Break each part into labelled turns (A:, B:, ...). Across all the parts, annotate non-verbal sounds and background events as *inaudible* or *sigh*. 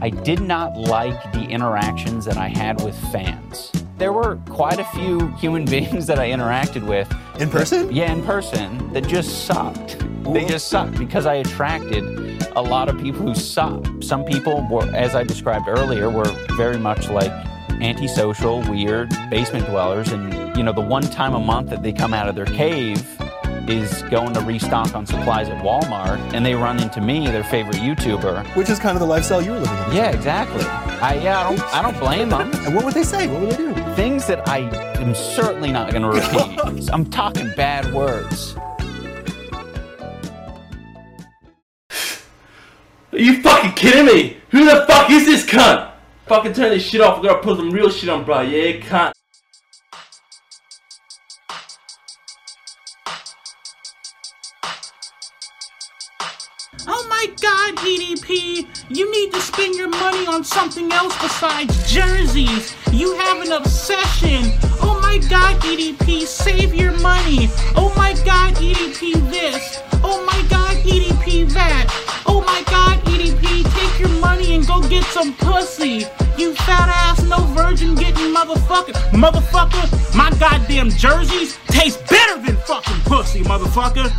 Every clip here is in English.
A: I did not like the interactions that I had with fans. There were quite a few human *laughs* beings that I interacted with.
B: In person?
A: Yeah, in person, that just sucked. They just sucked because I attracted a lot of people who suck. Some people were, as I described earlier, were very much like antisocial, weird basement dwellers. And, you know, the one time a month that they come out of their cave is going to restock on supplies at Walmart and they run into me, their favorite YouTuber.
B: Which is kind of the lifestyle you were living in.
A: Yeah, exactly. I, yeah, I don't, I don't blame them.
B: And what would they say? What would they do?
A: Things that I am certainly not going to repeat. I'm talking bad words.
C: Are you fucking kidding me? Who the fuck is this cunt? Fucking turn this shit off. We gotta put some real shit on, bro. Yeah, cunt.
D: Oh my god, EDP! You need to spend your money on something else besides jerseys! You have an obsession! Oh my god, EDP, save your money! Oh my god, EDP, this! Oh my god, EDP, that! Oh my god, EDP, take your money and go get some pussy! You fat ass, no virgin getting motherfucker! Motherfucker, my goddamn jerseys taste better than fucking pussy, motherfucker!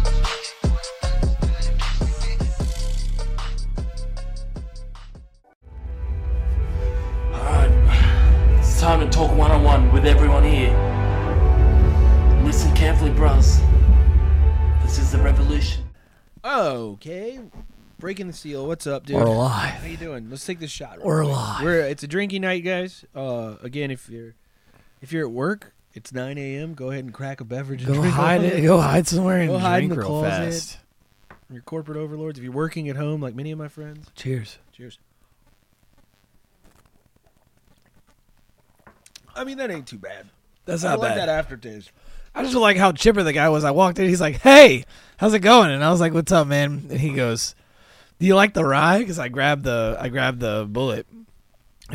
C: Alright, it's time to talk one on one with everyone here. Listen carefully, bros. This is the revolution.
E: Okay, breaking the seal. What's up, dude?
F: We're
E: How
F: alive.
E: you doing? Let's take this shot.
F: We're alive.
E: We're it's a drinking night, guys. Uh, again, if you're if you're at work, it's 9 a.m. Go ahead and crack a beverage. And
F: Go
E: drink
F: hide
E: on
F: it. Go hide somewhere and
E: Go
F: drink
E: hide in the
F: real
E: closet.
F: fast.
E: Your corporate overlords. If you're working at home, like many of my friends.
F: Cheers.
E: Cheers. I mean, that ain't too bad.
F: That's
E: I
F: not
E: like
F: bad.
E: that aftertaste.
F: I just like how chipper the guy was. I walked in, he's like, "Hey, how's it going?" And I was like, "What's up, man?" And he goes, "Do you like the rye?" Because I grabbed the I grabbed the bullet, and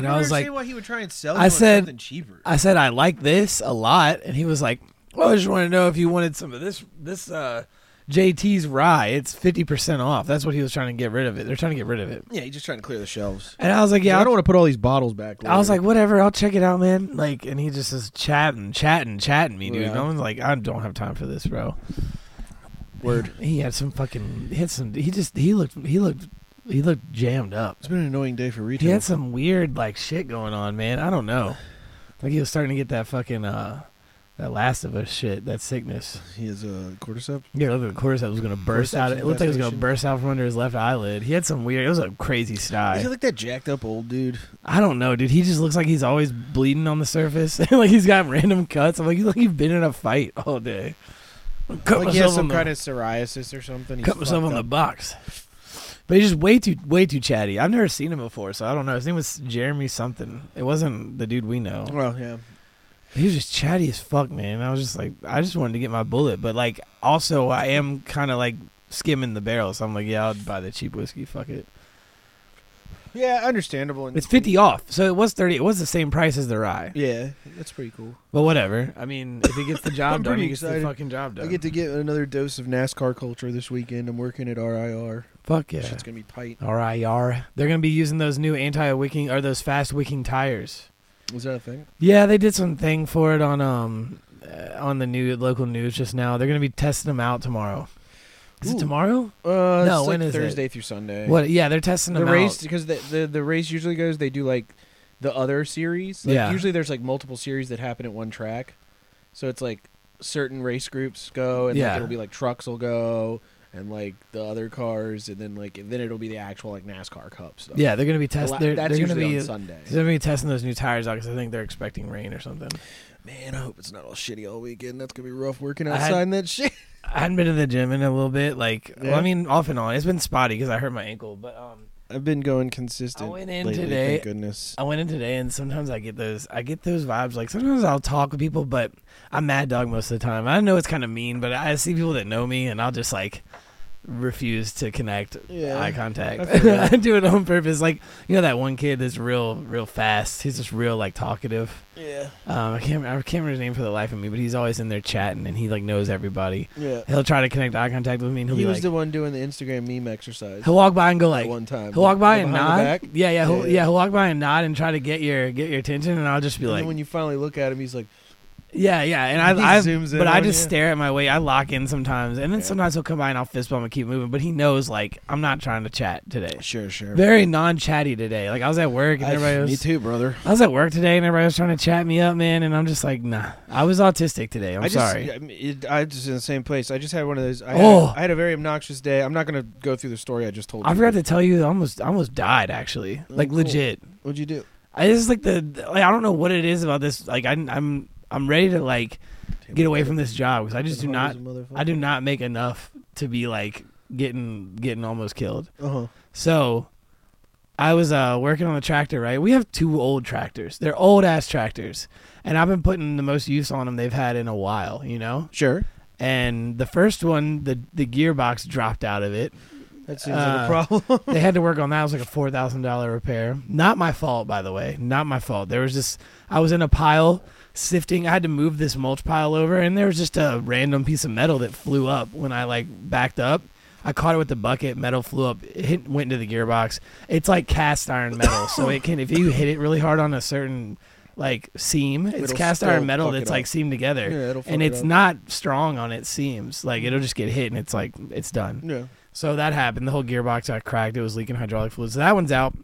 E: You
F: I was
E: understand
F: like,
E: why he would try and sell? You
F: I
E: on
F: said-
E: something cheaper.
F: "I said I like this a lot," and he was like, "Well, I just want to know if you wanted some of this this uh, JT's rye. It's fifty percent off. That's what he was trying to get rid of it. They're trying to get rid of it."
E: yeah, he's just trying to clear the shelves.
F: And I was like,
E: Yeah,
F: "Yeah,
E: I don't want to put all these bottles back.
F: I was
E: later.
F: like, whatever, I'll check it out, man. Like, and he just is chatting, chatting, chatting me, dude.
E: Yeah.
F: And I was like, I don't have time for this, bro. Word. He had some fucking, he had some. He just, he looked, he looked, he looked jammed up.
E: it's been an annoying day for
F: He
E: retail.
F: had some weird like shit going on, man. I don't know. Like he was starting to get that fucking uh, that Last of Us shit, that sickness.
E: He has a uh, cordyceps.
F: Yeah, look, of course that was gonna burst out. It looked like it was gonna
E: Perception.
F: burst out from under his left eyelid. He had some weird. It was a crazy
E: Is
F: sty.
E: he like that jacked up old dude?
F: I don't know, dude. He just looks like he's always bleeding on the surface. *laughs* like he's got random cuts. I'm like, you look like you've been in a fight all day. Cut
E: Like he
F: myself
E: has some
F: on
E: kind
F: the,
E: of psoriasis or something. He's
F: *laughs* cut myself
E: fucked
F: on the
E: up.
F: box. But he's just way too way too chatty. I've never seen him before, so I don't know. His name was Jeremy something. It wasn't the dude we know.
E: Well, yeah.
F: He was just chatty as fuck, man. I was just like, I just wanted to get my bullet, but like also I am kind of like skimming the barrel, so I'm like, yeah, I'll buy the cheap whiskey. Fuck it.
E: Yeah, understandable. And
F: It's fifty off, so it was thirty. It was the same price as the rye.
E: Yeah, that's pretty cool.
F: But whatever. I mean, if he gets *laughs* the
E: I'm
F: job done,
E: pretty
F: he gets
E: excited.
F: the fucking job
E: I
F: done.
E: get to get another dose of NASCAR culture this weekend. I'm working at RIR.
F: Fuck yeah.
E: Shit's gonna be
F: *laughs*
E: tight.
F: RIR. They're gonna be using those new anti-wicking or those fast wicking tires.
E: Is that a thing?
F: Yeah, they did some thing for it on um uh, on the new local news just now. They're gonna be testing them out tomorrow. Is
E: Ooh.
F: it tomorrow?
E: Uh,
F: No,
E: it's
F: when
E: like
F: is it?
E: Thursday through Sunday.
F: What? Yeah, they're testing
E: the
F: them
E: race?
F: out.
E: Because the, the the race usually goes. They do like the other series. Like,
F: Yeah.
E: Usually there's like multiple series that happen at one track, so it's like certain race groups go, and like,
F: Yeah.
E: it'll be like trucks will go, and like the other cars, and then like then it'll be the actual like NASCAR Cup stuff.
F: Yeah, they're gonna be
E: The
F: testing.
E: la-
F: They're,
E: that's
F: they're gonna
E: usually
F: be.
E: on Sunday.
F: They're gonna be testing those new tires out because I think they're expecting rain or something.
E: Man, I hope it's not all shitty all weekend. That's gonna be rough working
F: I had-
E: outside in that shit. *laughs*
F: I hadn't been to the gym in a little bit. Like, well,
E: Yeah.
F: I mean, off and on. It's been spotty because I hurt my ankle, but um,
E: I've been going consistent.
F: I went in
E: lately,
F: today.
E: Thank goodness.
F: I went in today, and sometimes I get those. I get those vibes. Like sometimes I'll talk with people, but I'm mad dog most of the time. I know it's kind of mean, but I see people that know me, and I'll just like refuse to connect
E: Yeah.
F: eye contact.
E: I feel
F: *laughs* I do it on purpose. Like you know that one kid that's real, real fast. He's just real like talkative.
E: Yeah.
F: Um, I can't, I can't remember his name for the life of me, but he's always in there chatting and he like knows everybody.
E: Yeah.
F: He'll try to connect eye contact with me and he'll
E: He
F: be
E: was
F: like,
E: the one doing the Instagram meme exercise.
F: he'll walk by and go like,
E: at one time.
F: he'll walk by
E: The
F: and
E: behind the
F: nod.
E: back.
F: Yeah, yeah, he'll,
E: Yeah,
F: yeah,
E: yeah.
F: he'll walk by and nod and try to get your get your attention, and I'll just be
E: And
F: like,
E: then when you finally look at him, he's like,
F: Yeah, yeah, and
E: He
F: I, I
E: zooms in
F: but I
E: on
F: just
E: you.
F: stare at my weight. I lock in sometimes, and then sometimes he'll come by and I'll fist bump and keep moving. But he knows like I'm not trying to chat today.
E: "Sure, sure."
F: Very non-chatty today. Like I was at work and
E: I,
F: everybody
E: me
F: was.
E: too, brother.
F: I was at work today and everybody was trying to chat me up, man. And I'm just like, nah. I was autistic today. I'm
E: I just,
F: sorry.
E: I, mean, it, I just in the same place. I just had one of those. I,
F: Oh.
E: had, I had a very obnoxious day. I'm not going to go through the story I just told.
F: I
E: you.
F: forgot to tell you, I almost I almost died actually. Like
E: cool.
F: legit.
E: What'd you do?
F: I just like the like, I don't know what it is about this. Like I, I'm I'm ready to like get away from this job because I just do not I do not make enough to be like getting getting almost killed.
E: Uh huh.
F: So I was uh, working on the tractor, right? We have two old tractors. They're old ass tractors. And I've been putting the most use on them they've had in a while, you know?
E: Sure.
F: And the first one, the, the gearbox dropped out of it.
E: That seems
F: Uh,
E: like a problem.
F: They had to work on that. It was like a $4,000 repair. Not my fault, by the way. Not my fault. There was just, I was in a pile sifting. I had to move this mulch pile over, and there was just a random piece of metal that flew up when I like backed up. I caught it with the bucket. Metal flew up, it hit, went into the gearbox. It's like cast iron metal, so it can if you hit it really hard on a certain like seam, it's
E: It'll
F: cast
E: still
F: iron metal
E: fuck it
F: that's
E: up.
F: like seamed together,
E: Yeah, it'll fuck
F: and
E: it
F: it's
E: up.
F: not strong on its seams. Like it'll just get hit, and it's like it's done.
E: yeah.
F: So that happened. The whole gearbox got cracked. It was leaking hydraulic fluid. So that one's out.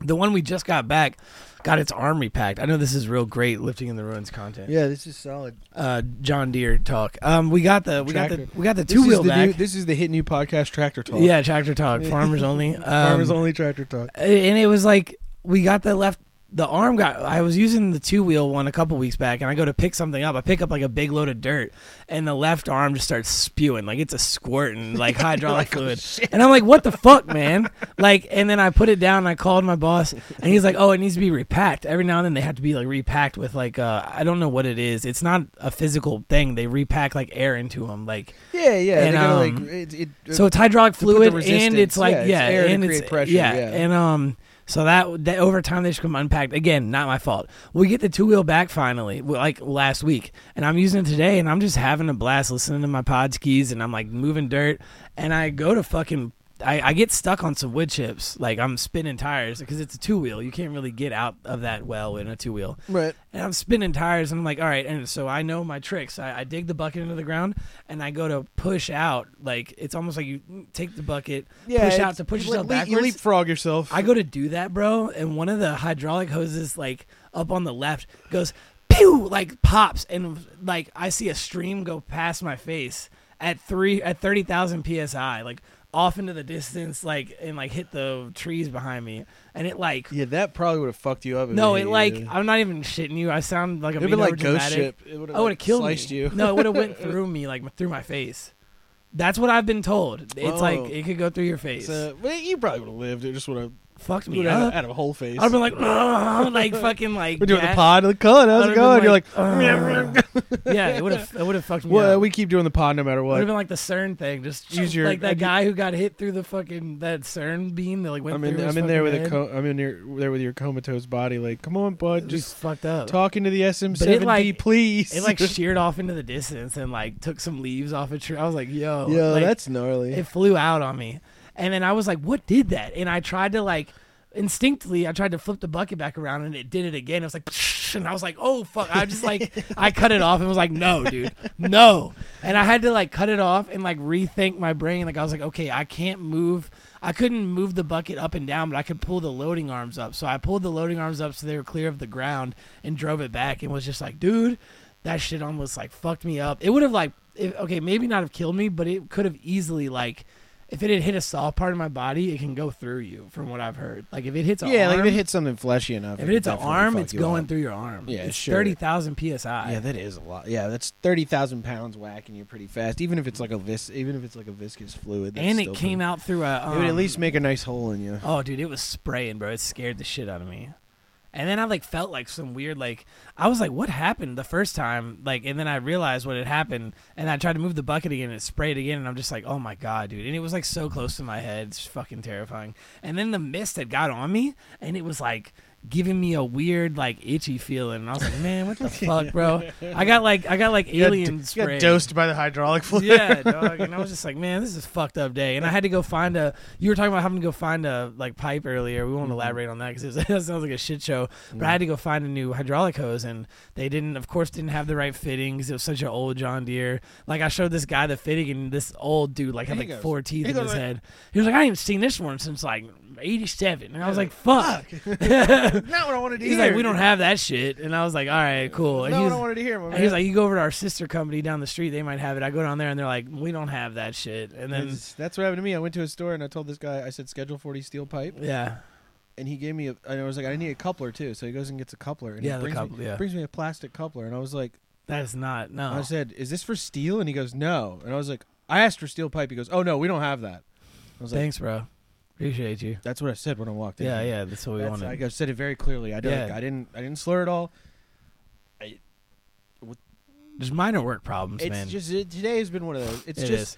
F: The one we just got back got its arm repacked. I know this is real great lifting in the ruins content.
E: *laughs* Yeah. This is solid.
F: Uh, John Deere talk. Um, we got the we got
E: Tractor.
F: the we got the
E: This
F: two
E: is
F: wheel
E: the
F: back.
E: New, this is the hit new podcast tractor talk.
F: yeah, tractor talk. Farmers only. Um,
E: *laughs* Farmers only tractor talk.
F: and it was like we got the left the arm got i was using the two wheel one a couple weeks back and i go to pick something up i pick up like a big load of dirt and the left arm just starts spewing like it's a squirting like hydraulic fluid and i'm like what the fuck man like and then i put it down and i called my boss and he's like oh it needs to be repacked every now and then they have to be like repacked with like uh i don't know what it is it's not a physical thing they repack like air into them like
E: Yeah. Yeah.
F: And,
E: they gotta,
F: um,
E: like, it, uh, it,
F: so it's hydraulic
E: put the
F: fluid and
E: resistance.
F: it's like yeah,
E: Yeah, it's air to
F: and it's
E: create pressure,
F: yeah.
E: yeah.
F: and um so that that over time they just come unpacked again not my fault we get the two wheel back finally w- like last week and i'm using it today and i'm just having a blast listening to my pod skis and i'm like moving dirt and i go to fucking I, I get stuck on some wood chips like i'm spinning tires because it's a two wheel you can't really get out of that well in a two wheel
E: right.
F: and I'm spinning tires. And I'm like, all right. And so I know my tricks. I, I dig the bucket into the ground and I go to push out. Like it's almost like you take the bucket, push out
E: it's-
F: to push
E: you le-
F: yourself
E: le-
F: backwards.
E: You leapfrog yourself.
F: I go to do that, bro, and one of the hydraulic hoses, like up on the left, goes pew, like pops, and like I see a stream go past my face at three at thirty thousand psi, like off into the distance, like and like hit the trees behind me, and it like
E: yeah, that probably would have fucked you up. if
F: no,
E: hit
F: it
E: you.
F: like
E: It'd
F: I'm not even shitting you. I sound like I'm
E: have
F: being
E: been like ghost
F: overdramatic.
E: ship. It would
F: I would have killed
E: sliced
F: me.
E: you.
F: No, Oh, it would
E: *laughs*
F: have went through me, like through my face. That's what I've been told. It's like
E: Whoa.
F: it could go through your face.
E: So, well, you probably would have lived. It just would have
F: Fucked me
E: would have
F: up.
E: had a whole face.
F: I've been like, "Ugh," like fucking like.
E: We're doing the
F: gas-
E: pod. Like, Colin, how's
F: I'd
E: it
F: have
E: going?
F: been
E: You're like, *laughs*
F: "Ugh." yeah, it would have, it would have fucked me
E: well,
F: up.
E: we keep doing the pod no matter
F: would have
E: what.
F: been like the CERN thing. Just
E: Use your-
F: like
E: I
F: that
E: do-
F: guy who got hit through the fucking that CERN beam that like went
E: I'm
F: through.
E: in.
F: his
E: I'm in there with
F: fucking
E: a.
F: head.
E: Co- I'm in your, there with your comatose body. Like, come on, bud.
F: It was
E: Just
F: fucked up.
E: talking to the
F: But it,
E: SM7D,
F: like-
E: please. *laughs*
F: It like sheared off into the distance and like took some leaves off a tree. I was like, yo,
E: Yo,
F: like,
E: that's gnarly.
F: it flew out on me. And then I was like, what did that? And I tried to like instinctively I tried to flip the bucket back around and it did it again. It was like *laughs* and I was like, oh fuck. I
E: *laughs*
F: just like I cut it off and was like, no, dude. No. And I had to like cut it off and like rethink my brain. Like I was like, okay, I can't move I couldn't move the bucket up and down, but I could pull the loading arms up. So I pulled the loading arms up so they were clear of the ground and drove it back and was just like, dude, that shit almost like fucked me up. It would have like, if, okay, maybe not have killed me, but it could have easily like, if it had hit a soft part of my body, it can go through you, from what I've heard. Like if it hits a
E: yeah,
F: arm,
E: like if it hits something fleshy enough.
F: if it hits an
E: definitely
F: arm,
E: fuck
F: it's
E: you
F: going
E: up.
F: through your arm.
E: Yeah,
F: it's
E: sure.
F: thirty thousand psi.
E: Yeah, that is a lot. Yeah, that's thirty thousand pounds whacking you pretty fast. Even if it's like a vis, even if it's like a viscous fluid. That's
F: and it
E: still
F: came
E: pretty-
F: out through a. Um,
E: it would at least make a nice hole in you.
F: Oh, dude, it was spraying, bro. It scared the shit out of me. And then I like felt like some weird like I was like, what happened the first time? Like, and then I realized what had happened, and I tried to move the bucket again, and it sprayed again, and I'm just like, oh my god, dude! And it was like so close to my head, it's fucking terrifying. And then the mist had got on me, and it was like giving me a weird like itchy feeling. And I was like,
G: *laughs*
F: man, what the fuck, bro? I got like I got like
G: You got d-
F: alien
G: you
F: spray.
G: got dosed by the hydraulic fluid. *laughs*
E: *laughs*
F: yeah, dog. And I was just like, man, this is a fucked up day. And I had to go find a. You were talking about having to go find a like pipe earlier. We
G: Mm-hmm.
F: won't elaborate on *laughs* that because it sounds like a shit show. But I had to go find a new hydraulic hose, and they didn't, of course, didn't have the right fittings. It was such an old John Deere. Like I showed this guy the fitting, and this old dude like had
G: He
F: like
G: goes-
F: four teeth
G: he
F: in
G: goes
F: his
G: like-
F: head. He was like, I ain't seen this one since like '87, and I was like, fuck.
G: Not what I wanted to
F: *laughs* He's
G: hear.
F: like, we don't have that shit, and I was like, all right, cool. And
G: Not
F: he
G: what
F: was,
G: I wanted to hear. My
F: and
G: man.
F: he was like, you go over to our sister company down the street, they might have it. I go down there and they're like, we don't have that shit. And then,
E: That's, that's what happened to me. I went to a store and I told this guy, I said, schedule 40 steel pipe.
F: yeah,
E: And he gave me, a, and I was like, I need a coupler too. So he goes and gets a coupler. And he
F: Yeah, the
E: brings
F: couple-
E: me,
F: yeah. Oh.
E: brings me a plastic coupler. And I was like,
F: that's not no.
E: I said, is this for steel? And he goes, no. And I was like, I asked for steel pipe. He goes, oh no, we don't have that. I was like,
F: Thanks, bro. Appreciate you.
E: that's what I said when I walked in.
F: Yeah, yeah, that's what we
E: That's-
F: wanted.
E: I said it very clearly. I didn't.
F: Yeah.
E: I didn't. I didn't slur at all.
F: There's minor work problems,
E: It's
F: man.
E: just it, today has been one of those. It's
F: It
E: just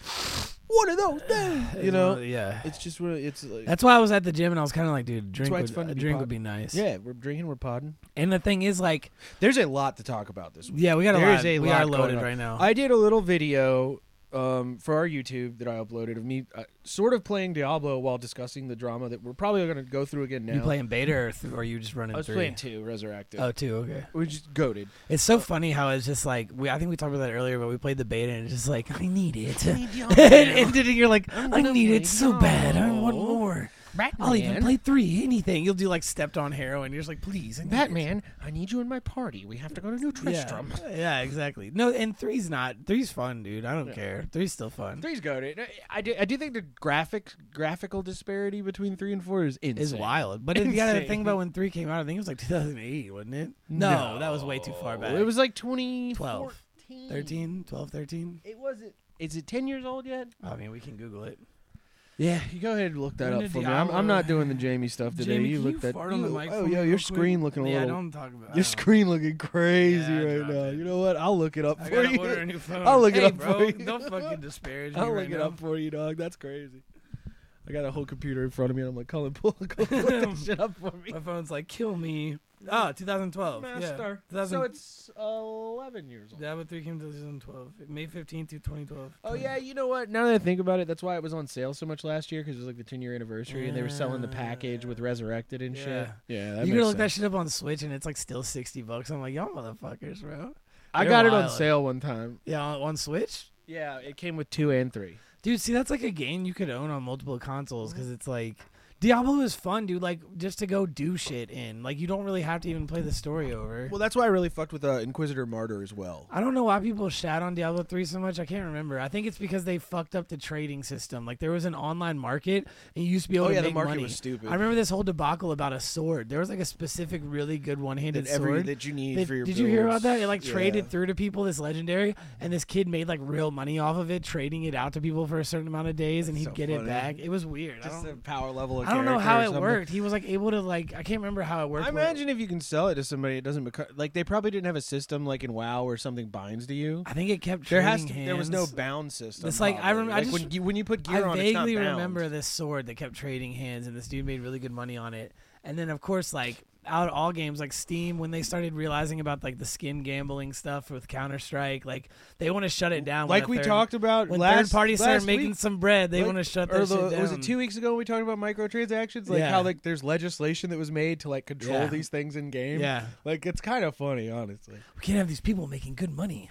E: one of *sighs* those days. You
F: It's
E: know,
F: one of- yeah.
E: it's just really. It's like,
F: That's why I was at the gym and I was kind of like, dude, drink,
E: why
F: would,
E: it's fun to
F: a
E: be
F: drink
E: pod-
F: would be nice.
E: yeah. We're drinking. We're podding.
F: And the thing is, like,
E: There's a lot to talk about this. week.
F: yeah, we got a
E: There
F: lot.
E: is a
F: we
E: lot
F: are
E: going
F: loaded
E: on.
F: right now.
E: I did a little video um, for our YouTube that I uploaded of me uh, sort of playing Diablo while discussing the drama that we're probably going to go through again now.
F: you playing beta or, th- or you just running?
E: I was
F: three?
E: playing two resurrected.
F: Oh, two. Okay.
E: we just goaded.
F: It's so funny how it's just like we. I think we talked about that earlier, but we played the beta and it's just like I need it. *laughs* it ended and you're like I need it so bad. I want more. I'll even play three. Anything. You'll do like stepped on heroin. You're just like please. I need it."
E: Batman, I need you in my party. We have to go to New
F: Yeah.
E: Tristram.
F: yeah. Exactly. No. And three's not. Three's fun, dude. I don't care. Three's still fun.
E: Three's goaded. I do. I do think the graphic graphical disparity between three and four is insane.
F: Is wild, but if you gotta
E: Insane.
F: think about when three came out, I think it was like 2008, wasn't it? No, that was way too far back.
E: It was like 20,
F: 12, 13, 12, 13.
E: It wasn't. Is it ten years old yet?
F: I mean, we can Google it.
E: Yeah, you go ahead and look that
F: When
E: up
F: did
E: for me.
F: the
E: I'm, I'm
F: hour-
E: not doing the Jamie stuff today.
F: Jamie,
E: you
F: can
E: look
F: you
E: that.
F: fart on the
E: you-
F: mic
E: oh,
F: for me
E: yeah,
F: real
E: your
F: quick?
E: screen looking a
F: Yeah,
E: little.
F: don't talk about. I
E: Your
F: don't-
E: screen looking crazy
F: Yeah, I
E: right
F: dropped
E: now.
F: it.
E: You know what? I'll look it up
F: I
E: for *laughs*
F: gotta
E: you.
F: order a new phone.
E: I'll look it
F: Hey,
E: up
F: bro,
E: for you.
F: Don't fucking disparage
E: *laughs*
F: me
E: I'll
F: right
E: look it
F: now.
E: up for you, dog. That's crazy. I got a whole computer in front of me, and I'm like, Colin, pull, *laughs* go look
F: *laughs*
E: this shit up for me.
F: My phone's like, kill me. Ah, 2012.
E: Master.
F: Yeah. 2000,
E: So it's 11 years old.
F: Diablo 3 came to 2012. May 15th through 2012.
E: Oh yeah, you know what? Now that I think about it, that's why it was on sale so much last year because it was like the 10 year anniversary, and they were selling the package with Resurrected and shit.
F: Yeah.
E: Yeah,
F: you can look that shit up on Switch and it's like still 60 bucks. I'm like, y'all motherfuckers, bro.
E: I
F: They're
E: got it on
F: wild.
E: sale one time.
F: Yeah, on, on Switch?
E: Yeah, it came with two and three.
F: Dude, see, that's like a game you could own on multiple consoles because it's like. Diablo is fun, dude. Like, just to go do shit in. Like, you don't really have to even play the story over.
B: Well, that's why I really fucked with uh, Inquisitor Martyr as well.
F: I don't know why people shat on Diablo 3 so much. I can't remember. I think it's because they fucked up the trading system. Like there was an online market and you used to be able
B: Oh,
F: to
B: yeah, the
F: make
B: market
F: money.
B: was stupid.
F: I remember this whole debacle about a sword. There was like a specific really good one-handed
B: That every
F: sword.
B: that you need
F: Did,
B: for your.
F: did you hear about
B: builds.
F: that? It like traded
B: Yeah.
F: through to people this legendary, and this kid made like real money off of it, trading it out to people for a certain amount of days, and he'd
B: so
F: get it
B: funny.
F: back. It was weird. I
B: Just the
F: don't,
B: power level. Of
F: I don't know
B: character
F: how
B: or
F: it
B: something.
F: worked. He was like able to like I can't remember how it worked.
E: I
F: where-
E: imagine if you can sell it to somebody, it doesn't become like they probably didn't have a system like in WoW where something binds to you.
F: I think it kept.
E: There has to,
F: trading
E: there was no
F: hands.
E: bound system.
F: It's like, I
E: probably.
F: rem- I
E: like
F: just-
E: when you when you put gear
F: I
E: on, it's not
F: vaguely
E: bound.
F: remember this sword that kept trading hands, and this dude made really good money on it. And then, of course, like out of all games, like Steam, when they started realizing about like the skin gambling stuff with Counter Strike, like they want to shut it down. when
E: Like
F: a
E: we
F: third-
E: talked about
F: when
E: last
F: third parties
E: last
F: start making
E: week,
F: some bread, they
E: Like-
F: want to shut
E: or
F: that shit
E: the-
F: down.
E: Was it two weeks ago we talked about microtransactions? Like
F: Yeah.
E: how like there's legislation that was made to like control
F: Yeah.
E: these things in game.
F: Yeah.
E: like it's kind of funny, honestly.
F: We can't have these people making good money.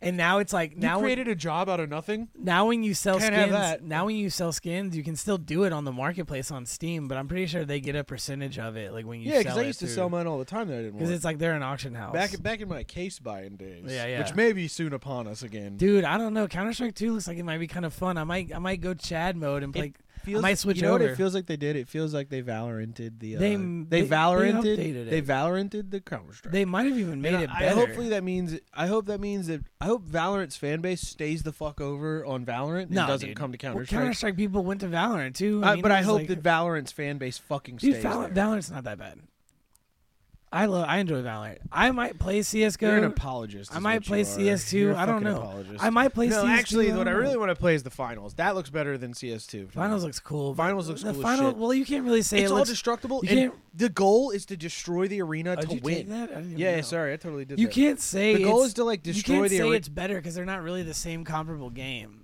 F: And now it's like
E: Now
F: now
E: you
F: when-
E: created a job out of nothing.
F: now when you sell
E: Can't have
F: skins,
E: that.
F: now when you sell skins, you can still do it on the marketplace on Steam, but I'm pretty sure they get a percentage of it. Like when you
E: yeah,
F: because
E: because I used to sell mine all the time that I didn't
F: because
E: want.
F: it's like they're an auction house.
E: Back back in my case buying days.
F: Yeah, yeah.
E: Which may be soon upon us again.
F: Dude, I don't know. Counter Strike Two looks like it might be kind of fun. I might, I might go Chad mode and play. I might switch
E: you know
F: over.
E: what it feels like they did? It feels like they valoranted the uh,
F: They-
E: they
F: they- they
E: valoranted
F: updated it.
E: they valoranted the Counter Strike.
F: they might have even made it
E: I,
F: better.
E: hopefully that means I hope that means that I hope Valorant's fan base stays the fuck over on Valorant and
F: no,
E: doesn't
F: dude.
E: come to Counter
F: Well, Counter
E: Strike.
F: Strike people went to Valorant too.
E: Uh,
F: mean,
E: but
F: it
E: I
F: was
E: hope
F: like-
E: that Valorant's fan base fucking
F: dude,
E: stays
F: Valor-
E: there.
F: Valorant's not that bad. I love. I enjoy Valorant. I might play CS:GO.
E: You're an apologist.
F: I
E: is
F: might
E: what
F: play
E: you are.
F: CS2.
E: You're a
F: I don't
E: fucking
F: know.
E: apologist.
F: I might play
E: no,
F: CS2.
E: Actually,
F: I
E: what I
F: don't
E: really
F: know.
E: want to play is the finals. That looks better than CS2. for me.
F: Finals looks cool. but
E: Finals looks
F: the
E: cool as
F: Final.
E: shit.
F: Well, you can't really say
E: It's
F: it
E: all
F: looks,
E: destructible.
F: you
E: and
F: can't-
E: the goal is to destroy the arena
F: Oh,
E: to
F: did you
E: win.
F: take that? I didn't even
E: Yeah,
F: know.
E: sorry, I totally did.
F: You
E: that.
F: can't say
E: The goal
F: it's-
E: is to like destroy
F: you can't
E: the
F: say
E: arena.
F: it's better because they're not really the same comparable game.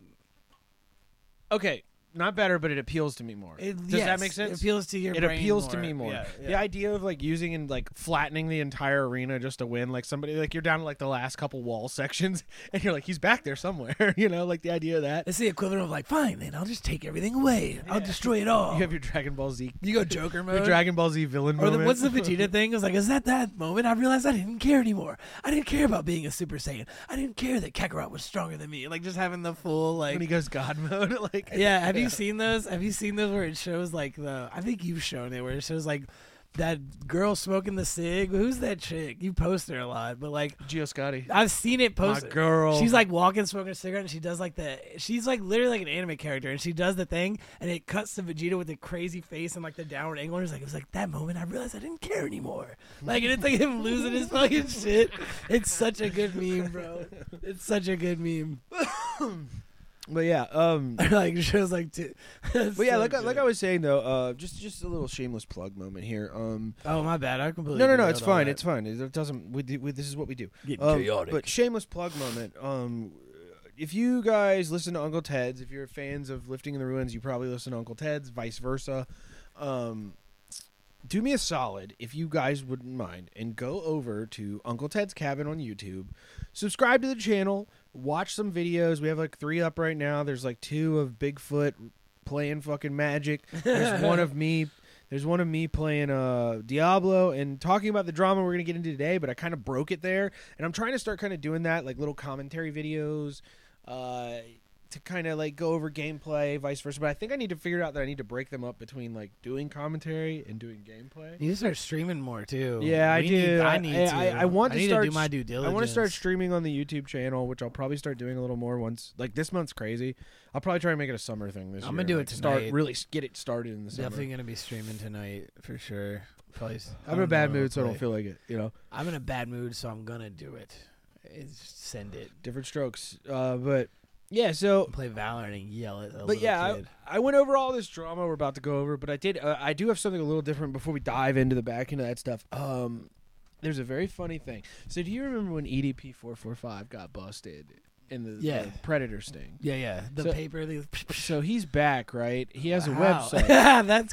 E: okay, not better, but it appeals to me more.
F: It-
E: Does
F: yes,
E: that make sense?
F: It appeals to your.
E: It
F: brain
E: appeals
F: more.
E: to me more.
F: Yeah, yeah.
E: The idea of like using and like flattening the entire arena just to win, like somebody like you're down to like the last couple wall *laughs* sections, and you're like he's back there somewhere. *laughs* you know, like the idea of that.
F: It's the equivalent of like, fine, then I'll just take everything away. I'll destroy it all.
E: You have your Dragon Ball Z,
F: You go Joker mode.
E: your Dragon Ball Z villain
F: or the,
E: moment.
F: what's the Vegeta thing? It was like, is that that moment I realized I didn't care anymore? I didn't care about being a Super Saiyan. I didn't care that Kakarot was stronger than me. Like just having the full like
E: *laughs* when he goes God mode? *laughs* like
F: yeah have you seen those have you seen those where it shows like the i think you've shown it where it shows like that girl smoking the cig who's that chick you post her a lot but like
E: Geo Scotty.
F: I've seen it posted.
E: girl.
F: She's like walking, smoking a cigarette, and she does like the. She's like literally like an anime character, and she does the thing, and it cuts to Vegeta with a crazy face and like the downward angle. And it's like it was like that moment I realized I didn't care anymore. Like and it's like him losing his fucking shit. It's such a good meme, bro. It's such a good meme. *laughs*
E: But yeah, *laughs* um,
F: like shows like. T- *laughs*
E: but yeah, like I, like I was saying though, uh, just just a little shameless plug moment here. Um,
F: Oh my bad. I completely.
E: no, no, no,
F: derailed
E: it's
F: all
E: fine,
F: that.
E: it's fine. It doesn't. We, do, we this is what we do.
F: Getting
E: Um,
F: chaotic.
E: But shameless plug moment. Um, if you guys listen to Uncle Ted's, if you're fans of Lifting in the Ruins, you probably listen to Uncle Ted's. Vice versa. Um, do me a solid, if you guys wouldn't mind, and go over to Uncle Ted's Cabin on YouTube. Subscribe to the channel. Watch some videos. We have like three up right now. There's like two of Bigfoot playing fucking magic. There's one of me. There's one of me playing uh, Diablo and talking about the drama we're gonna get into today. But I kind of broke it there, and I'm trying to start kind of doing that, like little commentary videos. Uh, to kind of like go over gameplay, vice versa. But I think I need to figure out that I need to break them up between like doing commentary and doing gameplay.
F: You need to start streaming more too.
E: Yeah, I
F: We
E: do.
F: Need, I
E: I-
F: need
E: I-
F: to.
E: I- I want to
F: need
E: start
F: to do my
E: s-
F: due diligence.
E: I want to start streaming on the YouTube channel, which I'll probably start doing a little more once. Like this month's crazy. I'll probably try and make it a summer thing this year.
F: I'm gonna do
E: like,
F: it
E: Start
F: tonight.
E: really s- get it started in the summer.
F: Definitely gonna be streaming tonight for sure. Probably. s- I
E: I'm in a
F: don't
E: bad
F: know,
E: mood, so I don't
F: but-
E: feel like it. You know,
F: I'm in a bad mood, so I'm gonna do it. It's just send it.
E: different strokes. Uh, but yeah, so
F: Play Valorant and yell at. A
E: but
F: little
E: yeah,
F: kid.
E: I, I went over all this drama we're about to go over, but I did. Uh, I do have something a little different before we dive into the back end of that stuff. Um, there's a very funny thing. So do you remember when EDP four four five got busted in the,
F: Yeah.
E: the Predator sting?
F: yeah, yeah. The
E: So- *laughs*
F: paper. The,
E: So he's back, right? He has
F: Wow.
E: a website.
F: *laughs* That's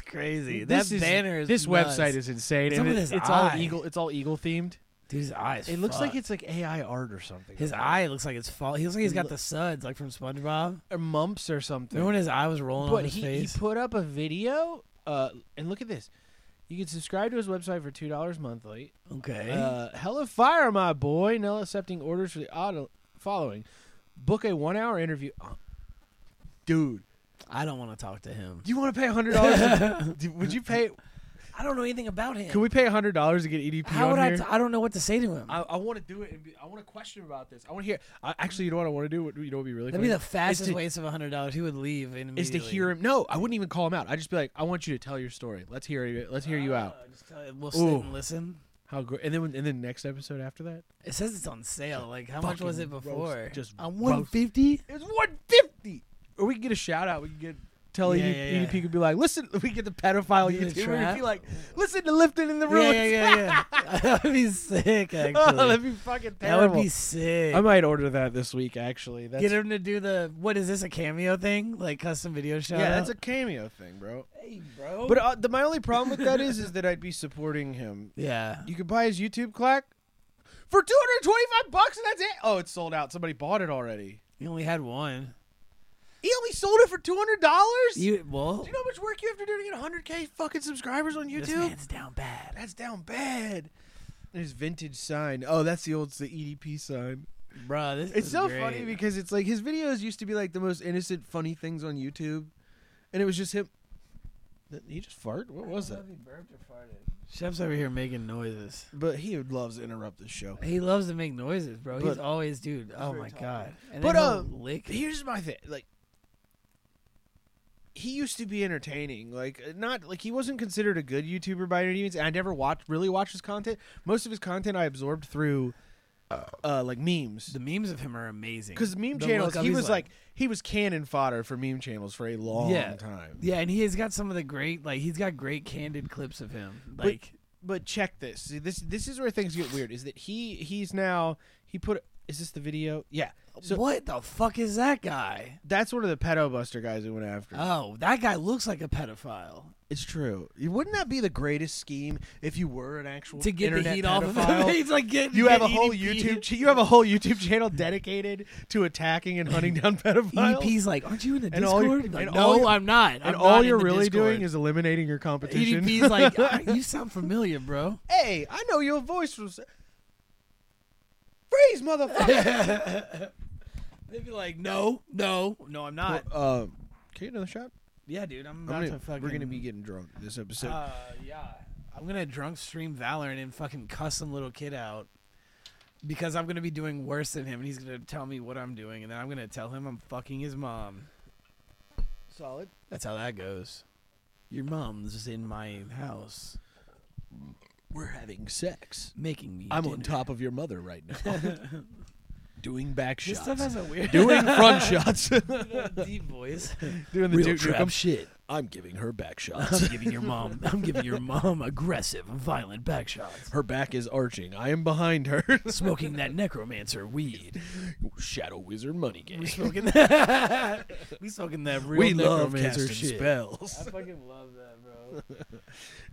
E: *laughs*
F: crazy.
E: This
F: that
E: is-
F: banner is.
E: this
F: nuts.
E: website is insane.
F: Some
E: and
F: of
E: it-
F: his
E: it's
F: eye.
E: all eagle. It's all eagle themed.
F: Dude's eyes.
E: It looks like
F: fucked.
E: it's like AI art or something.
F: His eye looks like it's fall. He looks like he's got the suds, like from SpongeBob.
E: or mumps or something.
F: Remember when his eye was rolling on
E: But
F: his
E: he, he
F: face?
E: put up a video, uh, and look at this. You can subscribe to his website for two dollars monthly.
F: okay.
E: Uh, Hella Fire, my boy. Now accepting orders for the auto following. Book a one-hour interview. Uh, Dude,
F: I don't want to talk to him.
E: do you want to pay hundred *laughs* dollars? Would you pay?
F: I don't know anything about him.
E: Can we pay hundred dollars to get EDP
F: How
E: on
F: would I?
E: here?
F: T- I don't know what to say to him.
E: I, I want to do it. And be, I want to question about this. I want to hear. I, actually, you know what I want to do? What, you know what would be really
F: That'd be
E: funny?
F: the fastest
E: to-
F: waste of hundred dollars. He would leave immediately.
E: is to hear him. No, I wouldn't even call him out. I'd just be like, I want you to tell your story. Let's hear you. Let's hear you out.
F: Uh, just tell him, we'll sit
E: Ooh.
F: and listen.
E: How great! And then when- and then next episode after that,
F: It says it's on sale. Like how much was it
E: Fucking roast-
F: before?
E: just
F: on
E: roast.
F: one fifty.
E: it was one fifty. Or we can get a shout out. We can get tell E
F: Yeah,
E: ED,
F: yeah, yeah.
E: EDP could be like, listen. *laughs* We get the pedophile
F: Do the
E: YouTuber
F: trap.
E: and be like, listen to lifting in the
F: Yeah,
E: room.
F: yeah, yeah. yeah. *laughs* That'd be sick.
E: *laughs*
F: Actually,
E: oh, that'd be fucking
F: that
E: terrible.
F: would be sick.
E: I might order that this week. Actually, that's
F: Get him to do the what is this a cameo thing? Like custom video shout
E: yeah, that's a
F: out?
E: cameo thing, bro.
F: hey, bro.
E: But uh, the, my only problem with that is, is that I'd be supporting him
F: yeah,
E: You could buy his YouTube clack for 225 bucks and that's it. Oh, it's sold out. Somebody bought it already.
F: you only had one.
E: He only sold it for $200? You,
F: You well,
E: Do you know how much work you have to do to get 100k fucking subscribers on
F: this
E: YouTube?
F: man's down bad.
E: That's down bad. There's vintage sign. Oh, that's the old it's the EDP sign.
F: Bro, this
E: It's
F: is
E: so
F: great.
E: funny because it's like his videos used to be like the most innocent funny things on YouTube. And it was just him Did he just fart? What was that?
F: Chef's over here making noises.
E: But he loves to interrupt the show.
F: He loves to make noises, bro. he's
E: But-
F: always, dude. Oh my god. And
E: But,
F: then he'll
E: um,
F: lick.
E: Here's my thing. Like, he used to be entertaining. Like uh, not like he wasn't considered a good YouTuber by any means. And I never watched really watched his content. Most of his content I absorbed through uh like memes.
F: The memes of him are amazing.
E: Because meme
F: The
E: channels,
F: look of
E: he
F: his
E: was
F: like-
E: like, he was cannon fodder for meme channels for a long
F: yeah,
E: time.
F: yeah, and he has got some of the great, like he's got great candid clips of him.
E: But-
F: Like,
E: but check this. See, this this is where things get weird. Is that he he's now he put is this the video? Yeah. So
F: what the fuck is that guy?
E: that's one of the pedo buster guys we went after.
F: Oh, that guy looks like a pedophile.
E: it's true. Wouldn't that be the greatest scheme if you were an actual
F: To get the
E: internet
F: heat off of him,
E: pedophile?
F: *laughs* he's like, E get,
E: You
F: get
E: have a whole
F: EDP.
E: YouTube cha- you have a whole YouTube channel dedicated to attacking and hunting
F: *laughs* E
E: down pedophiles.
F: EDP's like, aren't you in the
E: And all
F: Discord?
E: your-
F: like,
E: and all
F: no,
E: your-
F: I'm not.
E: and
F: I'm
E: all
F: not
E: you're
F: in the
E: really
F: Discord."
E: doing is eliminating your competition.
F: EDP's
E: *laughs*
F: like, "Ah, you sound familiar, bro.
E: hey, I know your voice was. Freeze,
F: *laughs*
E: motherfucker!
F: They'd be like, no, no, no, I'm not.
E: um, can you get another shot?
F: yeah, dude,
E: I'm
F: I'm about
E: gonna-
F: to fucking.
E: We're gonna be getting drunk this episode.
F: Uh, yeah, I'm gonna drunk stream Valorant and fucking cuss some little kid out because I'm gonna be doing worse than him, and he's gonna tell me what I'm doing, and then I'm gonna tell him I'm fucking his mom.
E: Solid.
F: That's how that goes. Your mom's in my house
E: We're having sex.
F: making me.
E: I'm
F: dinner.
E: on top of your mother right
F: *laughs*
E: now, doing back
F: This
E: shots,
F: stuff has a weird
E: doing front shots,
F: *laughs* deep voice.
E: doing the
F: Real
E: Duke
F: trap
E: Nukem.
F: shit.
E: I'm giving her back shots.
F: *laughs* *laughs* I'm giving your mom. I'm giving your mom aggressive, violent back shots.
E: her back is arching. I am behind her.
F: Smoking that *laughs* necromancer weed.
E: *laughs* Shadow Wizard Money Gang.
F: We smoking that. we smoking that real
E: We love
F: necromancer
E: casting
F: shit.
E: spells.
F: fucking love that, bro.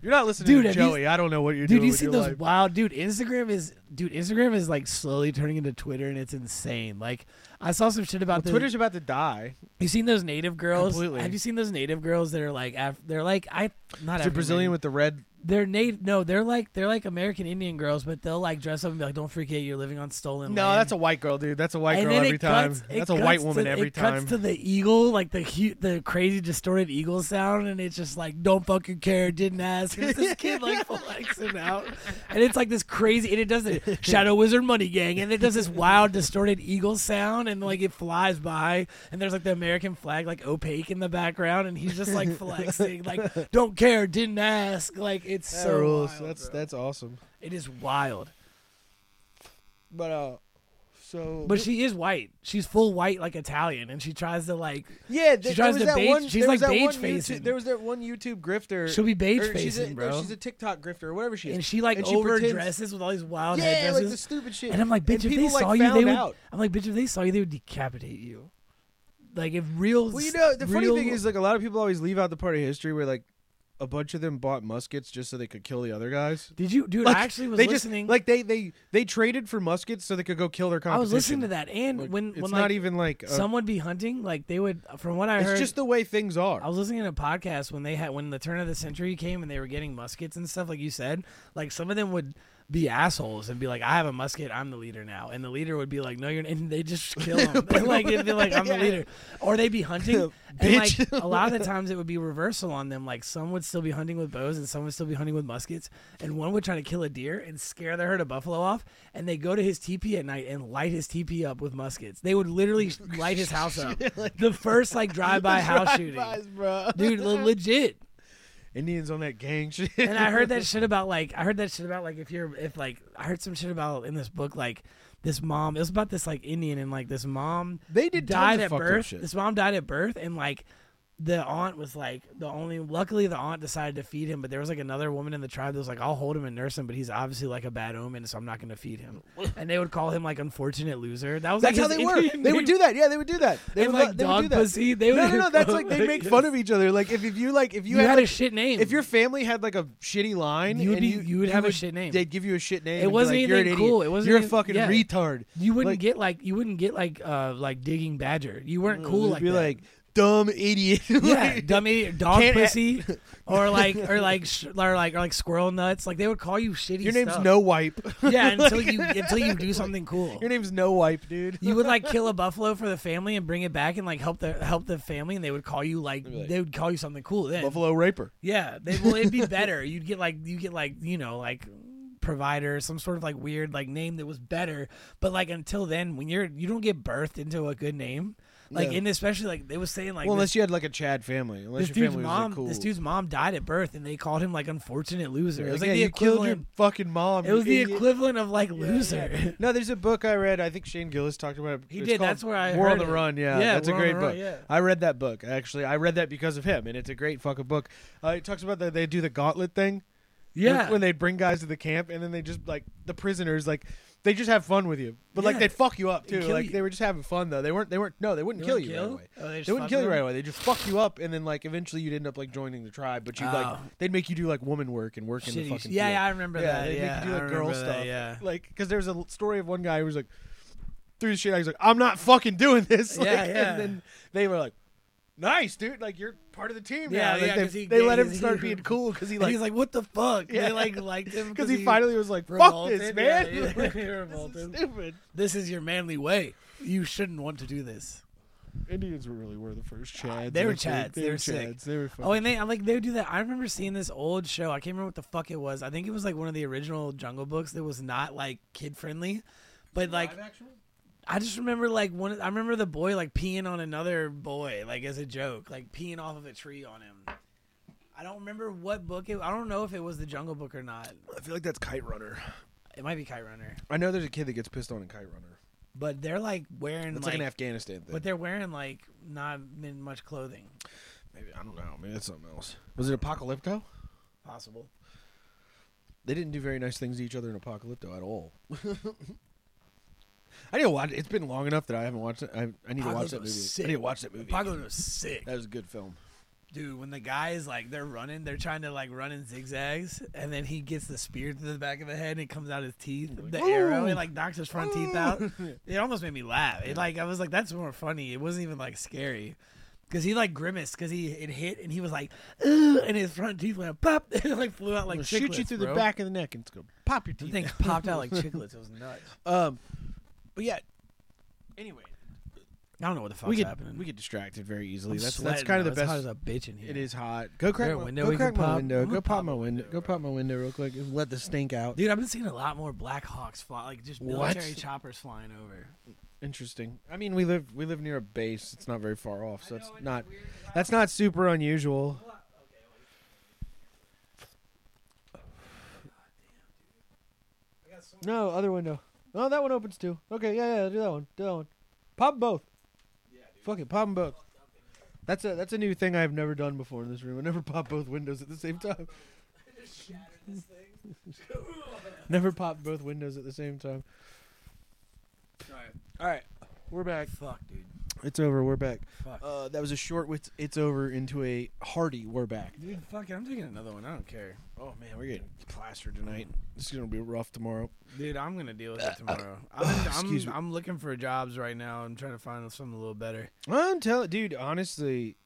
E: You're not listening
F: Dude,
E: to
F: have you-
E: Joey. I don't know what you're
F: Dude,
E: doing.
F: you
E: with
F: seen
E: your
F: those
E: life.
F: wild dude? Instagram is dude. Instagram is like slowly turning into Twitter, and it's insane. Like I saw some shit about the
E: Twitter's about to die.
F: You seen those native girls?
E: Completely.
F: Have you seen those native girls that are like Af- they're like I not
E: It's a Brazilian
F: African.
E: with the red.
F: They're native. No, they're like they're like American Indian girls, but they'll like dress up and be like, "Don't forget, you're living on stolen."
E: No,
F: land."
E: that's a white girl, dude. That's a white
F: and
E: girl
F: then
E: every
F: it cuts-
E: time.
F: it
E: That's a white
F: cuts
E: woman
F: to,
E: every
F: it
E: time.
F: cuts to the eagle, like the hu- the crazy distorted eagle sound, and it's just like don't fucking care, didn't ask. *laughs* And it's this
E: *laughs*
F: kid like flexing out, and it's like this crazy, and it does the
E: *laughs*
F: Shadow Wizard Money Gang, and it does this wild distorted eagle sound, and like it flies by, and there's like the American flag like opaque in the background, and he's just like
E: *laughs*
F: flexing, like don't care, didn't ask. Like it's
E: That
F: so
E: rules.
F: wild,
E: that's
F: bro.
E: that's awesome.
F: it is wild.
E: But uh, so
F: But she is white. She's full white, like Italian, and she tries to like
E: yeah,
F: she tries
E: there was
F: to
E: that
F: beige-
E: one,
F: she's
E: there was
F: like
E: that one
F: beige-facing.
E: YouTube- There was that one YouTube grifter.
F: She'll be beige
E: or she's a-
F: facing,
E: no,
F: bro.
E: She's a TikTok grifter or whatever she is.
F: and she like
E: and she
F: overdresses
E: pretends-
F: with all these wild
E: yeah,
F: headdresses.
E: like the stupid shit.
F: and I'm like, bitch, if
E: people,
F: they
E: like,
F: saw you, they
E: found
F: would.
E: out.
F: I'm like, bitch, if they saw you, they would decapitate you. Like if real.
E: Well, you know, the funny
F: real-
E: thing is, like, a lot of people always leave out the part of history where like a bunch of them bought muskets just so they could kill the other guys.
F: did you, dude?
E: Like,
F: I actually was
E: they
F: listening.
E: Just, like they they they traded for muskets so they could go kill their
F: I
E: competition.
F: was listening to that, and
E: Like,
F: when
E: it's
F: when
E: not
F: like
E: even like a-
F: someone be hunting, like they would. From what I
E: It's
F: heard,
E: just the way things are.
F: I was listening to a podcast when they had when the turn of the century came and they were getting muskets and stuff like you said. Like some of them would be assholes and be like, "I have a musket, I'm the leader now," and the leader would be like, "No, you're," and they just kill him. *laughs* like it'd be like, "I'm the leader," or they'd be hunting. and like a lot of the times it would be reversal on them. Like some would still be hunting with bows and some would still be hunting with muskets, and one would try to kill a deer and scare the herd of buffalo off, and they go to his teepee at night and light his teepee up with muskets. They would literally light his house up. the first like drive-by house shooting
E: bro.
F: dude le- legit
E: Indians on that gang shit.
F: and i heard that shit about like i heard that shit about like if you're if like i heard some shit about in this book like this mom it was about this like indian and like this mom
E: They did tons
F: died
E: of
F: at
E: fucked up
F: birth
E: shit.
F: this mom died at birth and like the aunt was like the only luckily the aunt decided to feed him but there was like another woman in the tribe that was like i'll hold him and nurse him but he's obviously like a bad omen so i'm not gonna feed him and they would call him like unfortunate loser that
E: *laughs*
F: was
E: That's
F: like,
E: how
F: his
E: they were.
F: Indian
E: They
F: name.
E: would do that. Yeah, they would do that. They
F: And,
E: would,
F: like,
E: let- they would
F: dog
E: do that.
F: pussy, they
E: no,
F: would-
E: no, no. That's like
F: *laughs*
E: they make fun of each other. Like if, if you like if you,
F: you
E: had,
F: had
E: like,
F: a shit name
E: if your family had like a shitty line,
F: You would
E: and
F: be- you would have a shit name.
E: They'd give you a shit name. and be
F: wasn't
E: like, You're an
F: anything
E: idiot.
F: cool. It wasn't
E: You're a
F: even-
E: fucking
F: yeah.
E: retard.
F: You wouldn't
E: Like-
F: get like you wouldn't get like uh like digging badger. You weren't
E: They'd
F: cool like
E: Mm, be
F: that.
E: like *laughs* dumb idiot. *laughs*
F: yeah, dumb idiot, dog
E: Can't a- *laughs*
F: pussy, or like or like sh- or like or like squirrel nuts. Like they would call you shitty.
E: Your name's
F: stuff.
E: No Wipe.
F: *laughs*
E: *laughs*
F: Yeah, until you until you do something cool.
E: Your name's No Wipe, dude.
F: you would like kill a buffalo for the family and bring it back and like help the help the family and they would call you like,
E: like,
F: they would call you something cool then.
E: Buffalo Raper.
F: Yeah, they well it'd be better. You'd get like you get like you know like provider some sort of like weird like name that was better. But like until then, when you're you don't get birthed into a good name. Like,
E: Yeah.
F: and especially like they was saying like
E: well,
F: this,
E: unless you had like a Chad family, unless
F: this
E: your
F: dude's
E: family
F: mom,
E: was like, cool.
F: this dude's mom died at birth, and they called him like unfortunate loser. It was like
E: yeah,
F: the
E: you killed your
F: equivalent.
E: fucking mom.
F: It
E: you
F: was the
E: idiot.
F: equivalent of like loser.
E: No, there's a book I read. I think Shane Gillis talked about it.
F: He
E: It's
F: did,
E: called
F: that's where I
E: War on
F: heard
E: the
F: it.
E: Run. Yeah,
F: Yeah,
E: that's a
F: War on the
E: great
F: Run,
E: book.
F: yeah.
E: I read that book actually. I read that because of him, and it's a great fucking book. Uh, it talks about that they do the gauntlet thing.
F: *laughs* Yeah.
E: When- when they'd bring guys to the camp, and then they just like the prisoners like. They just have fun with you, but like
F: Yeah.
E: they'd fuck you up
F: They'd
E: too.
F: kill
E: Like
F: you.
E: they were just having fun though. They weren't. They weren't. No, they wouldn't
F: They
E: kill
F: wouldn't
E: you
F: kill?
E: right away.
F: Oh, they
E: they
F: just
E: wouldn't
F: fuck
E: kill
F: with
E: you right
F: them?
E: away. They just fuck you up, and then like eventually you'd end up like joining the tribe. But you would like
F: Oh.
E: they'd make you do like woman work and work in
F: *laughs* Shitty
E: the
F: sh-
E: fucking
F: yeah,
E: field.
F: yeah, I remember that.
E: They
F: yeah,
E: make you do
F: I
E: like girl
F: remember that,
E: stuff.
F: yeah.
E: Like, because there was a l- story of one guy who was like, through the shit, I was like, I'm not fucking doing this. *laughs* Like,
F: Yeah, yeah.
E: And then they were like, nice, dude. Like, you're part of the team now.
F: Yeah,
E: Like,
F: yeah,
E: they,
F: 'cause he-
E: they let him
F: he- *laughs*
E: start being cool because he,
F: And
E: like,
F: he's like, what the fuck?
E: Yeah.
F: They like
E: *laughs*
F: liked him
E: because he, finally was like, fuck
F: revolted.
E: this,
F: Yeah, *laughs*
E: man.
F: he-
E: Like, this
F: he
E: is
F: revolted.
E: stupid.
F: This is your manly way. You shouldn't want to do this.
E: *laughs* Indians really were the first Chads.
F: They were
E: I think.
F: Chads. They
E: They
F: were
E: were
F: sick.
E: Chads. They were fucking.
F: Oh, and they I like they would do that. I remember seeing this old show. I can't remember what the fuck it was. I think it was like one of the original Jungle Books that was not like kid friendly, but like I just remember like one. I remember the boy like peeing on another boy like as a joke, like peeing off of a tree on him. I don't remember what book it. I don't know if it was the Jungle Book or not.
E: I feel like that's Kite Runner.
F: It might be Kite Runner,
E: I know there's a kid that gets pissed on in Kite Runner.
F: but they're like wearing
E: That's
F: like,
E: like, an Afghanistan thing.
F: but they're wearing like not min- much clothing.
E: Maybe, I don't know. Maybe that's something else. Was it Apocalypto?
F: Possible.
E: they didn't do very nice things to each other in Apocalypto at all. *laughs* I need to watch. It's been long enough that I haven't watched it. I, I need to watch that
F: Apocalypto
E: movie.
F: was sick.
E: I need to watch that movie.
F: Apocalypse was sick.
E: That was a good film.
F: Dude, when the guy is like, they're running, they're trying to like run in zigzags, and then he gets the spear to the back of the head and it comes out his teeth, the arrow, it like knocks his front
E: *laughs*
F: teeth out. It almost made me laugh. It like, I was like, that's more funny. It wasn't even like scary. Cause he like grimaced, cause he it hit, and he was like, Ugh, and his front teeth went pop, *laughs* and it, like flew out like
E: Like shoot you
F: chiclets,
E: through
F: bro.
E: the back of the neck and it's gonna pop your
F: The
E: teeth.
F: thing popped out like chicklets. It was nuts.
E: Um, but yeah,
F: I don't know what the fuck's
E: we get
F: happening.
E: we get distracted very
F: I'm
E: easily. that's that's
F: sweating,
E: kind of the
F: bro. It's
E: best.
F: hot as a bitch in here.
E: It is hot. Go crack
F: there a
E: my
F: window
E: window.
F: we
E: Go
F: can
E: crack my
F: pop?
E: window.
F: I'm gonna
E: Go
F: pop
E: pop
F: a
E: my window. Go pop my window real quick and let the stink out.
F: Dude, I've been seeing a lot more Black Hawks fly, like just
E: What?
F: military choppers flying over.
E: Interesting. I mean, we live we live near a base. It's not very far off, so it's not that's not super unusual. No, other window. No, that one opens too. Okay, yeah, yeah, do that one. Do that one. Pop 'em both. Fuck it, pop 'em both. That's a that's a new thing I've never done before in this room. I never pop both windows at the same time. *laughs* never pop both windows at the same time. All right, we're back.
F: Fuck, dude.
E: It's over. We're back.
F: Fuck.
E: Uh, that was a short. With it's over into a hearty. We're back.
F: Dude, fuck it. I'm taking another one. I don't care.
E: Oh man, we're getting plastered tonight. This is gonna be rough tomorrow.
F: Dude, I'm gonna deal with it tomorrow. I'm,
E: uh, Excuse
F: I'm,
E: me.
F: I'm looking for jobs right now. I'm trying to find something a little better.
E: I'm telling, dude. Honestly,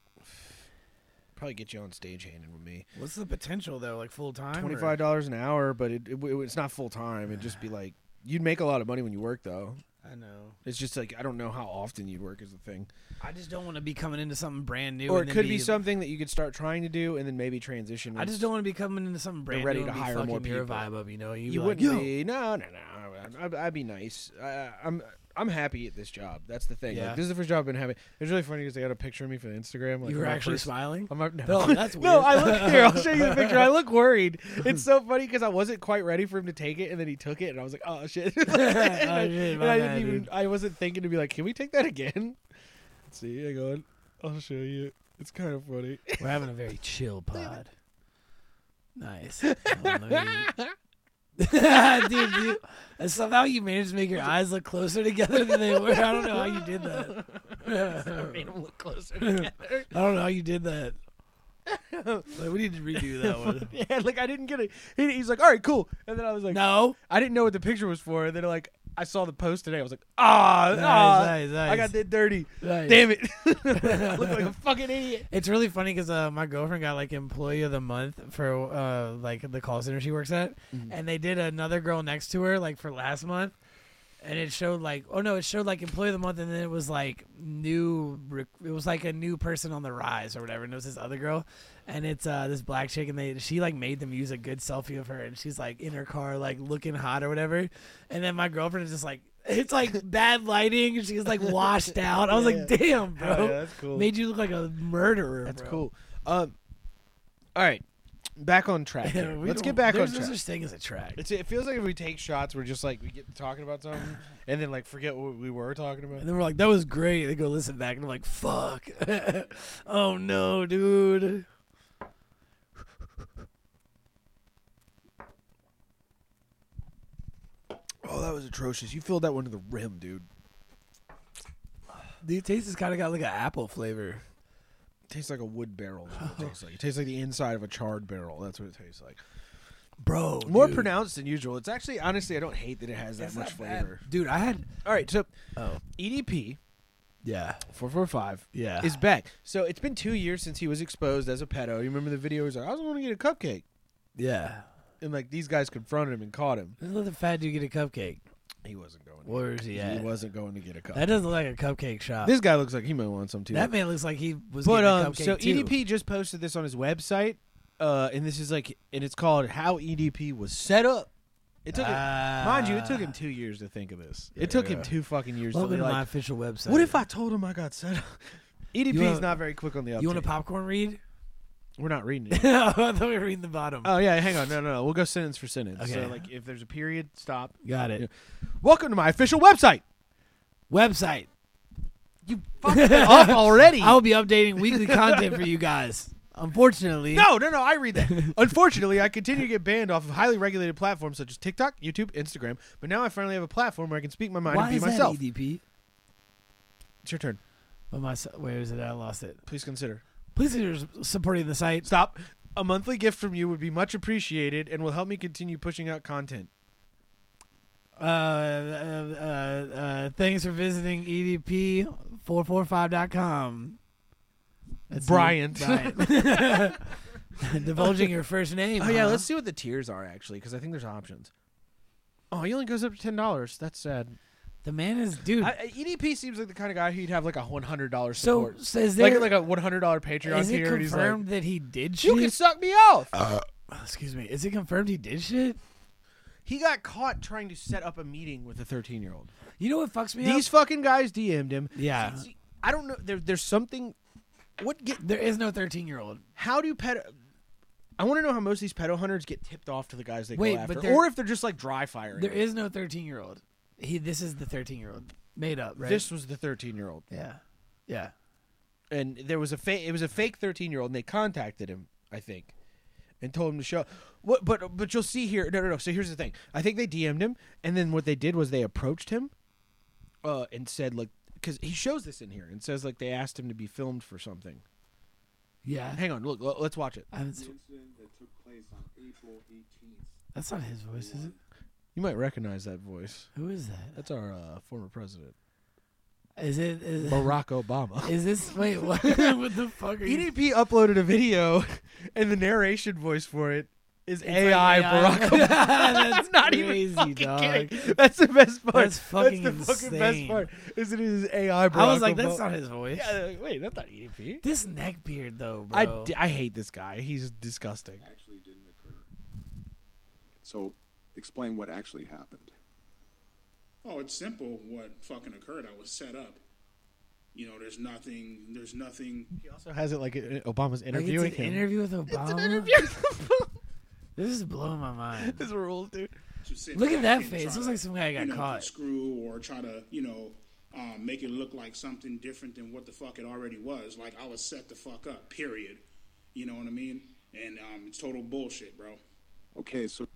E: probably get you on stage handing with me.
F: What's the potential though? Like full time?
E: Twenty five dollars an hour, but it, it, w- it's not full time. It'd
F: *sighs*
E: just be like you'd make a lot of money when you work though.
F: I know.
E: It's just like I don't know how often you'd work is the thing.
F: I just don't want to be coming into something brand new.
E: Or
F: and
E: it
F: then
E: could be something that you could start trying to do and then maybe transition.
F: I just don't want to be coming into something brand
E: ready
F: new
E: to
F: and
E: hire
F: be fucking
E: more
F: your
E: people.
F: vibe up. You know, You'd
E: you
F: be like,
E: wouldn't
F: "Yo."
E: be. No, no, no. I'd, I'd be nice. I, I'm. I'm happy at this job. That's the thing.
F: Yeah.
E: Like, this is the first job I've been having. It's really funny because they got a picture of me for Instagram. Like,
F: You were
E: my
F: actually
E: first-
F: smiling.
E: I'm
F: *laughs*
E: not, no.
F: Oh,
E: *laughs*
F: that's
E: no,
F: weird.
E: I look here. I'll show you
F: *laughs*
E: the picture. I look worried. It's so funny because I wasn't quite ready for him to take it, and then he took it, and I was like, "Oh
F: *laughs*
E: shit!" *laughs* and I,
F: shit,
E: and
F: my
E: I
F: bad,
E: didn't even.
F: dude.
E: I wasn't thinking to be like, "Can we take that again?" *laughs* Let's see, hang on. I'll show you. It's kind of
F: *laughs*
E: funny. *laughs*
F: We're having a very chill pod. *laughs* Nice. I love you. *laughs* dude, you, and somehow you managed to make your eyes look closer together than they were. I don't know how you did that.
E: Made him look closer together.
F: *laughs* I don't know how you did that.
E: *laughs*
F: Like, we need to redo that one.
E: yeah, like I didn't get it. He, he's like, "All right, cool," and then I was like,
F: No.
E: I didn't know what the picture was for. And then like I saw the post today. I was like, ah, ah,
F: nice, nice.
E: I got that dirty.
F: Nice.
E: Damn it! *laughs* I look like a fucking idiot.
F: It's really funny because uh, my girlfriend got like employee of the month for uh, like the call center she works at,
E: Mm-hmm.
F: and they did another girl next to her like for last month, and it showed like oh no, it showed like employee of the month, and then it was like new, rec- it was like a new person on the rise or whatever, and it was this other girl, and it's uh, this black chick, and they she like made them use a good selfie of her, and she's like in her car like looking hot or whatever, and then my girlfriend is just like It's like bad lighting. and She was like washed out. I was like, damn, bro.
E: Hell yeah, that's cool.
F: Made you look like a murderer.
E: That's
F: bro.
E: cool. Um, all right, back on track. *laughs*
F: *laughs* We
E: here. Let's
F: don't-
E: get back on
F: there's no
E: track.
F: such thing as a track.
E: It's, it feels like if we take shots, we're just like we get to talking about something and then like forget what we were talking
F: And
E: about.
F: then we're like, that was great. They go listen back, and I'm like, fuck. *laughs* oh no, dude.
E: Oh, that was atrocious. You filled that one to the rim, dude.
F: The taste has kind of got like an apple flavor.
E: tastes like a wood barrel. is *laughs* what It tastes like it tastes like the inside of a charred barrel. That's what it tastes like.
F: Bro.
E: More
F: dude.
E: pronounced than usual. It's actually honestly, I don't hate that it has that
F: That's
E: much
F: not bad.
E: flavor.
F: Dude, I had.
E: All right, so
F: Oh.
E: EDP
F: Yeah.
E: four four five
F: Yeah.
E: is back. So it's been two years since he was exposed as a pedo. You remember the video? He was like, I was going to get a cupcake,
F: Yeah.
E: and like these guys confronted him and caught him.
F: Let's let the fat dude get a cupcake.
E: He wasn't going.
F: Where is he at?
E: He wasn't going to get a cupcake.
F: That doesn't look like a cupcake shop.
E: this guy looks like he might want some too.
F: that man looks like he was
E: But
F: getting a
E: um,
F: cupcake
E: so
F: too.
E: EDP just posted this on his website, uh, and this is like, and it's called "How EDP Was Set Up." It took,
F: Ah.
E: him, mind you, it took him two years to think of this. It took him two fucking years
F: Welcome
E: to
F: to
E: like.
F: my official website.
E: what if I told him I got set up? E EDP's
F: wanna-
E: not very quick on the uptake.
F: You want a popcorn read? *laughs*
E: We're not reading it.
F: I thought we were reading the bottom.
E: oh yeah, hang on, no, no, no. We'll go sentence for sentence.
F: Okay.
E: So like, if there's a period, stop.
F: Got it.
E: Yeah. Welcome to my official website.
F: Website.
E: You fucked that
F: *laughs*
E: up already.
F: I will be
E: *laughs*
F: updating weekly content for you guys. Unfortunately,
E: *laughs* No, no, no. I read that. *laughs* Unfortunately, I continue to get banned off of highly regulated platforms such as TikTok, YouTube, Instagram. But now I finally have a platform where I can speak my mind
F: Why
E: and be
F: is
E: myself.
F: that EDP?
E: It's your turn.
F: But my, where is it? I lost it.
E: Please consider.
F: Please consider supporting the site.
E: Stop. A monthly gift from you would be much appreciated and will help me continue pushing out content.
F: Uh, uh, uh, uh, thanks for visiting E EDP445.com. That's me,
E: Bryant. *laughs*
F: Bryant. *laughs* Divulging your first name.
E: Oh yeah,
F: huh?
E: let's see what the tiers are actually, because I think there's options. Oh, he only goes up to ten dollars. That's sad.
F: The man is dude.
E: I, I- EDP seems like the kind of guy who'd have like a one hundred dollars
F: so
E: support,
F: says there.
E: like like a one hundred dollar Patreon
F: is it
E: tier. and he's like,
F: confirmed that he did shit?
E: you can suck me off.
F: Excuse me. Is it confirmed he did shit?
E: He got caught trying to set up a meeting with a 13 year old.
F: You know what fucks me
E: These
F: up?
E: fucking guys DM'd him.
F: Yeah.
E: See, I don't know. There, there's something. What? Get,
F: There is no 13 year old.
E: how do pedo? I want to know how most of these pedo hunters get tipped off to the guys they
F: Wait,
E: go
F: but
E: after,
F: there-
E: or if they're just like dry firing.
F: There
E: them.
F: is no 13 year old. He. This is the 13 year old made up, right?
E: This was the 13 year old,
F: Yeah. Yeah.
E: and there was a fake. It was a fake 13 year old, and they contacted him, I think, and told him to show. What? But but you'll see here. No, no, no. So here's the thing. I think they DM'd him, and then what they did was they approached him, uh, and said like, because he shows this in here and says like they asked him to be filmed for something.
F: Yeah.
E: Hang on, look, l- let's watch it.
F: I haven't seen-
H: incident that took place on April 18th.
F: That's not his voice, is it?
E: You might recognize that voice.
F: Who is that?
E: That's our uh, former president,
F: Is it? Is,
E: Barack
F: *laughs*
E: Obama.
F: is this? Wait, what? what the fuck are you?
E: EDP E uploaded a video, *laughs* and the narration voice for it is AI,
F: like *laughs*
E: Barack
F: AI.
E: Obama.
F: That's
E: I'm not
F: crazy,
E: even fucking
F: dog.
E: kidding. That's the best part.
F: That's fucking
E: the fucking best
F: insane.
E: part. Is it is AI Barack
F: I was like, that's
E: Obama.
F: not his voice.
E: Yeah, like, wait, that's not EDP.
F: This neck beard, though, bro.
E: I, d- I hate this guy. He's disgusting.
H: Actually didn't occur. So, explain what actually happened.
I: Oh, it's simple. What fucking occurred? I was set up. You know, there's nothing. There's nothing.
E: He also has it like uh, Obama's
F: like, it's
E: interviewing
F: an
E: him. *laughs*
F: interview with Obama.
E: interview.
F: *laughs* This is blowing my mind.
E: This rules, dude.
I: To sit
F: Look at
I: back
F: that
I: and
F: face.
I: try
F: Looks
I: to,
F: like some guy got
I: you know,
F: caught.
I: Screw or try to you know um, make it look like something different than what the fuck it already was. Like I was set the fuck up. Period. You know what I mean? And um, it's total bullshit, bro.
H: Okay, so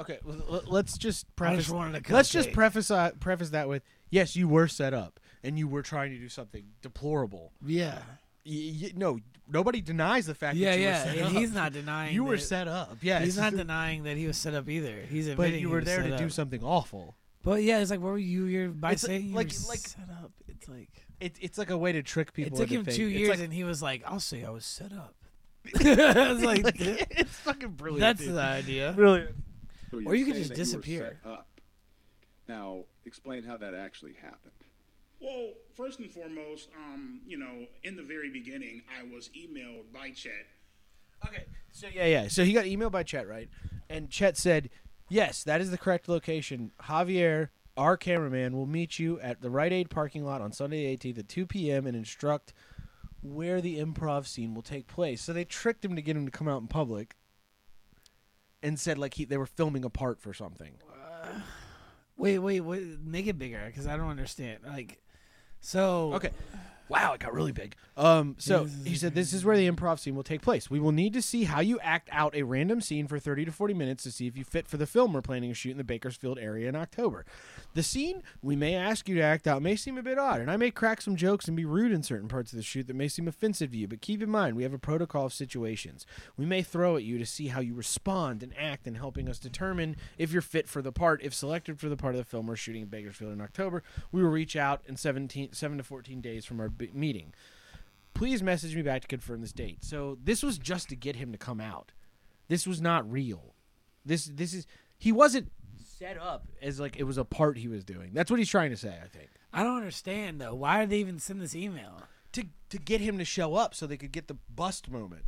E: Okay, well, l- let's just preface.
F: wanted a
E: let's just
F: cupcake.
E: preface uh, preface that with yes, you were set up and you were trying to do something deplorable.
F: Yeah.
E: Y- y- no, nobody denies the fact
F: Yeah,
E: that you
F: yeah.
E: were set
F: And
E: up.
F: he's not denying
E: You were
F: that-
E: set up. Yes,
F: He's not denying that he was set up either. He's admitting
E: but you
F: he
E: were
F: was
E: there
F: set
E: to do
F: up.
E: something awful.
F: But yeah, it's like, where were you? You're by
E: It's
F: saying you
E: like-
F: were
E: like-
F: set up. It's like
E: It, it's like a way to trick people.
F: it took
E: into
F: him
E: think-
F: two
E: it's
F: years,
E: like-
F: and he was like, "I'll say I was
E: *laughs*
F: set up." *laughs* I was like, "Th-
E: it's fucking brilliant.
F: that's
E: dude.
F: the idea.
E: brilliant.
H: So
F: Or you
H: you're
F: could
H: saying
F: just
H: that you were
F: disappear.
H: set up. Now, explain how that actually happened.
I: Well, first and foremost, um, you know, in the very beginning, I was emailed by Chet
E: Okay, so yeah, yeah. So he got emailed by Chet, right? And Chet said, "Yes, that is the correct location. Javier Our cameraman will meet you at the Rite Aid parking lot on Sunday, the 18th at 2 p.m. and instruct where the improv scene will take place. So they tricked him to get him to come out in public and said like he they were filming a part for something.
F: Wait, wait, wait. Make it bigger because I don't understand. Like, so
E: Okay. Wow, it got really big. Um, so
F: Jesus.
E: he said, Oh. "This is where the improv scene will take place. We will need to see how you act out a random scene for 30 to 40 minutes to see if you fit for the film we're planning to shoot in the Bakersfield area in October. The scene we may ask you to act out may seem a bit odd, and I may crack some jokes and be rude in certain parts of the shoot that may seem offensive to you. But keep in mind, we have a protocol of situations we may throw at you to see how you respond and act, in helping us determine if you're fit for the part. If selected for the part of the film we're shooting in Bakersfield in October, we will reach out in 17, 7 to 14 days from our b- meeting." please message me back to confirm this date. So this was just to get him to come out. This was not real. This this is he wasn't set up as like it was a part he was doing. That's what he's trying to say, I think.
F: I don't understand though. Why did they even send this email?
E: To to get him to show up so they could get the bust moment.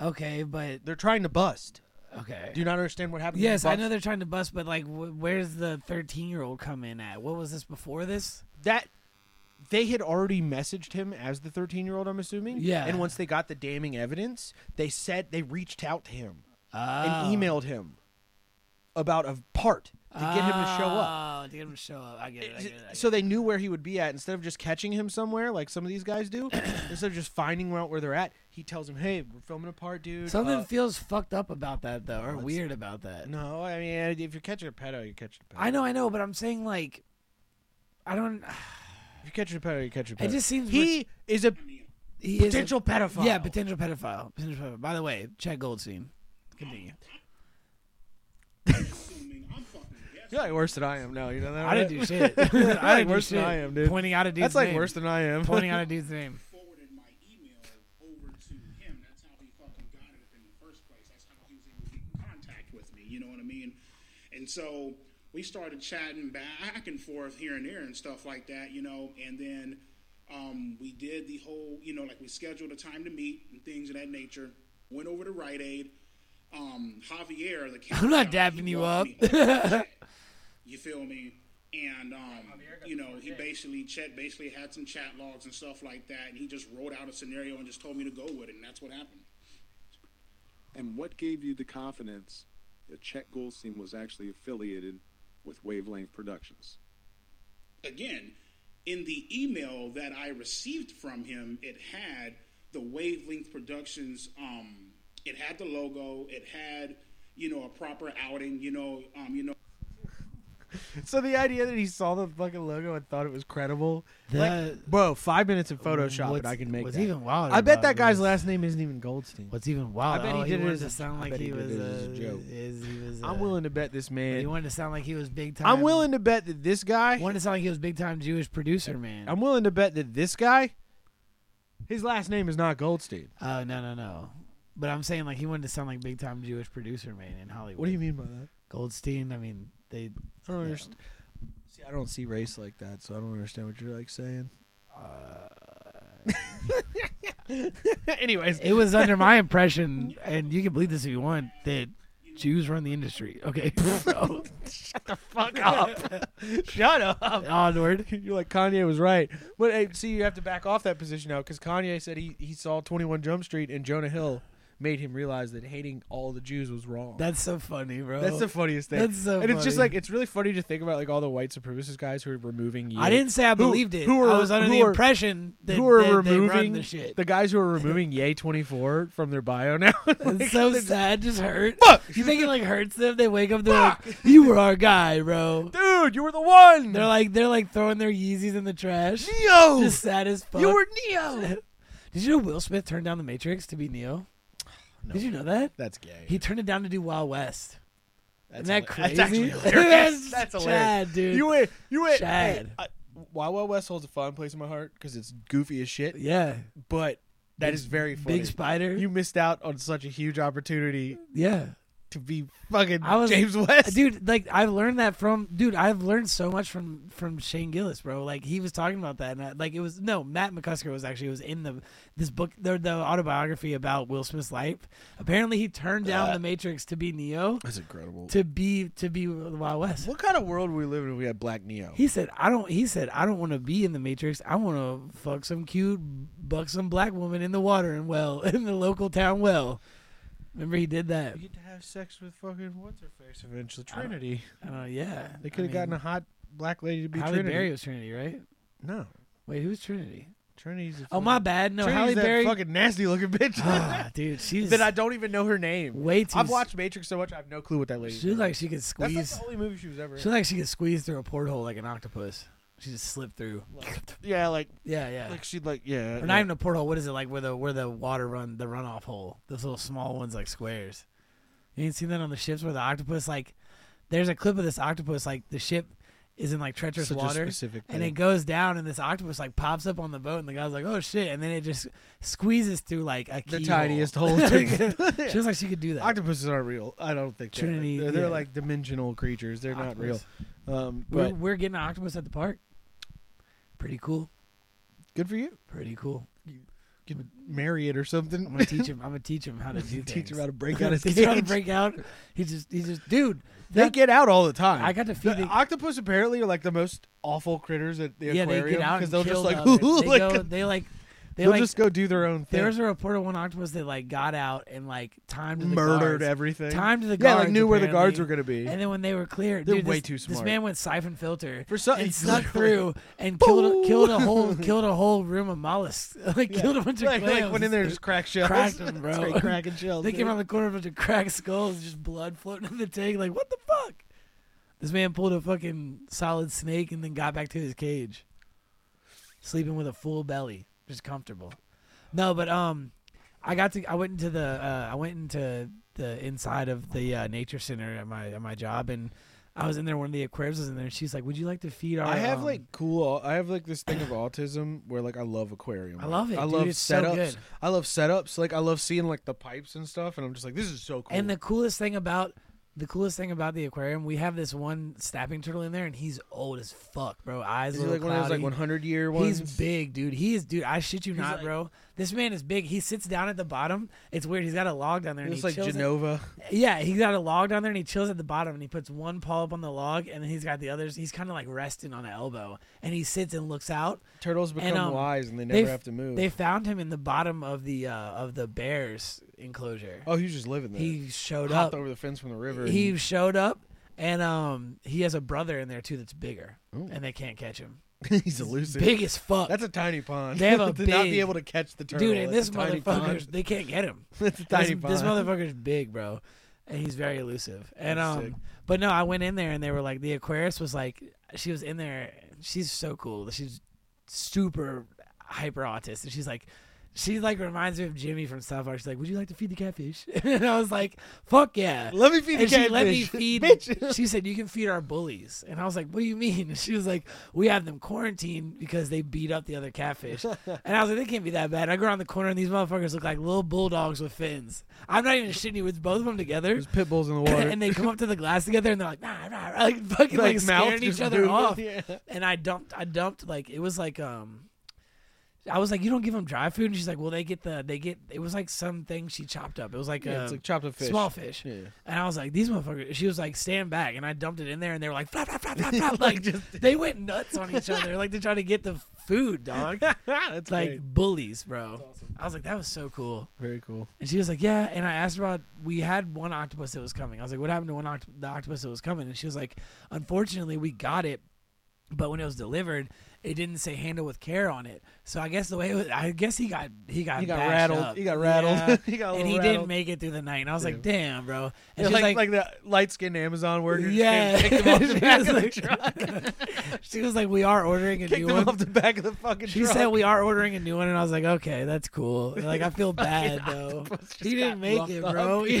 F: Okay, but
E: They're trying to bust.
F: okay.
E: Do you not understand what happened?
F: Yes,
E: to the
F: I
E: bust?
F: know they're trying to bust, but like, wh- where's the thirteen-year-old come in at? What was this before this?
E: that they had already messaged him as the 13 year old i'm assuming
F: Yeah.
E: and once they got the damning evidence they said they reached out to him
F: Oh.
E: and emailed him about a part to get him to show up
F: Oh, to get him to show up. I get it. I get it. I get it.
E: so they knew where he would be at instead of just catching him somewhere like some of these guys do *coughs* instead of just finding out where they're at he tells him hey we're filming a part dude
F: Something
E: Uh,
F: feels fucked up about that though, or weird about that.
E: no i mean if you're catching a pedo you're catching a pedo
F: I know, I know, but I'm saying like, I don't.
E: if you're catching a pedo you're catching a pedo
F: It just seems
E: he is a
F: He is
E: Potential pedophile.
F: Yeah, potential pedophile. Potential pedophile. By the way, Chad Goldstein. Continue.
I: Assuming I'm fucking guessing.
E: you're like worse than i am no you know that
F: I didn't
E: right?
F: do *laughs* shit. I didn't do
E: worse than
F: shit.
E: I am, dude.
F: Pointing out a dude's
E: That's like
F: name.
E: worse than I am.
F: *laughs* Pointing out a dude's name.
I: forwarded my email over to him. That's how he fucking got it in the first place. That's how he was able to get in contact with me. You know what I mean? And so we started chatting back and forth here and there and stuff like that, you know. And then um, we did the whole, you know, like we scheduled a time to meet and things of that nature. Went over to Rite Aid. Um, Javier, the
F: *laughs* I'm not
I: he
F: dabbing you
I: walked
F: up.
I: me
F: *laughs*
I: home. You feel me? And um, you know, he basically Chet basically had some chat logs and stuff like that, and he just wrote out a scenario and just told me to go with it, and that's what happened.
H: And what gave you the confidence that Chet Goldstein was actually affiliated with Wavelength Productions?
I: Again, in the email that I received from him, it had the Wavelength Productions. Um, it had the logo. It had you know a proper outing. You know, um, you know.
E: *laughs* So the idea that he saw the fucking logo and thought it was credible,
F: The-
E: like, bro, five minutes in Photoshop and
F: What's-
E: I can make
F: what's
E: that.
F: even wilder
E: I bet
F: about
E: that guy's
F: this-
E: last name isn't even Goldstein.
F: What's even wild? Oh,
E: I bet he did it
F: wanted
E: as
F: to
E: a-
F: sound
E: I
F: like
E: bet
F: he,
E: he did
F: was
E: it as a
F: uh,
E: joke.
F: Is, he was.
E: I'm
F: uh,
E: willing to bet this
F: He
E: man.
F: wanted to sound like he was big time.
E: I'm willing to bet that this guy.
F: Wanted to sound like he was big time Jewish producer man.
E: I'm willing to bet that this guy. His last name is not Goldstein.
F: oh no no no. But I'm saying like he wanted to sound like big time Jewish producer man in Hollywood.
E: What do you mean by that?
F: Goldstein? I mean they.
E: I don't
F: Yeah.
E: understand. See, I don't see race like that, so I don't understand what you're like saying. *laughs* Anyways,
F: It was under
E: *laughs*
F: my impression, and you can believe this if you want, that Jews run the industry.
E: *laughs*
F: Okay. So,
E: fuck up.
F: *laughs*
E: Shut up.
F: onward.
E: *laughs* You're like Kanye was right. But hey, see, you have to back off that position now because Kanye said he, he saw 21 Jump Street and Jonah Hill made him realize that hating all the Jews was wrong.
F: That's so funny, bro.
E: That's the funniest thing.
F: Oh. That's so
E: and it's just
F: funny.
E: like it's really funny to think about like all the white supremacist guys who are removing you.
F: I didn't say I believed it. I was under the impression that
E: who are
F: they,
E: removing
F: they run the shit.
E: the guys who are removing Yay 24 from their bio now. Like, *laughs*
F: *laughs* it's so
E: they're just,
F: sad, just hurt.
E: Fuck!
F: You think it like hurts them? They wake up, they're like, "You were our
E: *laughs*
F: guy, bro."
E: Dude, you were the one.
F: They're like, they're like throwing their Yeezys in the trash.
E: Neo.
F: Just sad as fuck.
E: You were
F: *laughs*
E: Neo.
F: Did you know Will Smith turned down The Matrix to be Neo? Did you know that?
E: That's gay.
F: He turned it down to do Wild West.
E: That's
F: Isn't
E: hila-
F: that crazy?
E: That's actually
F: *laughs*
E: hilarious. *laughs*
F: That's
E: That's
F: Chad,
E: hilarious.
F: dude.
E: You went. You went.
F: Chad.
E: Hey, I, Wild Wild West holds a fond place in my heart because it's goofy as shit.
F: yeah.
E: But that is very funny.
F: Big Spider.
E: You missed out on such a huge opportunity
F: yeah.
E: to be fucking
F: I was
E: James West.
F: dude. Like I've learned that from dude. I've learned so much from from Shane Gillis, bro. Like he was talking about that, and I, like it was no Matt McCusker was actually was in the this book the, the autobiography about Will Smith's life. Apparently, he turned
E: Uh,
F: down The Matrix to be Neo
E: *laughs* That's incredible.
F: to be to be the Wild West.
E: what kind of world would we live in if we had Black Neo?
F: He said, "I don't." He said, "I don't want to be in the Matrix. I want to fuck some cute, buxom black woman in the water and well *laughs* in the local town well." Remember, he did that.
E: You'd have sex with fucking what's her face eventually. Trinity.
F: Uh, yeah,
E: They could have gotten a hot black lady to be
F: Halle
E: Trinity.
F: Berry was Trinity, right?
E: No,
F: Wait, who's Trinity?
E: Trinity's. a
F: Oh
E: fucking-
F: my bad. No,
E: Trinity's
F: Halle
E: that
F: Berry.
E: fucking nasty looking *laughs*
F: *laughs*
E: bitch.
F: Ah, dude, she's
E: that I don't even know her name.
F: way too.
E: I've watched Matrix so much, I have no clue what that lady.
F: She looked like she could
E: That's not
F: squeeze.
E: the only movie she was ever.
F: She
E: in.
F: looked like she could squeeze through a porthole like an octopus. She just slipped through.
E: Yeah, like
F: *laughs* Yeah, yeah.
E: like she'd like yeah.
F: or not even a porthole. What is it like where the where the water run the runoff hole? Those little small ones like squares. You ain't seen that on the ships where the octopus like there's a clip of this octopus like the ship is in like treacherous
E: Such a
F: water
E: specific
F: and it
E: thing.
F: goes down and this octopus like pops up on the boat and the guy's like oh shit and then it just squeezes through like a
E: the
F: keyhole. *laughs*
E: tiniest hole. *laughs* to-
F: She was like she could do that.
E: Octopuses aren't real. I don't think they're-
F: Trinity,
E: They're, they're
F: yeah.
E: like dimensional creatures. They're
F: Octopus.
E: not real. Um,
F: we're,
E: but
F: we're getting an octopus at the park. Pretty cool.
E: good for you.
F: Pretty cool.
E: Could marry it or something.
F: I'm
E: *laughs*
F: gonna teach him. I'm gonna teach him how to do things.
E: Teach him how to
F: *laughs*
E: break out his
F: Teach him how to
E: cage.
F: break out. He just. He just. Dude.
E: They
F: that-
E: get out all the time.
F: I got to feed
E: the,
F: the-
E: octopus. Apparently, are like the most awful critters at the
F: yeah,
E: aquarium
F: they get out
E: because
F: and
E: they'll
F: kill
E: just like,
F: the other-
E: *laughs*
F: they
E: like,
F: go, they like, they
E: they'll
F: like.
E: just go do their own thing.
F: there was a report of one octopus that like got out and like timed the
E: murdered
F: guards.
E: everything.
F: Timed the guards.
E: yeah, like knew where the guards were
F: apparently.
E: gonna be.
F: And then when they were clear,
E: They're
F: dude,
E: way
F: this,
E: too
F: This
E: smart.
F: man went siphon filter
E: For some- *laughs*
F: and snuck
E: literally.
F: through and killed
E: Boo!
F: a, killed a
E: *laughs*
F: whole killed a whole room of mollusks. *laughs* like killed a bunch
E: like,
F: of clams.
E: like went in there and just cracked shells. *laughs*
F: Cracked 'em, bro.
E: Straight cracking shells.
F: *laughs* They came
E: dude.
F: around the corner with a bunch of cracked skulls, just blood floating in the tank. Like, what the fuck? This man pulled a fucking solid snake and then got back to his cage, sleeping with a full belly, just comfortable. No, but um, I got to. I went into the. Uh, I went into the inside of the uh, nature center at my at my job, and I was in there. One of the aquariums was in there. And she's like, "Would you like to feed our?"
E: I have
F: um,
E: like cool. I have like this thing of autism where like I love aquarium.
F: I
E: work.
F: love it,
E: I
F: dude.
E: love
F: It's so
E: setups.
F: good.
E: I love setups. Like I love seeing like the pipes and stuff, and I'm just like, this is so cool.
F: And the coolest thing about the coolest thing about the aquarium, we have this one snapping turtle in there, and he's old as fuck, bro. Eyes
E: is
F: a
E: he
F: little
E: like one of those like
F: cloudy.
E: 100 year ones?
F: He's big, dude. He is, dude. I shit you not,
E: like-
F: bro. This man is big. He sits down at the bottom. It's weird. He's got a log down there. and
E: It's
F: he
E: like
F: chills at- *laughs*
E: Genova.
F: yeah, he's got a log down there and he chills at the bottom and he puts one paw up on the log and then he's got the others. He's kind of like resting on an elbow and he sits and looks out.
E: Turtles become
F: and, um,
E: wise and they
F: they
E: never
F: f-
E: have to move.
F: They found him in the bottom of the uh, of the bear's enclosure.
E: oh, he was just living there.
F: he showed
E: hopped
F: up.
E: over the fence from the river.
F: He
E: and-
F: showed up, and um, he has a brother in there too that's bigger, and they can't catch him.
E: *laughs* he's elusive.
F: Big as fuck,
E: That's a tiny pond. *laughs*
F: They have a
E: to not
F: big-
E: be able to catch the turtle.
F: dude. And
E: that's
F: this
E: a tiny
F: motherfucker,
E: pond.
F: they can't
E: *laughs*
F: get him.
E: That's a
F: This,
E: tiny pond.
F: this motherfucker's big, bro, and he's very elusive. And
E: That's
F: um,
E: sick.
F: but no, I went in there and they were like, the Aquarius was like, she was in there. She's so cool. She's super hyper autistic. She's like. She like reminds me of Jimmy from South Park. She's like, "Would you like to feed the catfish?" *laughs* and I was like, "Fuck yeah!"
E: Let me feed the
F: and she
E: catfish. *laughs*
F: let me feed.
E: Bitch.
F: She said, "You can feed our bullies," and I was like, "What do you mean?" And she was like, "We have them quarantined because they beat up the other catfish." and I was like, "They can't be that bad." I go around the corner and these motherfuckers look like little bulldogs with fins. I'm not even shitting you. It's both of them together,
E: There's pit bulls in the water.
F: *laughs* and they come up to the glass together, and they're like, "Nah, nah," *laughs* nah," like fucking like,
E: Like, mouth
F: scaring each
E: just
F: other
E: moving. *laughs*
F: off.
E: Yeah.
F: And I dumped. I dumped like it was like um. I was like, you don't give them dry food, and she's like, well, they get the, they get. It was like something she chopped up. It was like
E: yeah,
F: a
E: it's like chopped up fish.
F: small fish.
E: Yeah.
F: And I was like, these motherfuckers. She was like, stand back. And I dumped it in there, and they were like, flap, flap, flap, flap,
E: *laughs*
F: flap. Like, *laughs* they went nuts on each other, like to try to get the food, dog.
E: *laughs* That's
F: like
E: great.
F: bullies, bro. I was like, that was so cool.
E: very cool.
F: And she was like, yeah. And I asked her about, we had one octopus that was coming. I was like, what happened to one oct- the octopus that was coming? And she was like, unfortunately, we got it, but when it was delivered, it didn't say handle with care on it. So I guess the way it was, I guess he got he got
E: He got
F: bashed
E: rattled.
F: up.
E: He got rattled.
F: Yeah.
E: *laughs* He got a
F: and
E: little
F: he didn't
E: rattled.
F: make it through the night. And I was like, damn, bro. And
E: Yeah,
F: she was
E: like, like the light skinned Amazon worker. just
F: yeah.
E: came
F: *laughs*
E: and Kicked him off
F: She
E: the back
F: was
E: of the
F: like-
E: truck.
F: *laughs* she was like, we are ordering a
E: Kicked
F: new
E: him
F: one.
E: off the back of the fucking
F: She
E: truck.
F: said we are ordering a new one, and I was like, okay, that's cool.
E: *laughs*
F: Like I feel bad though. He didn't make it, bro. He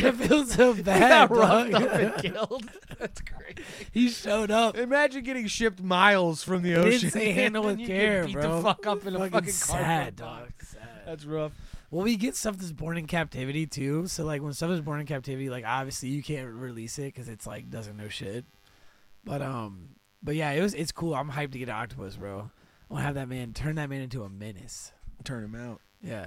E: *laughs*
F: feels so bad.
E: got roughed
F: dog.
E: up
F: *laughs*
E: and killed. *laughs* That's great.
F: he showed up.
E: Imagine getting shipped miles from the
F: Didn't
E: ocean.
F: say
E: *laughs*
F: handle
E: and
F: with
E: you get
F: care,
E: beat
F: bro.
E: the fuck up in a
F: Fucking
E: fucking cardboard
F: sad,
E: box.
F: dog. Sad.
E: That's rough.
F: Well, we get stuff that's born in captivity too. So like when stuff is born in captivity, like obviously you can't release it because it's like doesn't know shit. But um, but yeah, it was it's cool. I'm hyped to get an octopus, bro. I want to have that man turn that man into a menace.
E: Turn him out.
F: Yeah.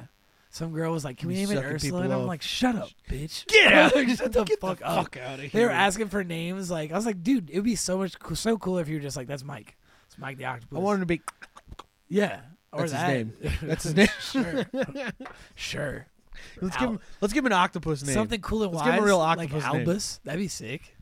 F: Some girl was like, "Can we
E: He's
F: name it
E: sucking
F: Ursula?"
E: people
F: And I'm
E: off.
F: like, "Shut up,
E: *laughs*
F: bitch!
E: Get out.
F: *laughs* Like, Shut the fuck up!
E: Fuck out of here.
F: They were asking for names. Like I was like, dude, it would be so much coo- so cool if you were just like, that's Mike. It's Mike the Octopus.
E: I wanted to be.
F: yeah.
E: *laughs*
F: Or
E: That's his
F: that.
E: name.
F: *laughs*
E: That's his name. *laughs*
F: sure. sure.
E: Let's give
F: Al-
E: him. Let's give him an octopus name.
F: Something cool and
E: Let's
F: wise.
E: give him a real
F: like
E: octopus name. Mm-hmm.
F: Albus. That'd be sick.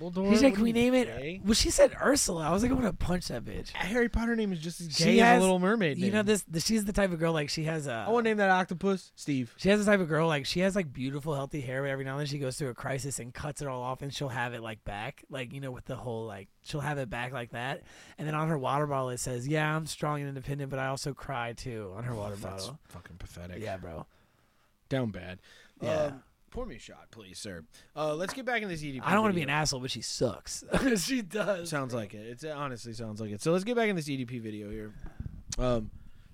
E: Dumbledore.
F: He's
E: What do
F: like, can we
E: you
F: name
E: say?
F: it? Well, she said Ursula. I was like, I'm gonna punch that bitch.
E: A Harry Potter name is just as gay
F: She
E: as
F: has-
E: a Little Mermaid.
F: You know
E: name.
F: this. The, she's the type of girl like she has a.
E: I want to name that octopus Steve.
F: She has the type of girl like she has like beautiful, healthy hair, but every now and then she goes through a crisis and cuts it all off, and she'll have it like back, like you know, with the whole like she'll have it back like that, and then on her water bottle it says, "Yeah, I'm strong and independent, but I also cry too." On her water bottle.
E: Fucking pathetic.
F: Yeah, bro.
E: Down bad.
F: Yeah.
E: Um, pour me a shot, please, sir. Uh, let's get back in this EDP.
F: I don't want to be an
E: video.
F: asshole, but she sucks. *laughs* she *laughs* does.
E: Sounds like it. It's, it honestly sounds like it. So let's get back in this EDP video here. Um,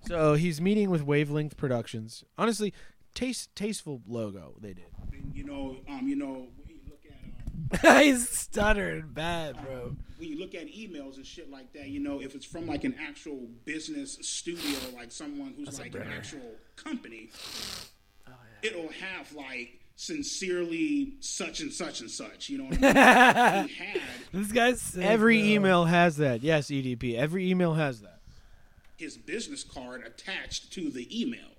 E: so he's meeting with Wavelength Productions. Honestly, taste tasteful logo they did.
I: And you know, um, you know, when you look at um,
F: He's stuttering bad, bro.
I: when you look at emails and shit like that, you know, if it's from like an actual business studio, like someone who's like an actual company, it'll have like sincerely such and such and such. You know what I mean? he had
F: This guy's sick,
E: Every
F: bro.
E: email has that. Yes, EDP. Every email has that.
I: his business card attached to the email.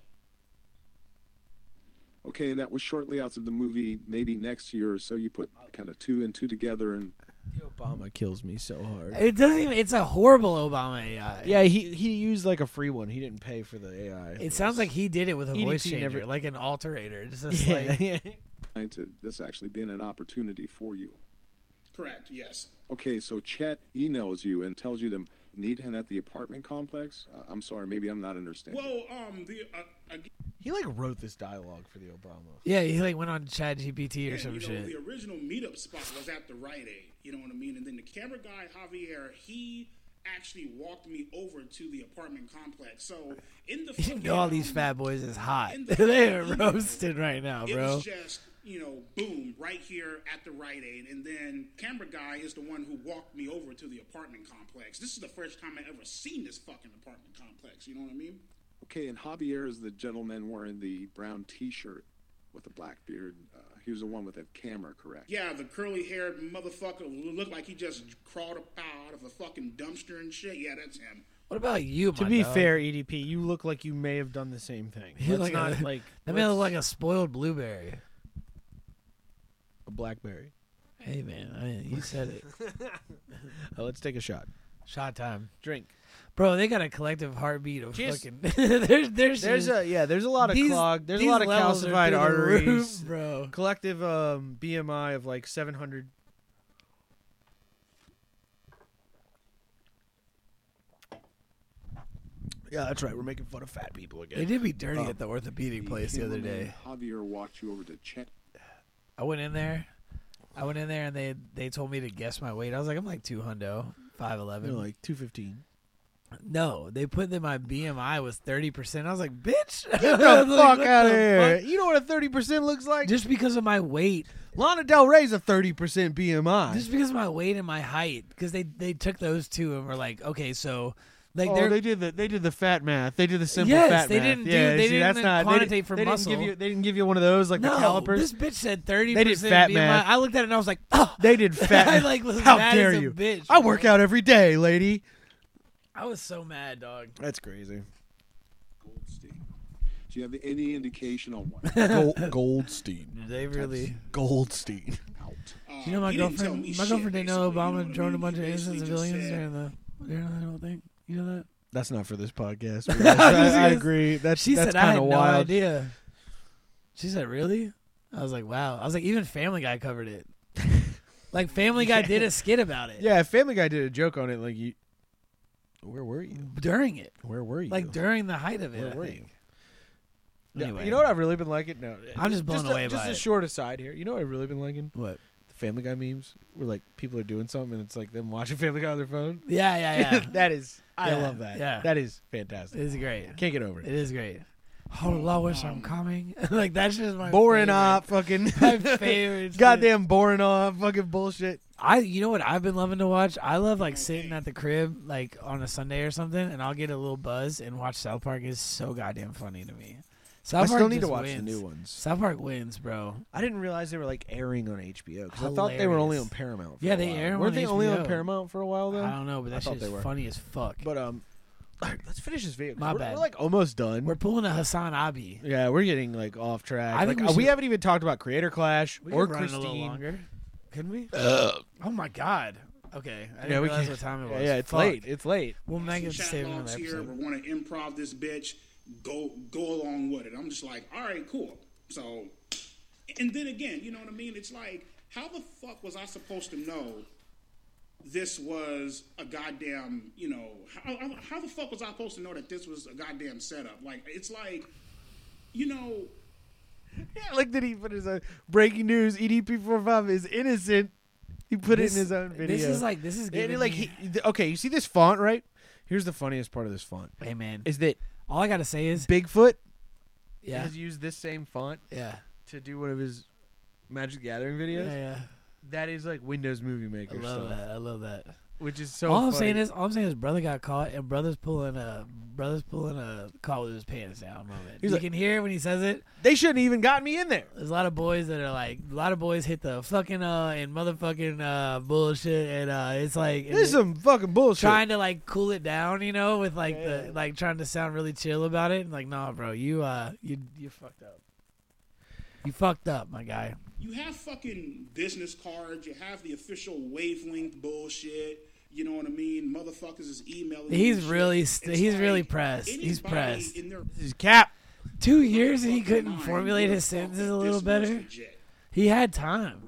H: Okay, that was shortly after the movie, maybe next year or so. You put kind of two and two together, and
E: Obama kills me so hard.
F: It doesn't even. It's a horrible Obama AI.
E: Yeah, he he used like a free one. He didn't pay for the AI.
F: It sounds like he did it with a voice
E: EDT
F: changer,
E: never-
F: like an alterator. It's just
E: *laughs* yeah.
F: like
H: trying to this actually being an opportunity for you.
I: Correct, yes.
H: Okay, so Chet emails you and tells you to need him at the apartment complex. Uh, I'm sorry, maybe I'm not understanding.
I: Well, um, the uh, again,
E: he like wrote this dialogue for the Obama.
F: yeah. He like went on Chat GPT or
I: you
F: some
I: know,
F: shit.
I: the original meetup spot was at the Rite Aid. You know what I mean? And then the camera guy Javier, he actually walked me over to the apartment complex. So
F: *laughs*
I: in the
F: You know all these
I: fucking,
F: fat boys is hot. *laughs*
I: in the
F: they are
I: fucking email,
F: roasted right now,
I: It
F: bro.
I: was just, you know, boom, right here at the Rite Aid. And then camera guy is the one who walked me over to the apartment complex. This is the first time I ever seen this fucking apartment complex. You know what I mean?
H: Okay, and Javier is the gentleman wearing the brown T-shirt with the black beard. Uh, he was the one with the camera, correct?
I: Yeah, the curly haired motherfucker who looked like he just crawled up out of a fucking dumpster and shit. Yeah, that's him.
F: What about you, my
E: To be
F: dog?
E: fair, EDP, you look like you may have done the same thing.
F: He
E: Let's
F: like
E: not *laughs*
F: a,
E: like uh,
F: that man look
E: let's-
F: like a spoiled blueberry.
E: a blackberry.
F: Hey man, I mean, you said
E: *laughs*
F: it.
E: Uh, let's take a shot.
F: Shot time,
E: Drink.
F: bro. They got a collective heartbeat of
E: Just-
F: fucking. *laughs* there's there's
E: There's
F: just-
E: a yeah. There's a lot of
F: these-
E: clog. There's a
F: these
E: lot of
F: levels are through
E: calcified
F: the
E: arteries.
F: roof, bro.
E: *laughs* Collective um, BMI of like 700. Yeah, that's right. We're making fun of fat people
F: They
E: again.
F: did be dirty at the orthopedic
H: The
F: place the other
H: cameraman,
F: day.
H: Javier walked you over to Chet.
F: I went in there. I went in there and they they told me to guess my weight. I was like, I'm like two hundo, five
E: They're
F: eleven.
E: like *laughs* 215.
F: no, they put that my BMI was thirty percent. I was like, bitch, get *laughs*
E: the fuck out of here! You know what a 30% looks like?
F: Just because of my weight,
E: *laughs* Lana Del Rey's a 30% BMI.
F: just because of my weight and my height, because they they took those two and were like, okay, so like
E: oh,
F: they're
E: they did the they did the fat math. They did the simple
F: Yes,
E: fat
F: they
E: math.
F: didn't do-
E: yeah,
F: they
E: see,
F: didn't
E: that's not, they
F: quantitate
E: didn't-
F: for
E: they
F: muscle.
E: Didn't give you, they didn't give you one of those like the
F: no,
E: calipers.
F: this bitch said thirty
E: They did
F: percent
E: fat
F: BMI.
E: math.
F: I looked at it and I was like, oh,
E: *laughs* They did fat.
F: *laughs* I like was
E: How
F: mad
E: dare
F: as a
E: you?
F: bitch,
E: I work
F: bro.
E: out every day, lady.
F: I was so mad, dog.
E: That's crazy.
H: Goldstein. Do you have any indication on
F: *laughs*
H: what
E: Goldstein.
F: They really.
E: Goldstein.
H: out?
I: Uh,
F: You know my
I: he didn't tell
F: girlfriend.
I: me
F: My
I: shit,
F: girlfriend didn't know
I: basically, you
F: Obama
I: what I
F: droned a
I: mean?
F: bunch
I: He
F: of innocent
I: basically just
F: civilians
I: said,
F: during the during the whole thing. You know that?
E: That's not for this podcast. *laughs* but yes, I, I agree. That's
F: She
E: that's
F: said I
E: kind
F: had
E: of
F: no
E: wild.
F: idea. She said, "Really?" I was like, "Wow." I was like, "Even Family Guy
E: *laughs*
F: covered it." like Family Guy did a skit about it
E: Yeah, Family Guy did a joke on it. Like you, where were you?
F: during it,
E: Where were you?
F: like during the height of it.
E: where
F: I
E: were
F: think.
E: you? Yeah,
F: Anyway,
E: You know what I've really been liking? No,
F: I'm just blown
E: a-
F: away
E: Just
F: by
E: a
F: it.
E: short aside here. You know what I've really been liking?
F: What?
E: The Family Guy memes, where like people are doing something and it's like them watching *laughs* Family Guy on their phone.
F: Yeah, yeah, yeah.
E: *laughs* that is, I
F: Yeah,
E: love that.
F: yeah.
E: that is
F: it
E: fantastic.
F: is great.
E: Can't get over
F: It
E: it.
F: is great. oh, Lois, I'm coming. *laughs* like, that's just my
E: Boring
F: favorite.
E: up, fucking
F: *laughs* My favorite.
E: *laughs*
F: shit.
E: goddamn boring up, fucking bullshit.
F: I you know what I've been loving to watch? I love like sitting at the crib like on a Sunday or something and I'll get a little buzz and watch South Park is so goddamn funny to me. South
E: I still
F: Park
E: need to
F: just
E: watch the
F: wins.
E: new ones.
F: South Park wins, bro.
E: I didn't realize they were like airing on HBO because I thought they were only
F: Hilarious.
E: on Paramount. For
F: Yeah,
E: a
F: they
E: while.
F: air 'em
E: Weren't
F: on
E: they only on
F: HBO.
E: Paramount for a while though?
F: I don't know, but
E: I
F: that
E: thought
F: shit's
E: they were.
F: funny as fuck.
E: But um, all right, let's finish this video. 'cause
F: My
E: we're,
F: bad.
E: we're like almost done.
F: We're pulling a Hassan Abi.
E: yeah, we're getting like off track.
F: I
E: Like,
F: think we
E: uh, we
F: should-
E: haven't even talked about Creator Clash
F: We
E: or
F: could run it a little
E: Christine.
F: longer. Couldn't we? oh my god. Okay. I didn't
E: we
F: realize
E: can-
F: what time it
E: Yeah,
F: was.
E: yeah, it's
F: Fuck.
E: late. It's late.
F: We'll make it
I: Some
F: save
I: chat
F: it another
I: logs here.
F: episode.
I: We're going to improv this bitch. Go go along with it. I'm just like, all right, cool. So, and then again, you know what I mean? It's like, how the fuck was I supposed to know this was a goddamn? You know, how, how- how the fuck was I supposed to know that this was a goddamn setup? Like, it's like, you know,
E: *laughs* Yeah, like that he put his own breaking news. E EDP four five is innocent. He put
F: This-
E: it in his own video.
F: This is like this is
E: And it,
F: giving
E: like
F: me-
E: he, th- okay. You see this font right? Here's the funniest part of this font
F: Hey man.
E: is that
F: All I gotta say is
E: Bigfoot
F: yeah,
E: has used this same font
F: yeah,
E: to do one of his Magic Gathering
F: yeah,
E: videos.
F: yeah.
E: That is like Windows Movie
F: I
E: Maker
F: love
E: stuff,
F: that. I love that.
E: which is so.
F: all I'm
E: funny.
F: saying is, all I'm saying is, brother got caught, and brother's pulling a brother's pulling a caught with his pants down moment.
E: He's
F: you
E: like-
F: can hear it when he says it.
E: they shouldn't even got me in there.
F: There's a lot of boys that are like, a lot of boys hit the fucking uh and motherfucking uh bullshit, and uh it's like and
E: This is
F: they-
E: some fucking bullshit.
F: trying to like cool it down, you know, with like
E: Yeah.
F: the like trying to sound really chill about it, and like, nah, bro, you uh you you fucked up. You fucked up, my guy.
I: you have fucking business cards. You have the official wavelength bullshit. You know what I mean? Motherfuckers is emailing. you
F: He's
I: and shit.
F: really st-
I: It's
F: he's really pressed. He's
I: anybody
F: pressed.
I: in their
E: this is Cap.
F: Two years and he
I: fucking
F: couldn't
I: mind
F: formulate
I: would've
F: his
I: thought
F: sentences
I: that
F: a little
I: this was
F: better. *laughs*
I: legit.
F: He had time.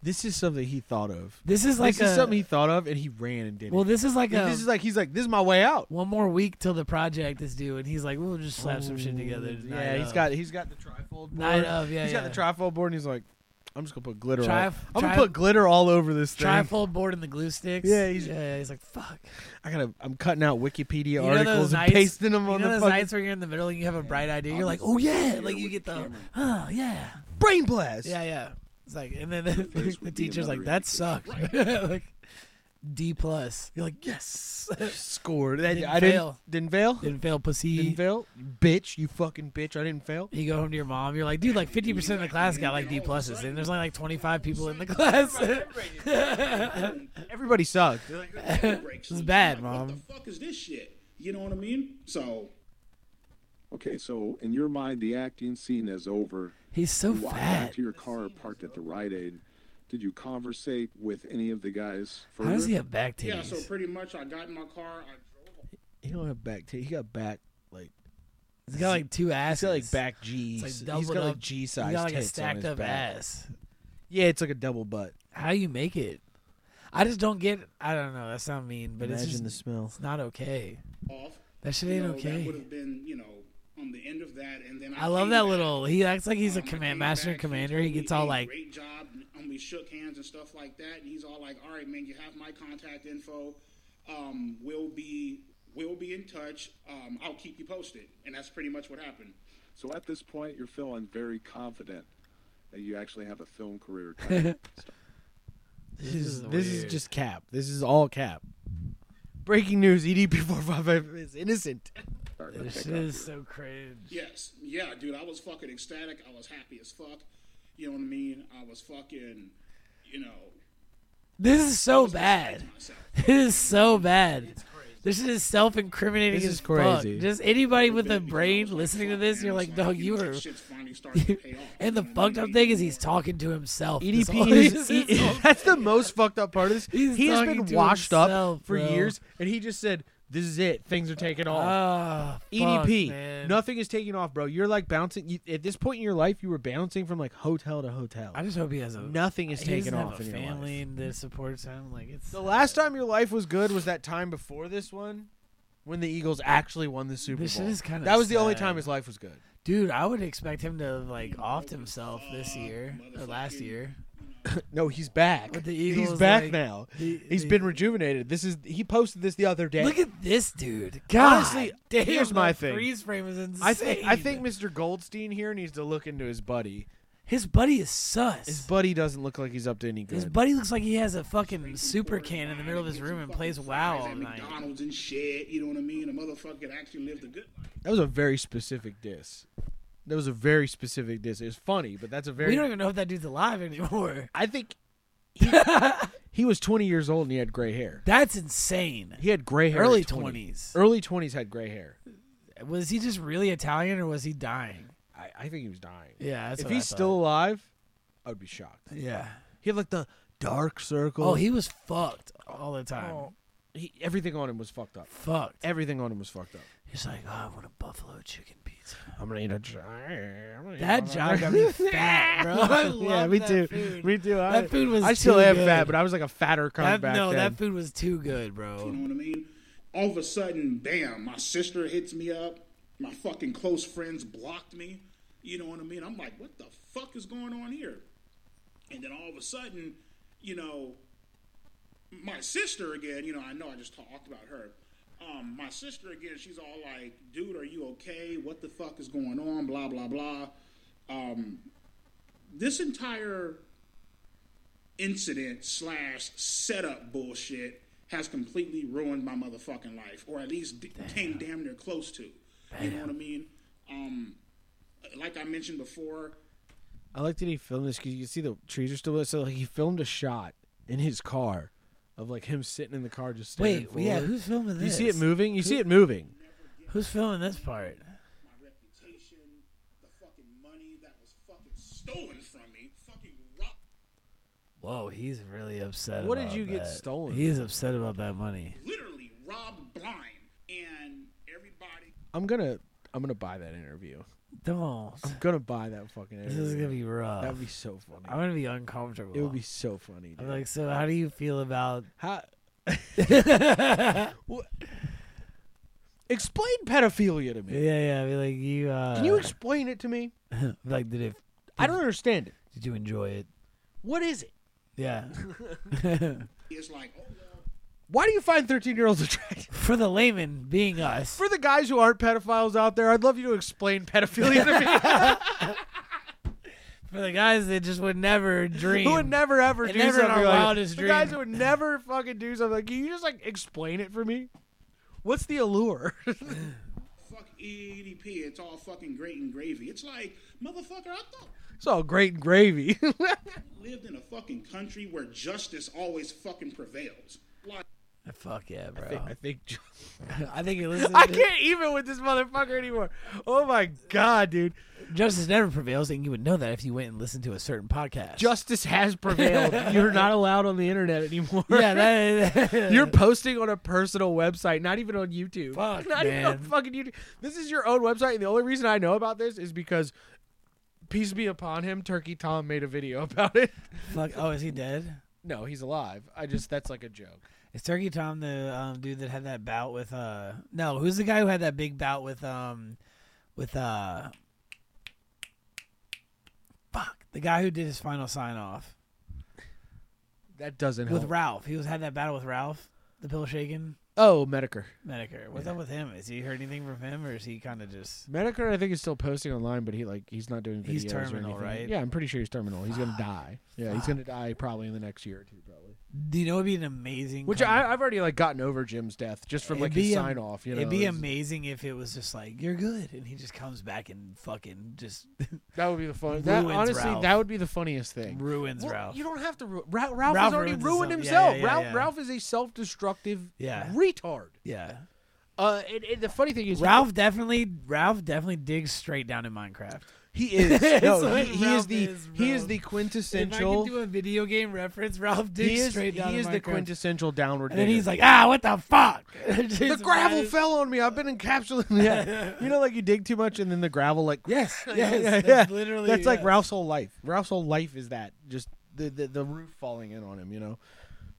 E: This is something he thought of.
F: This is like
E: this
F: a
E: is something he thought of, and he ran and did
F: well.
E: it.
F: This is like
E: And
F: a
E: this is like he's like this is my way out.
F: one more week till the project is due, and he's like, we'll just slap some shit together. tonight uh,
E: Yeah, he's
F: of.
E: got he's got the trifold board.
F: Night of, yeah,
E: he's
F: yeah.
E: got the trifold board, and he's like, I'm just gonna put glitter.
F: Tri-
E: all, I'm gonna
F: tri-
E: put glitter all over this thing.
F: trifold board and the glue sticks.
E: Yeah, he's-
F: yeah. He's like, fuck.
E: I gotta. I'm cutting out Wikipedia
F: You know
E: articles
F: those
E: and
F: nights,
E: pasting them
F: you
E: on
F: know
E: the
F: those
E: fucking
F: nights where you're in the middle and you have a bright idea. You're like, oh yeah, like you get the, oh yeah,
E: brain blast.
F: yeah, yeah. It's like, and
E: *laughs*
F: then the, the
H: would be
F: teacher's like,
H: another
F: that sucked. *laughs* like, D plus. You're like, *laughs* yes.
E: *laughs* Scored. That-
F: Didn't
E: I didn't
F: fail.
E: didn't fail.
F: Didn't fail, pussy.
E: Didn't fail. Bitch, you fucking bitch. I didn't fail.
F: You go home to your mom. You're like, dude, like 50 percent of the class got like D pluses, and there's only like 25 people in the class. *laughs*
E: Everybody sucked. They're like,
I: Breaks.
F: is bad,
I: Like, What
F: Mom.
I: the fuck is this shit? You know what I mean? So
H: Okay, so in your mind, the acting scene is over.
F: He's so
H: You walked back
F: fat.
H: to your car parked at the Rite Aid. Did you conversate with any of the guys?
F: How does
H: further?
F: he have back
I: yeah, so
F: titties?
I: pretty much I got in my car. I drove.
E: he don't have back. T- he got back. Like
F: He's got like two
E: he's
F: asses.
E: got like back G.
F: It's like
E: he's
F: doubled
E: got like
F: up.
E: G
F: He's
E: size.
F: got like a
E: tits on
F: stacked
E: his
F: up
E: back.
F: ass.
E: Yeah, it's like a double butt.
F: How you make it? I just don't get. I don't know. That sound mean, but it's
E: Imagine
F: just
E: the smell.
F: it's not okay.
I: off.
F: That shit
I: You
F: ain't
I: know, That
F: okay.
I: would have been, you know, on the end of that, and then I,
F: I love
I: came
F: that
I: back.
F: little. He acts like he's a
I: Um, I came
F: command master and
I: back, he
F: commander.
I: told
F: He
I: me,
F: gets all
I: "Hey,
F: like,
I: great job, and we shook hands and stuff like that. And he's all like, "All right, man, you have my contact info. Um, we'll be we'll be in touch. Um, I'll keep you posted." And that's pretty much what happened.
H: So at this point, you're feeling very confident that you actually have a film
F: *laughs*
H: career. coming.
E: This is
F: is
E: this
F: weird.
E: is just cap. This is all cap. Breaking news: EDP four five five is innocent.
H: Start to
F: "This
H: pick
F: shit
H: up.
F: is so cringe."
I: Yes, yeah, dude, I was fucking ecstatic. I was happy as fuck. You know what I mean? I was fucking, you know,
F: This is so bad. *laughs*
I: myself.
F: This is so bad. This shit is self-incriminating.
E: This
F: as
E: is crazy.
F: Fuck. Just anybody with a
I: Because I was
F: brain
I: like,
F: listening to
I: fuck,
F: this,
I: man,
F: you're
I: it's
F: like, "Dog,
I: you
F: you
I: know,
F: were."
I: this Shit's finally starting to
F: *laughs*
I: pay off.
F: And the
I: You know what I
F: fucked up
I: mean?
F: thing is he's talking to himself. That's all
E: EDP
F: he
E: E
F: *laughs*
E: is, *laughs*
F: says.
E: he- that's the most fucked up part of this.
F: He's
E: he has
F: talking
E: been
F: to
E: washed
F: himself,
E: up for
F: bro.
E: years, and he just said, "This is it. Things are taking off."
F: Ah,
E: E
F: fuck,
E: EDP,
F: man.
E: nothing is taking off, bro. You're like bouncing. You, at this point in your life, you were bouncing from like hotel to hotel.
F: I just hope he has a
E: Nothing is
F: he
E: taking
F: doesn't have
E: off
F: a
E: in your life.
F: family that supports him. Like it's
E: The last time your life was good was that time before this one, when the Eagles actually won the Super
F: This shit
E: Bowl.
F: is kinda
E: that was the only
F: sad.
E: time his life was good.
F: dude. I would expect him to have, like offed himself this year or last year.
I: You know,
E: no, he's back.
F: With the
E: he's
F: Eagles,
E: back
F: like,
E: now.
F: the-
E: he's
F: the-
E: been rejuvenated. This is he posted this the other day.
F: Look at this dude. God,
E: Honestly,
F: damn,
E: here's
F: that
E: my thing.
F: Freeze frame is insane.
E: I think I think Mr. Goldstein here needs to look into his buddy.
F: his buddy is sus.
E: His
F: His,
E: buddy doesn't look like he's up to any good.
F: buddy looks like he has a fucking super can in the middle of his room and plays WoW all
I: at
F: night.
I: McDonald's and shit. You know what I mean? A motherfucker that actually lived a good life.
E: that was a very specific diss. That was a very specific diss. It was funny, but that's a very.
F: We don't even know if that dude's alive anymore.
E: I think
F: *laughs*
E: he, he was 20 years old and he had gray hair.
F: That's insane.
E: He had gray hair. at
F: Early
E: 20.
F: 20s.
E: Early 20s had gray hair.
F: Was he just really Italian or was he dying?
E: I, I think he was dying.
F: Yeah, that's
E: if
F: what I
E: he's
F: thought.
E: still alive, I would be shocked.
F: Yeah.
E: He had like the dark circle.
F: Oh, he was fucked all the time.
E: He, everything on him was fucked up.
F: Fucked.
E: Everything on him was fucked up.
F: He's like, oh, I want a buffalo chicken pizza.
E: I'm gonna eat a giant. I'm gonna eat
F: That
E: a-
F: job
E: *laughs*
F: got me fat, bro. *laughs* I
E: yeah,
F: love
E: me
F: that
E: too.
F: Food.
E: Me too. I,
F: That food was
E: I still
F: too
E: am
F: good.
E: fat, but I was like a fatter comeback.
F: That- no,
E: then.
F: that food was too good,
I: You
F: bro.
I: know what I mean? All of a sudden, bam, my sister hits me up. My fucking close friends blocked me. You know what I mean? I'm like, what the fuck is going on here? And then all of a sudden, you know, my sister again, you know, I know I just talked about her. Um, my sister again, she's all like, dude, are you okay? What the fuck is going on? Blah, blah, blah. Um, this entire incident slash setup bullshit has completely ruined my motherfucking life, or at least d- came damn near close to. You know what I mean? Um, like I mentioned before,
E: I like that he filmed this because you can see the trees are still. So like, he filmed a shot in his car of like him sitting in the car just staring
F: Wait, yeah,
E: forward.
F: who's filming this?
E: You see it moving. You see it moving.
F: Who's filming this part?
I: my reputation, the fucking money that was fucking stolen from me, fucking robbed.
F: Whoa, he's really upset.
E: What did
F: about
E: you get
F: that.
E: stolen?
F: He's upset about that money.
I: literally robbed blind, and everybody.
E: I'm gonna. I'm gonna buy that interview.
F: Don't.
E: I'm gonna buy that fucking
F: This
E: interview.
F: is gonna be rough.
E: That would be so funny.
F: I'm gonna be uncomfortable.
E: it would be so funny.
F: I'm
E: Dude.
F: like, so how do you feel about?
E: *laughs* How? What- Explain pedophilia to
F: Yeah,
E: me.
F: yeah. I'd be like, you. Uh,
E: Can you explain it to me?
F: like, did it?
E: I don't understand it.
F: Did you enjoy it?
E: What is it? *laughs*
F: Yeah.
I: It's like, oh well,
E: Why do you find 13 year olds attractive? *laughs*
F: For the layman being us,
E: For the guys who aren't pedophiles out there, I'd love you to explain pedophilia to me.
F: for the guys that just would never dream.
E: *laughs* who would never ever
F: And
E: do
F: never in our
E: something like
F: wildest
E: The guys
F: dream.
E: who would never fucking do something like, can you just like explain it for me? What's the allure? *laughs*
I: fuck EDP, it's all fucking great and gravy. It's like, motherfucker, I thought
E: it's all great and gravy. *laughs*
I: I lived in a fucking country where justice always fucking prevails. Like,
F: Fuck yeah, bro.
E: think
F: *laughs* I think it listen.
E: I can't even with this motherfucker anymore. Oh my god, dude.
F: Justice never prevails, and you would know that if you went and listened to a certain podcast.
E: Justice has prevailed. You're not *laughs* allowed on the internet anymore.
F: *laughs* yeah, that,
E: You're posting on a personal website, not even on YouTube. *laughs*
F: Fuck,
E: not even on
F: man.
E: fucking YouTube. This is your own website, and the only reason I know about this is because peace be upon him, Turkey Tom made a video *laughs* about it.
F: *laughs* fuck. Oh, is he dead?
E: No, he's alive. I just that's like a joke.
F: Is Turkey Tom the um, dude that had that bout with uh? No, who's the guy who had that big bout with um, with uh? Fuck, the guy who did his final sign off
E: That doesn't
F: with
E: help.
F: Ralph. He was had that battle with Ralph, the pill shaking
E: oh, Medicare.
F: Medicare. What's up with him? Is he heard anything from him, or is he kind of just?
E: Medicare I think is still posting online, but he like he's not doing videos
F: He's
E: or
F: terminal,
E: anything.
F: right?
E: Yeah, I'm pretty sure he's terminal. He's
F: *sighs*
E: gonna die. Yeah, he's gonna die probably in the next year or two, probably.
F: Do you know it'd be an amazing?
E: Which
F: com-
E: I, I've already like gotten over Jim's death just from like
F: It'd
E: his
F: be am-
E: sign off. You know,
F: it'd be
E: It's-
F: amazing if it was just like you're good, and he just comes back and fucking just *laughs*
E: That would be the fun. That
F: Ruins
E: honestly,
F: Ralph.
E: that would be the funniest thing.
F: ruins
E: Well,
F: Ralph.
E: You don't have to. Ru- Ra- Ralph, has
F: Ralph
E: already
F: ruins
E: ruined himself.
F: himself. Yeah, yeah, yeah,
E: Ralph,
F: yeah.
E: Ralph is a self-destructive
F: Yeah.
E: retard.
F: yeah,
E: Uh, and, and the funny thing is, he-
F: Ralph definitely Ralph definitely digs straight down in Minecraft.
E: he,
F: *laughs*
E: is
F: It's
E: no,
F: what
E: he, he is
F: Ralph
E: the
F: is,
E: he is
F: bro.
E: the quintessential.
F: a video game reference, Ralph
E: He is, he is the quintessential downward.
F: And then
E: digger.
F: he's like, ah, what the fuck? *laughs*
E: the gravel fell on me. I've been encapsulated. Yeah, you know, like you dig too much, and then the gravel like. *laughs*
F: *laughs* Yes, yes,
E: yeah,
F: that's
E: yeah.
F: literally.
E: That's like
F: yeah.
E: Ralph's whole life. Ralph's whole life is that just the the, the roof falling in on him. You know,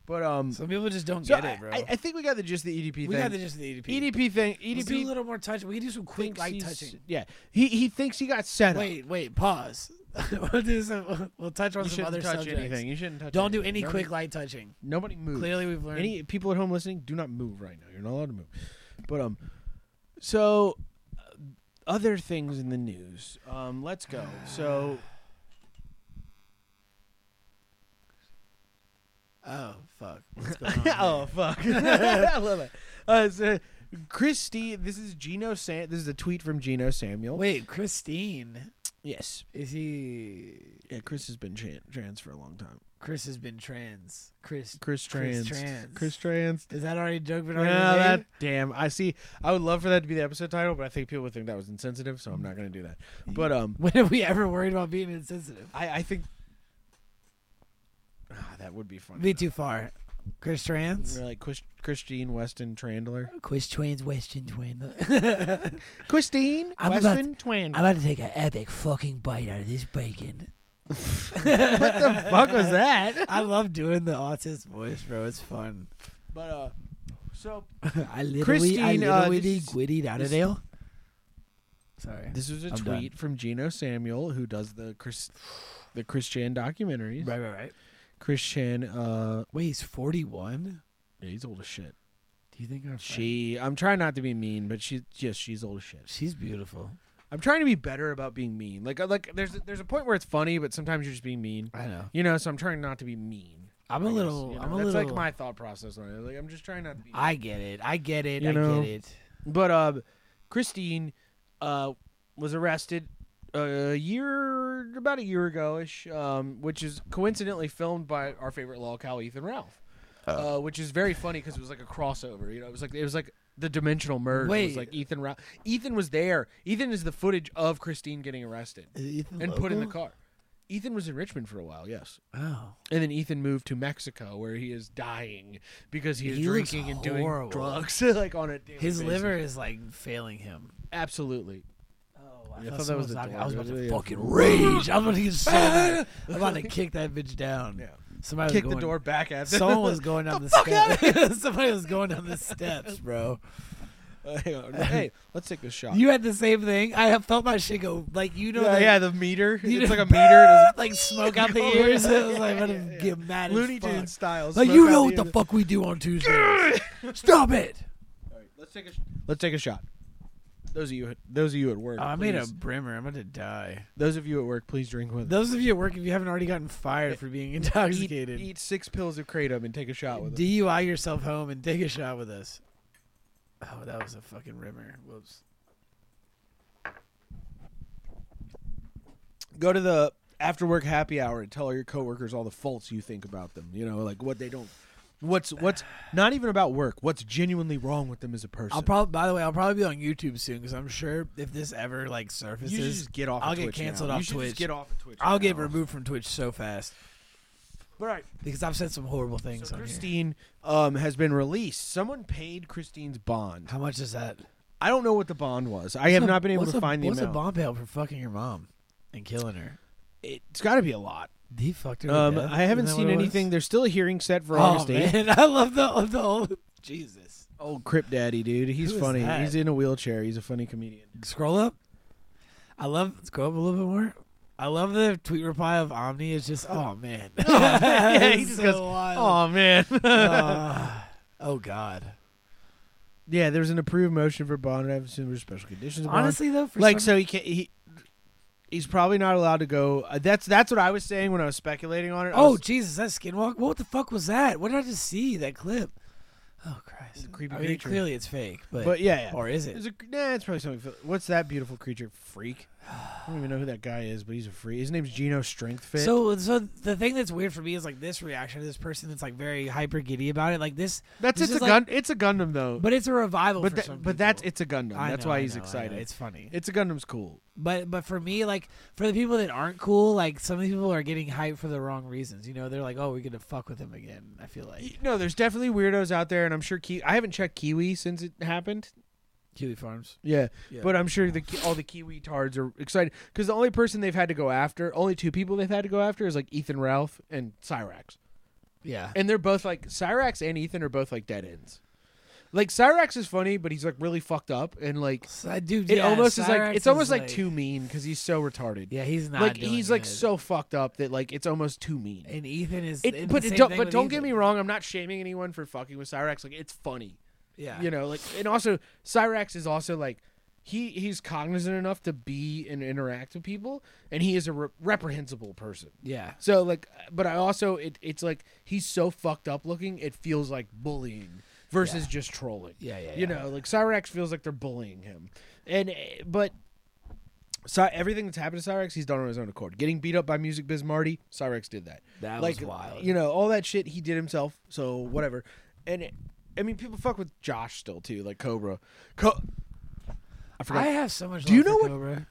E: but um.
F: Some people just don't
E: So
F: get
E: I,
F: it, bro.
E: I, I think we got the gist of the EDP thing.
F: we got the just the EDP.
E: EDP thing.
F: Let's do a
E: EDP
F: little more touch. We can do some quick
E: thinks
F: light
E: he's-
F: touching.
E: Yeah, he he thinks he got set up.
F: Wait, wait, pause. *laughs* we'll, do some, we'll touch on
E: You
F: some
E: shouldn't
F: other
E: touch
F: subjects.
E: anything. You shouldn't touch
F: Don't do any
E: anything.
F: quick
E: Nobody-
F: light touching.
E: Nobody move.
F: Clearly, we've learned.
E: Any people at home listening, do not move right now. You're not allowed to move. But um, so uh, other things in the news. Um, let's go.
F: *sighs*
E: So
F: oh fuck! *laughs* What's going on?
E: oh fuck, *laughs* I love it. *laughs* Uh, so, Christy, this is Gino Sam. This is a tweet from Gino Samuel.
F: Wait, Christine.
E: yes,
F: Is he?
E: yeah. Chris has been tran- trans for a long time.
F: Chris has been trans. Chris.
E: Chris trans.
F: trans.
E: Chris trans.
F: Is that already a joke? Been
E: No,
F: already
E: that
F: *laughs* made?
E: damn. I see. I would love for that to be the episode title, but I think people would think that was insensitive, so I'm not going to do that. But um,
F: When have we ever worried about being insensitive?
E: I, I think Ah, that would be funny.
F: Be too far. Chris trans.
E: We're like Chris, Christine Weston Trandler.
F: Chris trans Western twin.
E: Christine
F: I'm about-
E: Weston Trandler.
F: I'm about to take an epic fucking bite out of
E: *laughs*
F: this bacon.
E: what the fuck was that?
F: *laughs* I love doing the artist voice, bro. It's fun. *laughs*
E: But uh, so
F: I literally, I
E: Christine, uh,
F: literally
E: this is-
F: gwittied out of
E: this-
F: there. Sorry.
E: this was a
F: I'm done.
E: tweet from Gino Samuel, who does the Chris, the Christian documentaries.
F: Right, right, right.
E: Christian, uh,
F: Wait, he's 41.
E: yeah, he's old as shit.
F: Do you think our she?
E: She, I'm trying not to be mean, but she, yes, she's old as shit.
F: She's beautiful.
E: I'm trying to be better about being mean. Like, uh, like there's, there's a point where it's funny, but sometimes you're just being mean.
F: I know.
E: You know, so I'm trying not to be mean.
F: I'm a
E: I guess,
F: little.
E: you know?
F: I'm a
E: That's
F: little.
E: like my thought process on it. Like I'm just trying not to be.
F: I get it. I get it.
E: You
F: I
E: know.
F: get it.
E: but uh, Christine uh, was arrested uh, a year, about a year ago ish, um, which is coincidentally filmed by our favorite law cow Ethan Ralph, uh, which is very funny because it was like a crossover. You know, it was like it was like the dimensional merge. It
F: Wait.
E: was like Ethan Ralph. Ethan was there. Ethan is the footage of Christine getting arrested
F: Is Ethan
E: and put in the
F: local?
E: car. Ethan was in Richmond for a while. Yes.
F: Oh,
E: And then Ethan moved to Mexico, where he is dying because he is
F: He looks
E: drinking and doing
F: horrible.
E: drugs, *laughs* like on a daily
F: his
E: basis.
F: liver is like failing him.
E: Absolutely,
F: Oh,
E: I thought that was the
F: I,
E: door.
F: was about to
E: Yeah.
F: fucking rage. I was about to get so mad.
E: *laughs*
F: I'm about to kick that bitch down.
E: Yeah.
F: Somebody
E: kick
F: was going,
E: the door back at them. *laughs*
F: Someone was going down the, steps. *laughs* Somebody was going down the steps, bro.
E: Hang
F: *laughs*
E: on. hey, let's take this shot.
F: You had the same thing. I have felt my shit go like you know
E: yeah,
F: that,
E: yeah, the meter.
F: you
E: It's
F: know-
E: like a
F: *laughs*
E: meter. It
F: like smoke
E: *laughs*
F: out the
E: Go
F: ears.
E: in.
F: I was like, I'm gonna get mad.
E: was Looney
F: as fuck.
E: Tunes style.
F: Like
E: smoke
F: you
E: out
F: know what the
E: end.
F: fuck we do on Tuesdays. *laughs* Stop it.
E: Let's take a. Sh- let's take a shot. Those of you, those of you at work,
F: Oh, I made a
E: please-
F: brimmer. I'm gonna die.
E: Those of you at work, please drink with. us.
F: Those of you at work, if you haven't already gotten fired for being
E: Eat,
F: intoxicated,
E: eat six pills of kratom and take a shot with us.
F: DUI yourself home and take a shot with us. Oh, that was a fucking rimmer. Whoops.
E: Go to the after work happy hour and tell all your coworkers all the faults you think about them. You know, like what they don't. What's what's not even about work. What's genuinely wrong with them as a person?
F: I'll probably, by the way, I'll probably be on YouTube soon because I'm sure if this ever like surfaces,
E: you should just get off. of
F: I'll get
E: Twitch
F: canceled
E: now.
F: off
E: you should
F: Twitch.
E: Just get off of Twitch.
F: I'll get
E: now.
F: removed from Twitch so fast
E: All right.
F: because I've said some horrible things
E: So
F: on here.
E: Christine um, has been released. Someone paid Christine's bond.
F: How much is that?
E: I don't know what the bond was. I have
F: What's a-
E: not been able
F: what's
E: to
F: a-
E: find the
F: What's
E: amount.
F: a bomb bail for fucking your mom and killing her?
E: It's got to be a lot.
F: He fucked her. to
E: Um,
F: death?
E: I haven't
F: Isn't that
E: seen
F: what it was?
E: anything. There's still a hearing set for
F: Oh
E: August 8th.
F: *laughs* man, I love the the old Jesus.
E: Old Crip Daddy, dude. He's
F: Who is
E: funny.
F: that?
E: He's in a wheelchair. He's a funny comedian.
F: Scroll up. I love scroll up a little bit more. I love the tweet reply of Omni. It's just oh man. *laughs* yeah,
E: he just goes,
F: wild. *laughs*
E: man.
F: Ah. oh god.
E: yeah, there's an approved motion for bond. I haven't seen there's special conditions. of bond.
F: Honestly though, for
E: like
F: some-
E: so he can't. He, he's probably not allowed to go. Uh, that's that's what I was saying when I was speculating on it. I
F: Oh
E: was-
F: Jesus, that skinwalk. What the fuck was that? What did I just see? That clip. Oh Christ.
E: creepy
F: I mean,
E: creature.
F: clearly it's fake, but,
E: But yeah, yeah.
F: or is
E: There's
F: it?
E: a- nah, it's probably something. for- What's that beautiful creature? Freak. I don't even know who that guy is, but he's a freak. His name's Gino Strengthfit.
F: So, so the thing that's weird for me is like this reaction to this person that's like very hyper giddy about it. Like this,
E: that's
F: this
E: it's a
F: is like-
E: gun. It's a Gundam though.
F: but it's a revival.
E: but
F: for
E: that-
F: some
E: but that's
F: people.
E: it's a Gundam.
F: I
E: that's
F: know,
E: why
F: I
E: he's
F: know, I know.
E: excited.
F: It's funny.
E: It's a Gundam's cool.
F: But but for me, like for the people that aren't cool, like some of the people are getting hyped for the wrong reasons. You know, they're like, oh, we're gonna fuck with them again. I feel like
E: No, there's definitely weirdos out there, and I'm sure Ki- I haven't checked Kiwi since it happened.
F: Kiwi Farms.
E: Yeah,
F: Yeah.
E: but I'm sure the Ki- all the Kiwi tards are excited because the only person they've had to go after, only two people they've had to go after, is like Ethan Ralph and Cyrax,
F: Yeah.
E: and they're both like Cyrax and Ethan are both like dead ends. Like Cyrax is funny, but he's like really fucked up and like
F: I do.
E: it almost is like it's almost like, too mean because he's so retarded.
F: Yeah, he's not.
E: like
F: doing
E: he's like
F: good.
E: so fucked up that like it's almost too mean.
F: And Ethan is.
E: It,
F: and
E: but it
F: the same
E: don't,
F: thing
E: but
F: with
E: don't
F: Ethan.
E: get me wrong. I'm not shaming anyone for fucking with Cyrax. Like it's funny,
F: Yeah.
E: you know. Like and also Cyrax is also like he he's cognizant enough to be and interact with people, and he is a re- reprehensible person.
F: Yeah.
E: So like, but I also it, it's like he's so fucked up looking. It feels like bullying versus just trolling.
F: Yeah, yeah,
E: You
F: yeah.
E: know, like Cyrax feels like they're bullying him, and uh, but. So everything that's happened to Cyrex, he's done on his own accord. Getting beat up by Music Biz Marty, Cyrex did that.
F: That
E: like,
F: was wild.
E: You know, all that shit he did himself. So whatever. And it, I mean, people fuck with Josh still too, like Cobra. Co- I forgot.
F: I have so much.
E: Do you
F: love
E: know
F: for
E: what-
F: Cobra?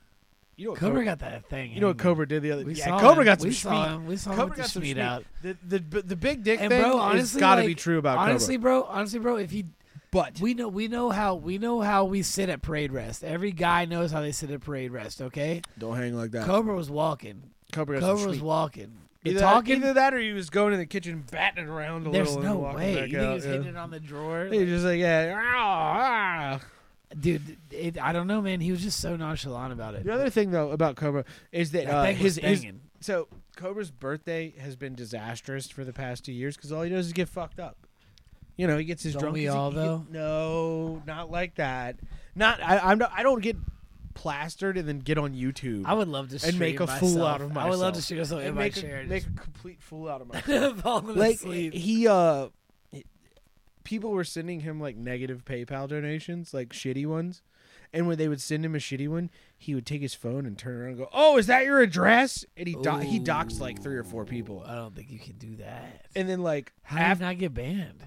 E: you know what
F: Cobra got that thing.
E: you know what
F: hanging.
E: Cobra did the other?
F: We
E: yeah,
F: saw
E: Cobra
F: him.
E: got some
F: We saw
E: schmeat.
F: him. We saw him
E: Cobra
F: with the
E: got some
F: schmeat
E: schmeat.
F: out.
E: The, the the big dick
F: And
E: thing
F: bro,
E: has
F: honestly,
E: got to
F: like-
E: be true about
F: honestly,
E: Cobra.
F: bro. Honestly, bro. If you
E: But
F: We know we know how we know how we sit at parade rest. Every guy knows how they sit at parade rest. Okay,
E: don't hang like that.
F: Cobra was walking.
E: Cobra got
F: Cobra
E: some
F: was
E: schmeat.
F: walking. The
E: Either,
F: talking.
E: either that, or he was going in the kitchen batting it around a
F: there's
E: little.
F: no
E: and walking
F: way. You
E: Back
F: think
E: out,
F: he was
E: yeah.
F: hitting it on the drawer?
E: He was just like yeah. "Ah, ah."
F: Dude, it, I don't know, man. He was just so nonchalant about it.
E: The other thing though about Cobra is that,
F: That
E: uh,
F: thing
E: his,
F: was
E: his
F: banging.
E: so Cobra's birthday has been disastrous for the past two years because all he does is get fucked up. You know, he gets his
F: Don't
E: drunk.
F: we
E: he-
F: all,
E: he-
F: though?
E: no, not like that. Not I. I'm not, I don't get plastered and then get on YouTube.
F: I would love to
E: and make
F: stream
E: a fool out
F: myself.
E: of
F: I
E: myself.
F: would love to shoot myself in
E: and
F: my
E: make
F: chair.
E: a,
F: and
E: make a complete fool out of myself.
F: just *laughs* falling
E: like
F: asleep.
E: he uh, people were sending him like negative PayPal donations, like shitty ones. And when they would send him a shitty one, he would take his phone and turn around and go, "Oh, is that your address?" And he do- he doxed like three or four people.
F: I don't think you can do that.
E: And then like
F: Oh. How did
E: after,
F: not get banned?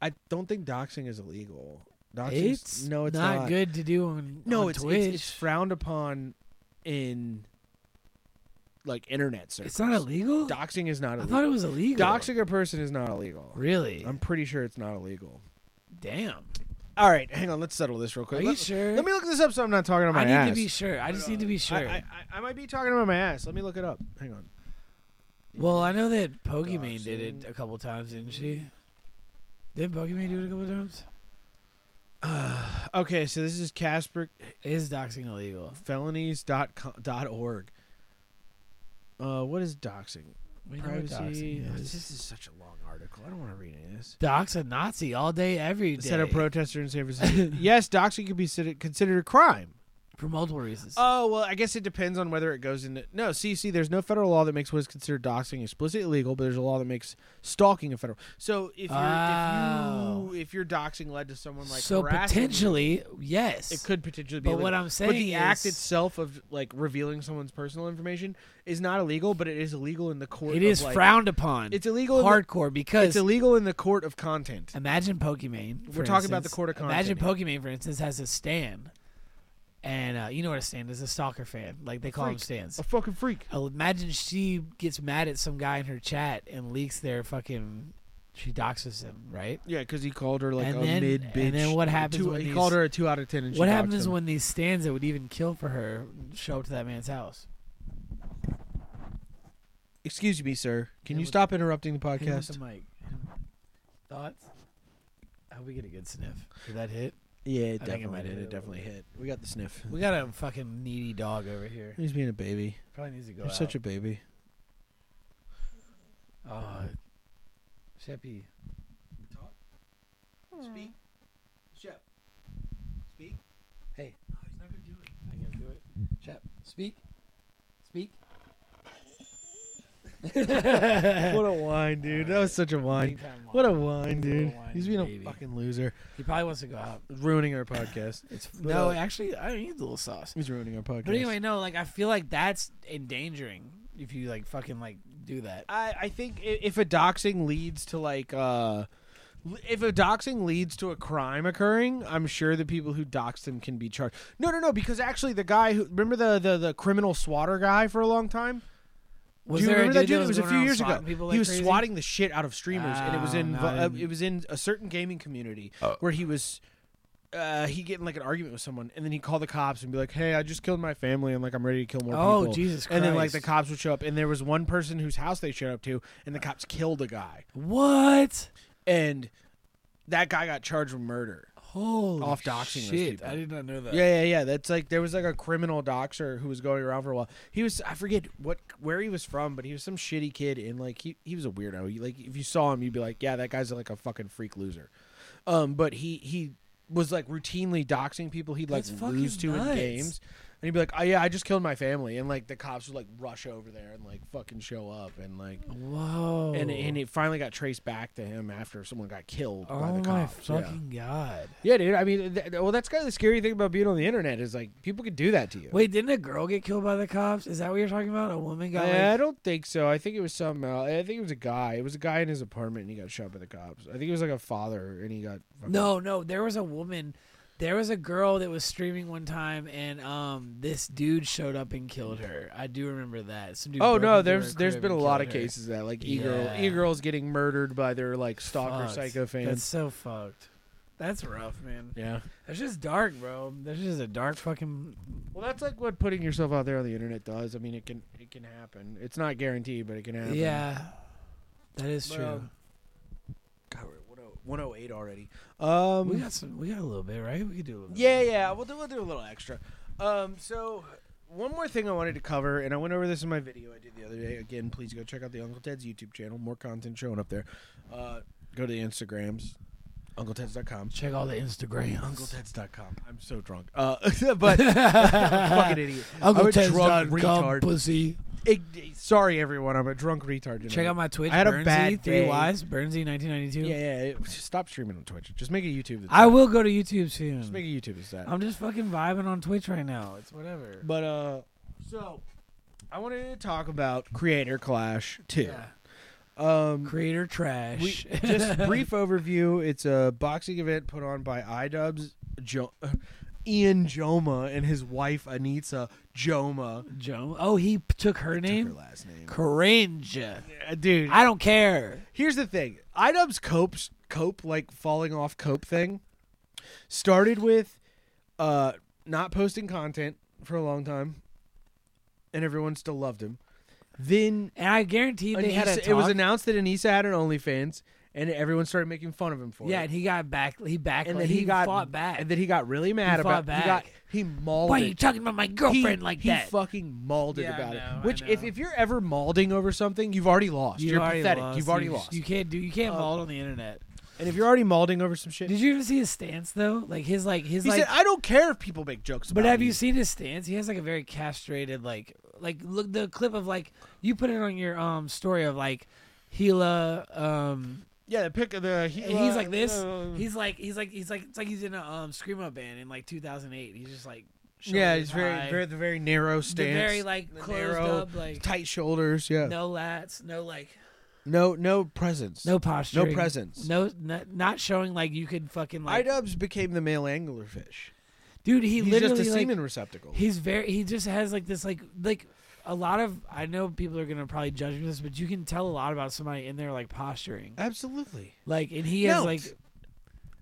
E: I don't think doxing is illegal. Doxing
F: It's
E: no, it's
F: not, good to do on
E: No,
F: on
E: it's,
F: Twitch.
E: it's it's frowned upon in like internet circles.
F: It's not illegal.
E: Doxing is not
F: I
E: illegal.
F: thought it was illegal.
E: Doxing a person is not illegal.
F: Really?
E: I'm pretty sure it's not illegal.
F: Damn.
E: All right, hang on. Let's settle this real quick.
F: Are you
E: Let-
F: sure?
E: Let me look this up so I'm not talking on my
F: I need
E: ass.
F: to be sure. I just need to be
E: I-
F: sure.
E: I, I, I might be talking about my ass. Let me look it up. Hang on.
F: well, I know that Pokimane did it a couple times, didn't she? Did Pokimane do it a couple times?
E: Okay, so this is
F: Is doxing illegal?
E: CasperFelonies.org. Uh, what is doxing?
F: We know what
E: Privacy.
F: doxing
E: Oh,
F: is.
E: This is such a long article. I don't want to read any of this.
F: Dox a Nazi all day, every day.
E: Said a protester in San Francisco.
F: *laughs*
E: yes, doxing could be considered- considered a crime.
F: for multiple reasons.
E: Oh well, I guess it depends on whether it goes into no. See, see, there's no federal law that makes what is considered doxing explicitly illegal, but there's a law that makes stalking a federal. So if you're
F: Oh.
E: if you if your doxing led to someone like
F: so
E: harassing you,
F: potentially, yes.
E: it could potentially be.
F: But what
E: illegal.
F: I'm
E: but the
F: saying
E: act
F: is-
E: itself of like revealing someone's personal information is not illegal, but it is illegal in the court.
F: It
E: of,
F: is
E: like-
F: frowned upon.
E: It's illegal in the-
F: Hardcore because
E: It's illegal in the court of content.
F: Imagine Pokimane.
E: We're
F: for
E: talking about the
F: instance.
E: court of
F: Imagine
E: content
F: Pokimane, for instance, has a stand, and uh, you know what a stand is—a stalker fan, like they call them stands.
E: A fucking freak.
F: Uh, Imagine she gets mad at some guy in her chat and leaks their fucking. She doxes him, right?
E: Yeah, because he called her like
F: And
E: a
F: then-
E: mid bitch.
F: and then what happens
E: Two,
F: when
E: he
F: these-
E: called her a two out of ten? And she
F: what
E: doxed
F: happens
E: him.
F: when these stands that would even kill for her show up to that man's house?
E: Excuse me, sir. Can
F: Hey,
E: you
F: what-
E: stop interrupting the
F: Hit him with
E: podcast?
F: the mic. Hit him. Thoughts? I hope we get a good sniff. Did that hit?
E: Yeah, it
F: I think it might hit a little bit.
E: hit. We got the *laughs* sniff.
F: We got a fucking needy dog over here.
E: He's being a baby.
F: Probably needs to go
E: You're
F: out.
E: such a baby. Uh,
F: Oh, Sheppy.
E: Speak. Shep. Speak.
F: Hey. No, Oh, he's not gonna do it. I'm gonna do it. Shep, speak. Speak.
E: *laughs* What a wine, dude. That was such a wine.
F: Meantime,
E: What a wine, dude.
F: whiny
E: He's being a
F: baby.
E: fucking loser.
F: He probably wants to go out.
E: Ruining our *laughs* podcast.
F: It's
E: But,
F: no,
E: uh,
F: actually, I need a little sauce.
E: He's ruining our podcast.
F: But anyway, no, like I feel like that's endangering if you like fucking like do that.
E: I, I think i- if a doxing leads to like uh l- if a doxing leads to a crime occurring, I'm sure the people who doxed him can be charged. No, no, no, because actually the guy who remember the the, the criminal swatter guy for a long time?
F: Was
E: Do you
F: there
E: remember
F: a
E: that
F: dude
E: dude?
F: that
E: it was a
F: going
E: few
F: around
E: years ago.
F: swatting People like
E: he was
F: crazy?
E: swatting the shit out of streamers, and it was
F: Ah, Oh.
E: in
F: no,
E: vo-
F: I
E: uh,
F: didn't-
E: it was in a certain gaming community where he was. Uh, he get in like an argument with someone, and then he call the cops and be like, "Hey, I just killed my family, and like I'm ready to kill more
F: Oh,
E: people."
F: Jesus
E: And then like the
F: Christ.
E: cops would show up, and there was one person whose house they showed up to, and the cops killed a guy,
F: What?
E: and that guy got charged with murder.
F: Holy
E: off doxing
F: shit.
E: those people.
F: I did not know that.
E: Yeah, yeah, yeah. That's like there was like a criminal doxer who was going around for a while. He was I forget what where he was from, but he was some shitty kid and like he he was a weirdo. He, like if you saw him, you'd be like, yeah, that guy's like a fucking freak loser. Um, but he he was like routinely doxing people he'd like
F: That's fucking
E: lose to in
F: nuts.
E: games. And he'd be like, "Oh yeah, I just killed my family," and like the cops would like rush over there and like fucking show up and like
F: Whoa.
E: and and it finally got traced back to him after someone got killed
F: oh
E: by the
F: my
E: cops. Yeah.
F: fucking god.
E: Yeah, dude. I mean, th- th- well, that's kind of the scary thing about being on the internet is like people could do that to you.
F: Wait, didn't a girl get killed by the cops? Is that what you're talking about? A woman got
E: I, I
F: like,
E: don't think so. I think it was some. Uh, I think it was a guy. It was a guy in his apartment, and he got shot by the cops. I think it was like a father, and he got fucking-
F: No, no, there was a woman there was a girl that was streaming one time and um this dude showed up and killed her. I do remember that. Some dude
E: Oh
F: broke
E: no,
F: into her
E: there's there's
F: crib
E: been a
F: and
E: lot of
F: killed her.
E: cases of that like e girl
F: Yeah.
E: e girls getting murdered by their like stalker
F: Fucked.
E: psycho fans.
F: That's so fucked. That's rough, man.
E: yeah.
F: That's just dark, bro. That's just a dark fucking
E: Well, that's like what putting yourself out there on the internet does. I mean, it can it can happen. It's not guaranteed, but it can happen.
F: Yeah. That is
E: But,
F: true.
E: um, God, we're at oh, 10- 108 already. Um,
F: we got some we got a little bit, right? We could do a little
E: Yeah, yeah. We'll do, we'll do a little extra. Um, so one more thing I wanted to cover, and I went over this in my video I did the other day. Again, please go check out the Uncle Ted's YouTube channel. More content showing up there. Uh, go to the Instagrams, UncleTed's.com.
F: Check all the Instagrams.
E: UncleTed's.com. I'm so drunk. Uh, *laughs* but *laughs* fucking idiot.
F: *laughs* Uncle
E: I'm a
F: Ted's
E: drunk
F: dot com,
E: retard.
F: pussy.
E: Ig- Sorry, everyone. I'm a drunk retard. Tonight.
F: Check out my Twitch.
E: I had a
F: Bernsey,
E: bad
F: three
E: day.
F: Y's. Bernsey, nineteen ninety two.
E: Yeah, yeah. yeah. Stop streaming on Twitch. Just make a YouTube. that's
F: I
E: that.
F: will go to YouTube soon.
E: Just make a YouTube. Is that?
F: I'm just fucking vibing on Twitch right now. It's whatever.
E: But uh, so I wanted to talk about Creator Clash too. Um,
F: Creator trash.
E: we, *laughs* just brief overview. It's a boxing event put on by iDubbbz, jo- *laughs* Ian Joma, and his wife Anitza Joma.
F: Joe. Oh, he p- took her
E: Name? Her
F: name.
E: last name,
F: Cringe.
E: Yeah, Uh, dude.
F: I don't care.
E: here's the thing idubbbz copes cope like falling off cope thing started with uh not posting content for a long time and everyone still loved him then
F: And I guarantee they had a
E: Anissa-
F: talk.
E: it was announced that anisa had an onlyfans and everyone started making fun of him for
F: yeah,
E: it
F: and he got back. He back.
E: and then he, got
F: fought back.
E: and then he got really mad
F: He
E: about
F: fought
E: he got
F: back.
E: he mauled
F: Why are
E: it.
F: you talking about my
E: He-
F: girlfriend like
E: he
F: that?
E: fucking mauled it
F: Yeah, I
E: about
F: know, I
E: it. Which, if,
F: know.
E: if you're ever maulding over something, you've already lost.
F: You've
E: are
F: already
E: pathetic.
F: lost.
E: You've already
F: You-
E: lost.
F: You can't do. You can't
E: Uh,
F: maul on the internet.
E: And if you're already mauling over some shit,
F: Did you ever see his stance though? Like his like his
E: he
F: like.
E: said, "I don't care if people make jokes."
F: But
E: about
F: have
E: me."
F: you seen his stance? He has like a very castrated, like, like look the clip of like you put it on your um story of like Gila. Um,
E: Yeah, the pick of the. He,
F: and he's like this.
E: uh,
F: He's like he's like he's like it's like he's in a um screamo band in like 2008. He's just like
E: yeah,
F: shoulders
E: he's very,
F: high,
E: very, the very narrow
F: the
E: stance.
F: very like
E: the
F: closed
E: narrow,
F: up, like
E: tight shoulders. Yeah. No,
F: no lats, no like
E: no, presence.
F: no posture,
E: presence.
F: no not, not showing like you could fucking like
E: Idubs became the male anglerfish.
F: dude. He
E: he's
F: literally
E: just a
F: like,
E: semen receptacle.
F: He's very. He just has like this like like a lot of. I know people are gonna probably judge me for this, but you can tell a lot about somebody in their like posturing.
E: Absolutely.
F: Like, and he has
E: No.
F: like,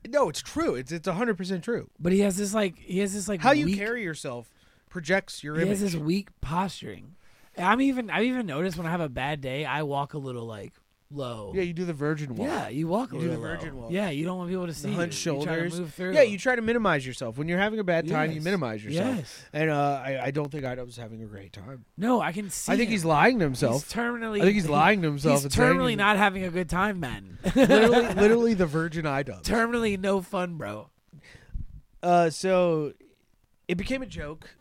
E: No, it's true. It's it's hundred percent true.
F: but he has this like he has this like
E: How you
F: weak-
E: carry yourself projects your
F: He
E: image.
F: has this weak posturing. And I'm even. I've even noticed when I have a bad day, I walk a little like low.
E: yeah, you do the virgin walk.
F: Yeah, you walk a
E: You do
F: little
E: the virgin
F: low.
E: walk.
F: Yeah, you don't want people to see
E: the
F: you.
E: hunched
F: You try to
E: shoulders.
F: move through.
E: Yeah, you try to minimize yourself. When you're having a bad time, you
F: Yes.
E: minimize yourself.
F: Yes.
E: And uh, I, I don't think Idubbbz is having a great time.
F: No, I can see.
E: I think
F: him.
E: he's lying to himself.
F: He's terminally.
E: I think
F: *laughs*
E: he's lying to himself
F: He's
E: and saying
F: terminally
E: he's-
F: not having a good time, man.
E: *laughs*
F: *laughs*
E: literally, literally the virgin Idubbbz.
F: terminally no fun, bro.
E: Uh, so it became a joke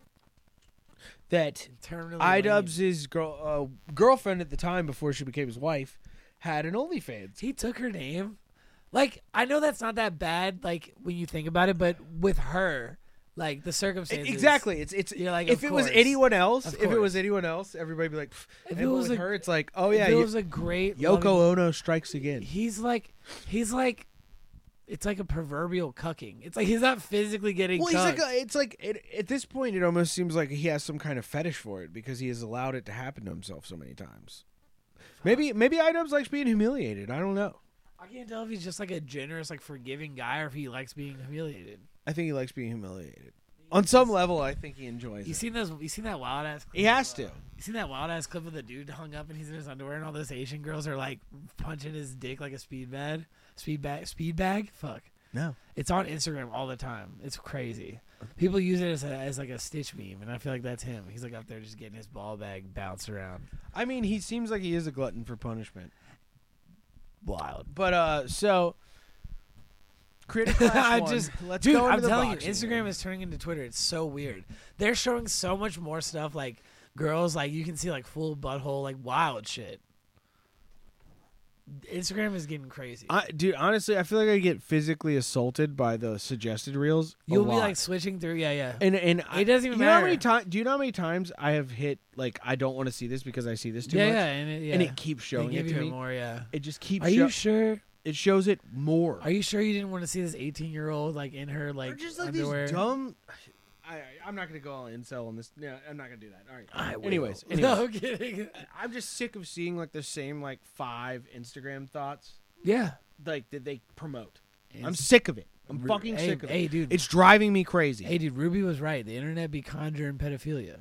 E: that
F: Terminally lame.
E: Idubbbz's girl, uh, girlfriend at the time, before she became his wife, had an OnlyFans.
F: He took her name. Like I know that's not that bad. Like when you think about it, but with her, like the circumstances.
E: Exactly. It's it's
F: You're like,
E: if
F: of
E: it was
F: course.
E: anyone else,
F: Of
E: if it
F: course.
E: was anyone else, everybody'd be like, "Pff."
F: If
E: And
F: it
E: but
F: was
E: with
F: a-
E: her, it's like, oh yeah,
F: It
E: you-
F: was a great
E: Yoko
F: loving-
E: Ono strikes again.
F: He's like, he's like, it's like a proverbial cucking. It's like he's not physically getting.
E: Well, he's like,
F: cucked.
E: a, it's like it, at this point, it almost seems like he has some kind of fetish for it because he has allowed it to happen to himself so many times. Maybe, maybe Idubbbz likes being humiliated. I don't know.
F: I can't tell if he's just like a generous, like forgiving guy, or if he likes being humiliated.
E: I think he likes being humiliated. On some level, I think he enjoys
F: You
E: it.
F: seen those? You seen that wild ass? Clip
E: He has
F: of, uh,
E: to.
F: You seen that wild ass clip of the dude hung up and he's in his underwear and all those Asian girls are like punching his dick like a speed bag, speed bag, speed bag. Fuck.
E: No.
F: It's on Instagram all the time. It's crazy. People use it as, a, as like a Stitch meme, and I feel like that's him. He's like up there just getting his ball bag bounced around.
E: I mean, he seems like he is a glutton for punishment.
F: Wild. *laughs*
E: But uh, so *laughs* Creative Clash
F: I
E: one.
F: just
E: Let's
F: dude,
E: go into
F: I'm
E: the
F: telling you,
E: boxing
F: Instagram is turning into Twitter. It's so weird. They're showing so much more stuff like girls like you can see like full butthole like wild shit. Instagram is getting crazy.
E: I, dude, honestly, I feel like I get physically assaulted by the suggested reels. a
F: You'll be
E: lot.
F: like switching through, yeah, yeah.
E: and and it
F: doesn't even
E: you Know how many
F: matter.
E: times? Do you know how many times I have hit like I don't want to see this because I see this too
F: yeah,
E: much,
F: yeah, and it, yeah.
E: and it keeps
F: They
E: showing
F: give
E: it to
F: you
E: me.
F: more, yeah.
E: It just keeps.
F: Are
E: sho-
F: you sure?
E: It shows it more.
F: Are you sure you didn't want to see this 18 year old like in her like
E: Or just like
F: underwear?
E: these dumb. *sighs* I, I- I'm not gonna go all incel on this. No, I'm not gonna do that. All right.
F: I will. *laughs*
E: Anyways,
F: no
E: anyways.
F: I'm kidding.
E: I'm just sick of seeing like the same like five Instagram thoughts
F: Yeah,
E: like that they promote. I'm
F: It's-
E: sick of it. I'm
F: Ru-
E: fucking
F: hey-
E: sick of it.
F: hey, dude.
E: It's driving me crazy.
F: hey, dude, Ruby was right. The internet be conjuring pedophilia.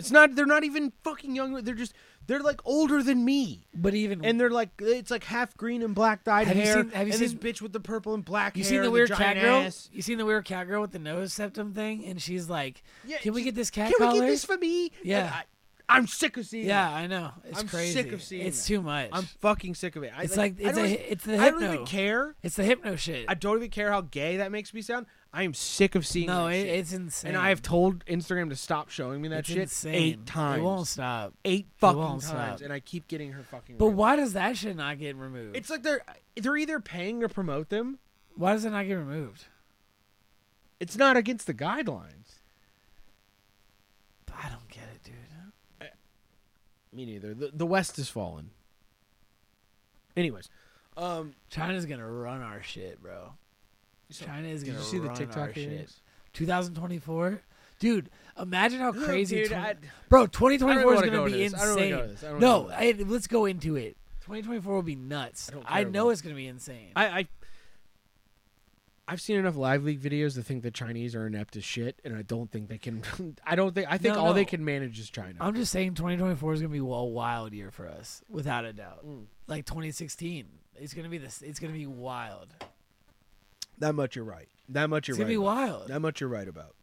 E: It's not. They're not even fucking young. They're just. They're like older than me,
F: But even
E: and they're like. It's like half green and black dyed
F: Have you
E: hair.
F: seen- have you
E: and
F: seen-
E: this bitch with the purple and black?
F: You
E: hair
F: seen
E: and
F: the weird
E: giant
F: catgirl?
E: ass?
F: You seen the weird catgirl with the nose septum thing? And she's like,
E: Yeah,
F: "Can we
E: she-
F: get this cat
E: Can
F: collar?"
E: we get this for me?
F: Yeah.
E: And I, am sick of seeing.
F: yeah,
E: it.
F: I know. It's
E: I'm
F: crazy.
E: sick of seeing
F: it's
E: that.
F: too much.
E: I'm fucking sick of it. I,
F: It's like-
E: I
F: it's a-
E: don't
F: it's the
E: I don't even
F: hypno.
E: care.
F: it's the hypno shit.
E: I don't even care how gay that makes me sound. I am sick of seeing.
F: no,
E: that
F: it,
E: shit.
F: it's insane.
E: And I have told Instagram to stop showing me that
F: it's
E: shit
F: insane.
E: eight times.
F: It won't stop.
E: Eight fucking
F: won't
E: times,
F: stop.
E: and I keep getting her fucking.
F: But
E: rib.
F: why does that shit not get removed?
E: It's like they're they're either paying to promote them.
F: why does it not get removed?
E: It's not against the guidelines.
F: I don't get it, dude.
E: Me neither. The, the West has fallen. Anyways, um,
F: China's gonna run our shit, bro. China is
E: did you
F: gonna
E: see the
F: run our
E: TikTok
F: shit.
E: earrings?
F: 2024, dude. Imagine how crazy,
E: dude,
F: twen-
E: I-
F: bro. 2024 is
E: wanna
F: gonna
E: go into
F: be
E: this. I don't wanna
F: insane.
E: go into this. I don't wanna
F: no,
E: go
F: I, let's go into it. 2024 will be nuts.
E: don't
F: I,
E: care
F: know
E: about-
F: it's gonna be insane.
E: I, I I've seen enough live league videos to think the Chinese are inept as shit, and I don't think they can. *laughs* I don't think I think
F: No,
E: all they
F: no.
E: can manage is China.
F: I'm just saying 2024 is gonna be a wild year for us, without a doubt.
E: Mm.
F: Like 2016, it's gonna be this. It's gonna be wild.
E: that much you're right. That much you're
F: It's gonna
E: right.
F: be
E: about.
F: wild.
E: That much you're right about.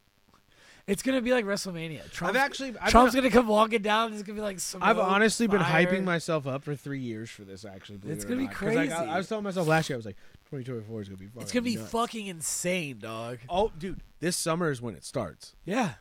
F: It's gonna be like WrestleMania. Trump's,
E: actually- I've
F: Trump's
E: been-
F: gonna come walking down. It's gonna be like smoke,
E: I've honestly been
F: fire.
E: hyping myself up for three years for this. Actually, believe
F: It's
E: it or
F: gonna be
E: not. 'Cause, like, I-
F: crazy.
E: I, was telling myself last year, I was like, 2024 is gonna be.
F: It's gonna be
E: nuts.
F: fucking insane, dog.
E: Oh, dude, this summer is when it starts.
F: Yeah.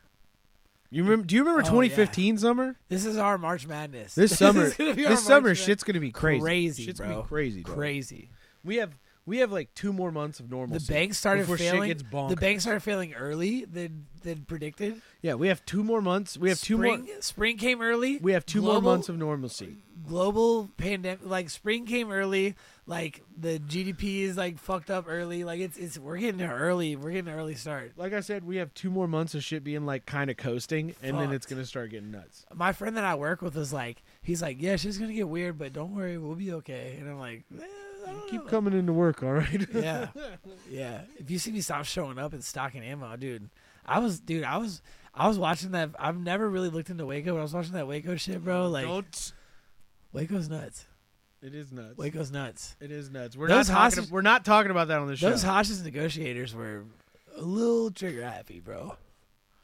E: You remember? Do you remember
F: Oh,
E: 2015 summer?
F: This is our March Madness. *laughs*
E: This summer, this,
F: gonna be our March
E: summer,
F: Madness.
E: shit's gonna be crazy.
F: crazy,
E: shit's
F: bro.
E: gonna be crazy, dog.
F: Crazy.
E: We have we have like two more months of normal.
F: The bank started
E: before
F: failing.
E: Shit gets bonked.
F: The bank started failing early than than predicted.
E: Yeah, we have two more months. We have two more.
F: spring, Spring came early.
E: We have two more
F: Global-
E: months of normalcy.
F: global pandemic. Like spring came early. Like the GDP is like fucked up early. Like it's it's we're getting an early. We're getting an early start.
E: Like I said, we have two more months of shit being like kind of coasting, and then
F: Fucked.
E: it's gonna start getting nuts.
F: My friend that I work with was like, he's like, yeah, she's gonna get weird, but don't worry, we'll be okay. And I'm like, eh, I don't know.
E: Keep coming into work, all right? *laughs*
F: Yeah. Yeah. If you see me stop showing up and stocking ammo, dude, I was, dude, I was, I was watching that. I've never really looked into Waco, but I was watching that Waco shit, bro. Like,
E: Don't.
F: Waco's nuts.
E: It is nuts.
F: Waco's nuts.
E: it is nuts. We're
F: Those
E: not talking.
F: hostage-
E: we're not talking about that on the show.
F: Those Hodges negotiators were a little trigger happy, bro.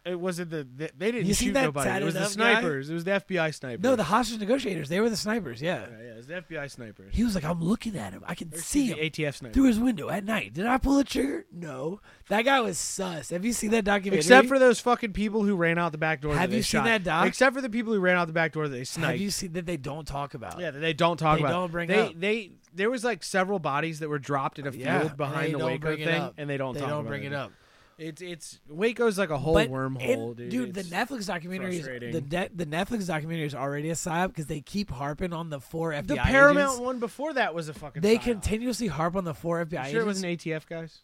E: it wasn't the they, they didn't
F: You seen
E: shoot
F: that
E: nobody. It
F: tatted
E: was the
F: up guy?
E: snipers. It was the FBI sniper.
F: No, the hostage negotiators, they were the snipers. Yeah.
E: yeah, yeah, it was the FBI snipers.
F: He was like, I'm looking at him. I can see
E: the
F: him
E: ATF sniper.
F: through his window at night. Did I pull a trigger? No. That guy was sus. Have you seen that documentary?
E: Except for those fucking people who ran out the back door. that
F: Have
E: they
F: you seen
E: shot.
F: that doc?
E: Except for the people who ran out the back door that they sniped.
F: Have you seen that they don't talk about?
E: Yeah, that they don't talk
F: They
E: about.
F: don't bring
E: they,
F: up.
E: They there was like several bodies that were dropped in a field
F: Yeah, and they
E: behind the
F: don't
E: Waco
F: bring it
E: thing,
F: up.
E: and they don't.
F: They
E: talk
F: don't
E: about
F: bring it up.
E: It's it's Waco's like a whole
F: But
E: wormhole,
F: it-
E: dude.
F: the
E: It's-
F: Netflix documentary is the
E: frustrating.
F: de- the Netflix documentary is already a psyop because they keep harping on the four FBI.
E: the Paramount
F: agents.
E: one before that was a fucking.
F: They
E: psyop.
F: continuously harp on the four FBI.
E: You Sure, it
F: agents.
E: was an ATF guys.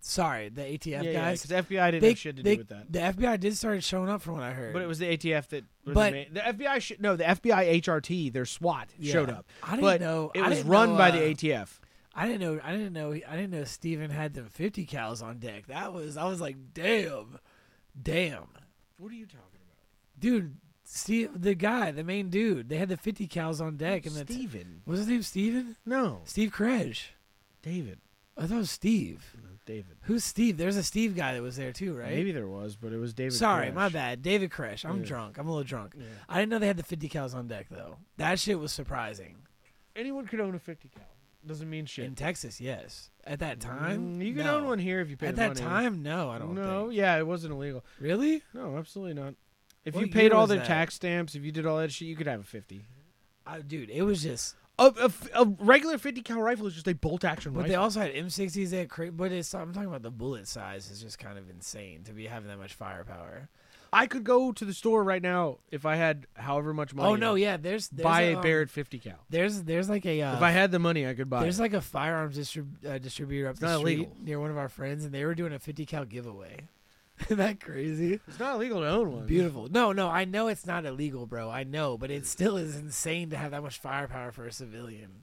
F: Sorry, the ATF
E: yeah, yeah,
F: guys.
E: 'cause FBI didn't
F: they,
E: have shit to
F: they-
E: do with that.
F: The FBI did start showing up, from what I heard.
E: But it was the ATF that. Was
F: But-
E: the, main, the FBI sh- no, the FBI HRT, their SWAT
F: Yeah.
E: showed up.
F: I didn't
E: but
F: know-
E: it
F: I
E: was
F: didn't
E: run
F: know,
E: by
F: uh,
E: the ATF.
F: I didn't know. I didn't know. I didn't know Steven had them fifty cows on deck. That was. I was like, damn, damn,
E: What are you talking about?
F: dude. Steve, the guy, the main dude, they had the fifty cows on deck, and the t-
E: Steven.
F: was his name Steven?
E: No,
F: Steve Krej.
E: David.
F: I thought it was Steve.
E: David.
F: Who's Steve? There's a Steve guy that was there too, right?
E: Maybe there was, but it was David.
F: Sorry,
E: Koresh.
F: my bad. David Koresh. I'm
E: Yeah.
F: drunk. I'm a little drunk. I didn't know they had the 50 cows on deck though. That shit was surprising.
E: Anyone could own a 50 cal. Doesn't mean shit.
F: In Texas, yes. At that time,
E: Mm, you can
F: no.
E: own one here if you pay
F: At
E: the
F: that
E: money.
F: time, no, I don't.
E: no,
F: think.
E: yeah, it wasn't illegal.
F: really?
E: No, absolutely not. If
F: What
E: you
F: year
E: paid all
F: was
E: their
F: that?
E: tax stamps, if you did all that shit, you could have a 50.
F: I, dude, it was just.
E: A, a f- a regular 50 cal rifle is just a bolt action
F: But
E: rifle.
F: they also had M60s. They had cra- but it's, I'm talking about the bullet size is just kind of insane to be having that much firepower.
E: I could go to the store right now if I had however much money.
F: Oh no, yeah. There's, there's
E: buy a
F: um,
E: Barrett 50 cal.
F: There's there's like a uh,
E: If I had the money, I could buy.
F: There's
E: it.
F: like a firearms distrib- uh, distributor up the
E: not
F: street
E: illegal.
F: near one of our friends, and they were doing a 50 cal giveaway. *laughs* Isn't that crazy?
E: it's not illegal to own one.
F: Beautiful. No, no, I know it's not illegal, bro. I know, but it still is insane to have that much firepower for a civilian.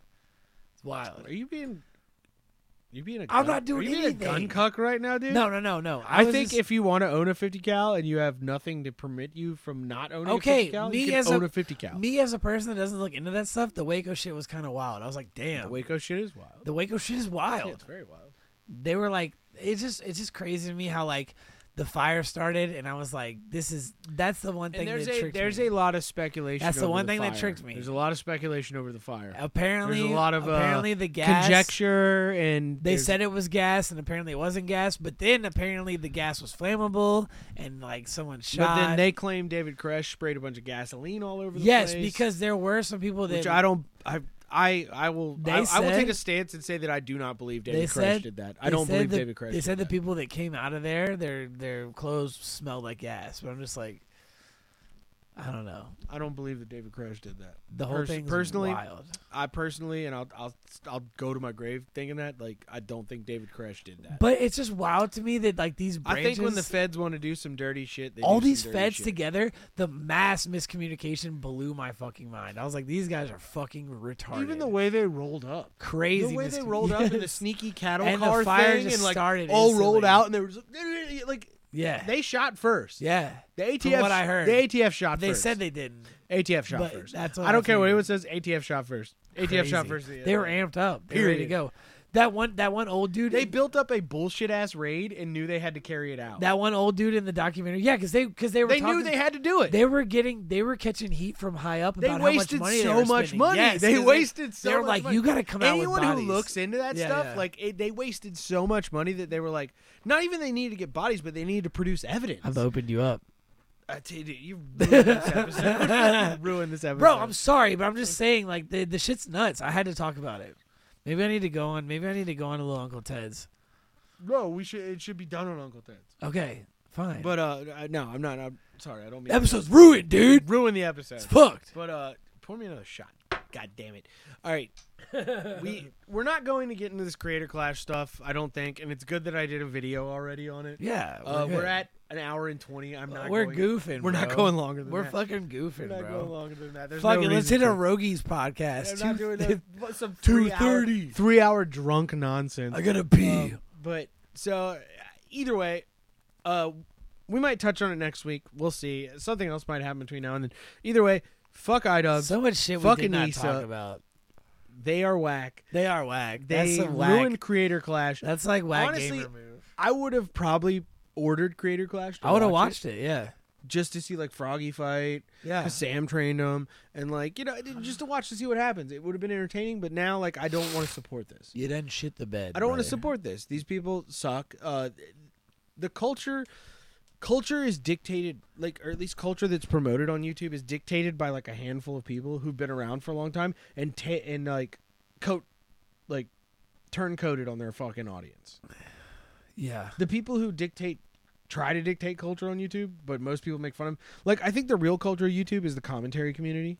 F: It's wild.
E: Are you being? You being a?
F: I'm
E: gun-
F: not doing
E: Are you being a gun
F: anything.
E: cuck right now, dude?
F: No, no, no, no.
E: I,
F: was
E: think
F: just-
E: if you want to own a 50 cal and you have nothing to permit you from not owning a 50
F: okay,
E: cal,
F: me
E: you can
F: as
E: own
F: a,
E: a 50 cal.
F: me as a person that doesn't look into that stuff, the Waco shit was kind of wild. I was like, damn,
E: the Waco shit is wild.
F: the Waco shit is wild.
E: Yeah, it's very wild.
F: they were like it's just it's just crazy to me how like the fire started and I was like this is that's the one thing
E: And there's
F: that
E: a
F: tricked
E: there's
F: me.
E: a lot of speculation.
F: That's the
E: over
F: one thing that
E: fire.
F: tricked me.
E: There's a lot of speculation over the fire.
F: apparently
E: there's a lot of uh,
F: apparently the gas
E: conjecture and
F: they
E: there's-
F: said it was gas and apparently it wasn't gas but then apparently the gas was flammable and like someone
E: But
F: shot
E: then they claim David Koresh sprayed a bunch of gasoline all over the
F: yes
E: place.
F: because there were some people that
E: which I don't. I I I will.
F: They
E: I, I will
F: said-
E: take a stance and say that I do not believe
F: they
E: David
F: said
E: Koresh did that. I
F: they
E: don't
F: said
E: believe
F: the-
E: David Koresh.
F: They said the
E: did that.
F: people that came out of there their their clothes smelled like gas but I'm just like I don't know
E: I don't believe that David Koresh did that.
F: the whole
E: Pers-
F: thing
E: personally,
F: wild
E: I personally, and I'll I'll I'll go to my grave thinking that like I don't think David Koresh did that.
F: But it's just wild to me that like these branches,
E: I think when the feds want to do some dirty shit, they
F: all
E: do some
F: these
E: dirty
F: feds
E: shit.
F: together, the mass miscommunication blew my fucking mind. I was like, these guys are fucking retarded.
E: Even the way they rolled up.
F: crazy,
E: the way they
F: miscommu-
E: rolled up
F: *laughs*
E: in the
F: Yes.
E: sneaky cattle
F: And the
E: car
F: fire
E: thing
F: just
E: and like
F: started
E: all rolled
F: instantly.
E: out and they were just, like
F: yeah,
E: they shot first.
F: yeah.
E: The ATF
F: From what I heard,
E: The ATF shot
F: they
E: first.
F: said they didn't.
E: ATF shot
F: but
E: first.
F: that's what
E: I don't
F: I
E: care what
F: figured.
E: anyone says, ATF shot first. ATF shot
F: Crazy.
E: first.
F: They were amped up. They were ready to
E: Period.
F: go. That one, that one old dude.
E: They built up a bullshit ass raid and knew they had to carry it out.
F: that one old dude in the documentary. Yeah, because they because they were
E: they knew
F: talking-
E: they had to do it.
F: They were getting, they were catching heat from high up.
E: They
F: About
E: wasted
F: how much money
E: so
F: they were
E: much
F: spending.
E: money.
F: Yes,
E: They
F: 'cause
E: wasted so
F: They were
E: much
F: like,
E: money.
F: you got to come out.
E: Anyone
F: with
E: who
F: bodies."
E: looks into that
F: Yeah,
E: stuff,
F: yeah.
E: like it, they wasted so much money that they were like, not even they needed to get bodies, but they needed to produce evidence.
F: I've opened you up.
E: I tell you, dude, you ruined this
F: *laughs*
E: episode. you ruined this episode,
F: Bro, I'm sorry, but I'm just saying, like, the, the shit's nuts. I had to talk about it. Maybe I need to go on. Maybe I need to go on to little Uncle Ted's.
E: No, we should. It should be done on Uncle Ted's.
F: Okay, fine.
E: But uh, I- no, I'm not. I'm sorry. I don't mean
F: episode's ruined, dude.
E: ruin the episode.
F: Fucked.
E: But uh, pour me another shot. God damn it! All
F: *laughs*
E: right, we we're not going to get into this creator clash stuff. I don't think, and it's good that I did a video already on it.
F: Yeah,
E: uh,
F: good.
E: we're at an hour and twenty. I'm not.
F: we're
E: going-
F: goofing.
E: We're not
F: bro.
E: going longer than
F: We're
E: that.
F: fucking
E: We're
F: goofing,
E: not going
F: bro.
E: longer than that. There's
F: Fucking,
E: no
F: let's hit
E: reason
F: a
E: to.
F: Rogies podcast.
E: I'm not doing
F: *laughs* Two-
E: that. Some
F: two
E: three hour-
F: thirty.
E: three hour drunk nonsense.
F: I gotta pee.
E: Um, but so either way, uh, we might touch on it next week. We'll see. Something else might happen between now and then. Either way, fuck iDubbbz.
F: so much shit we
E: fucking
F: did not
E: Issa.
F: talk about.
E: they are whack.
F: They are whack. That's
E: They
F: some whack.
E: ruined Creator Clash.
F: That's like whack
E: Honestly,
F: gamer move.
E: I would have probably ordered Creator Clash. to
F: I would have
E: watch
F: watched it. Yeah.
E: it just to see like Froggy fight.
F: Yeah.
E: 'cause Sam trained him, and like you know, just to watch to see what happens. It would have been entertaining, but now like I don't want to support this.
F: You done shit the bed.
E: I don't want to
F: brother.
E: support this. These people suck. Uh, the culture, culture is dictated like, or at least culture that's promoted on YouTube is dictated by like a handful of people who've been around for a long time and ta- and like coat, like turncoated on their fucking audience.
F: *sighs* Yeah.
E: The people who dictate try to dictate culture on YouTube, but most people make fun of. 'em. Like, I think the real culture of YouTube is the commentary community.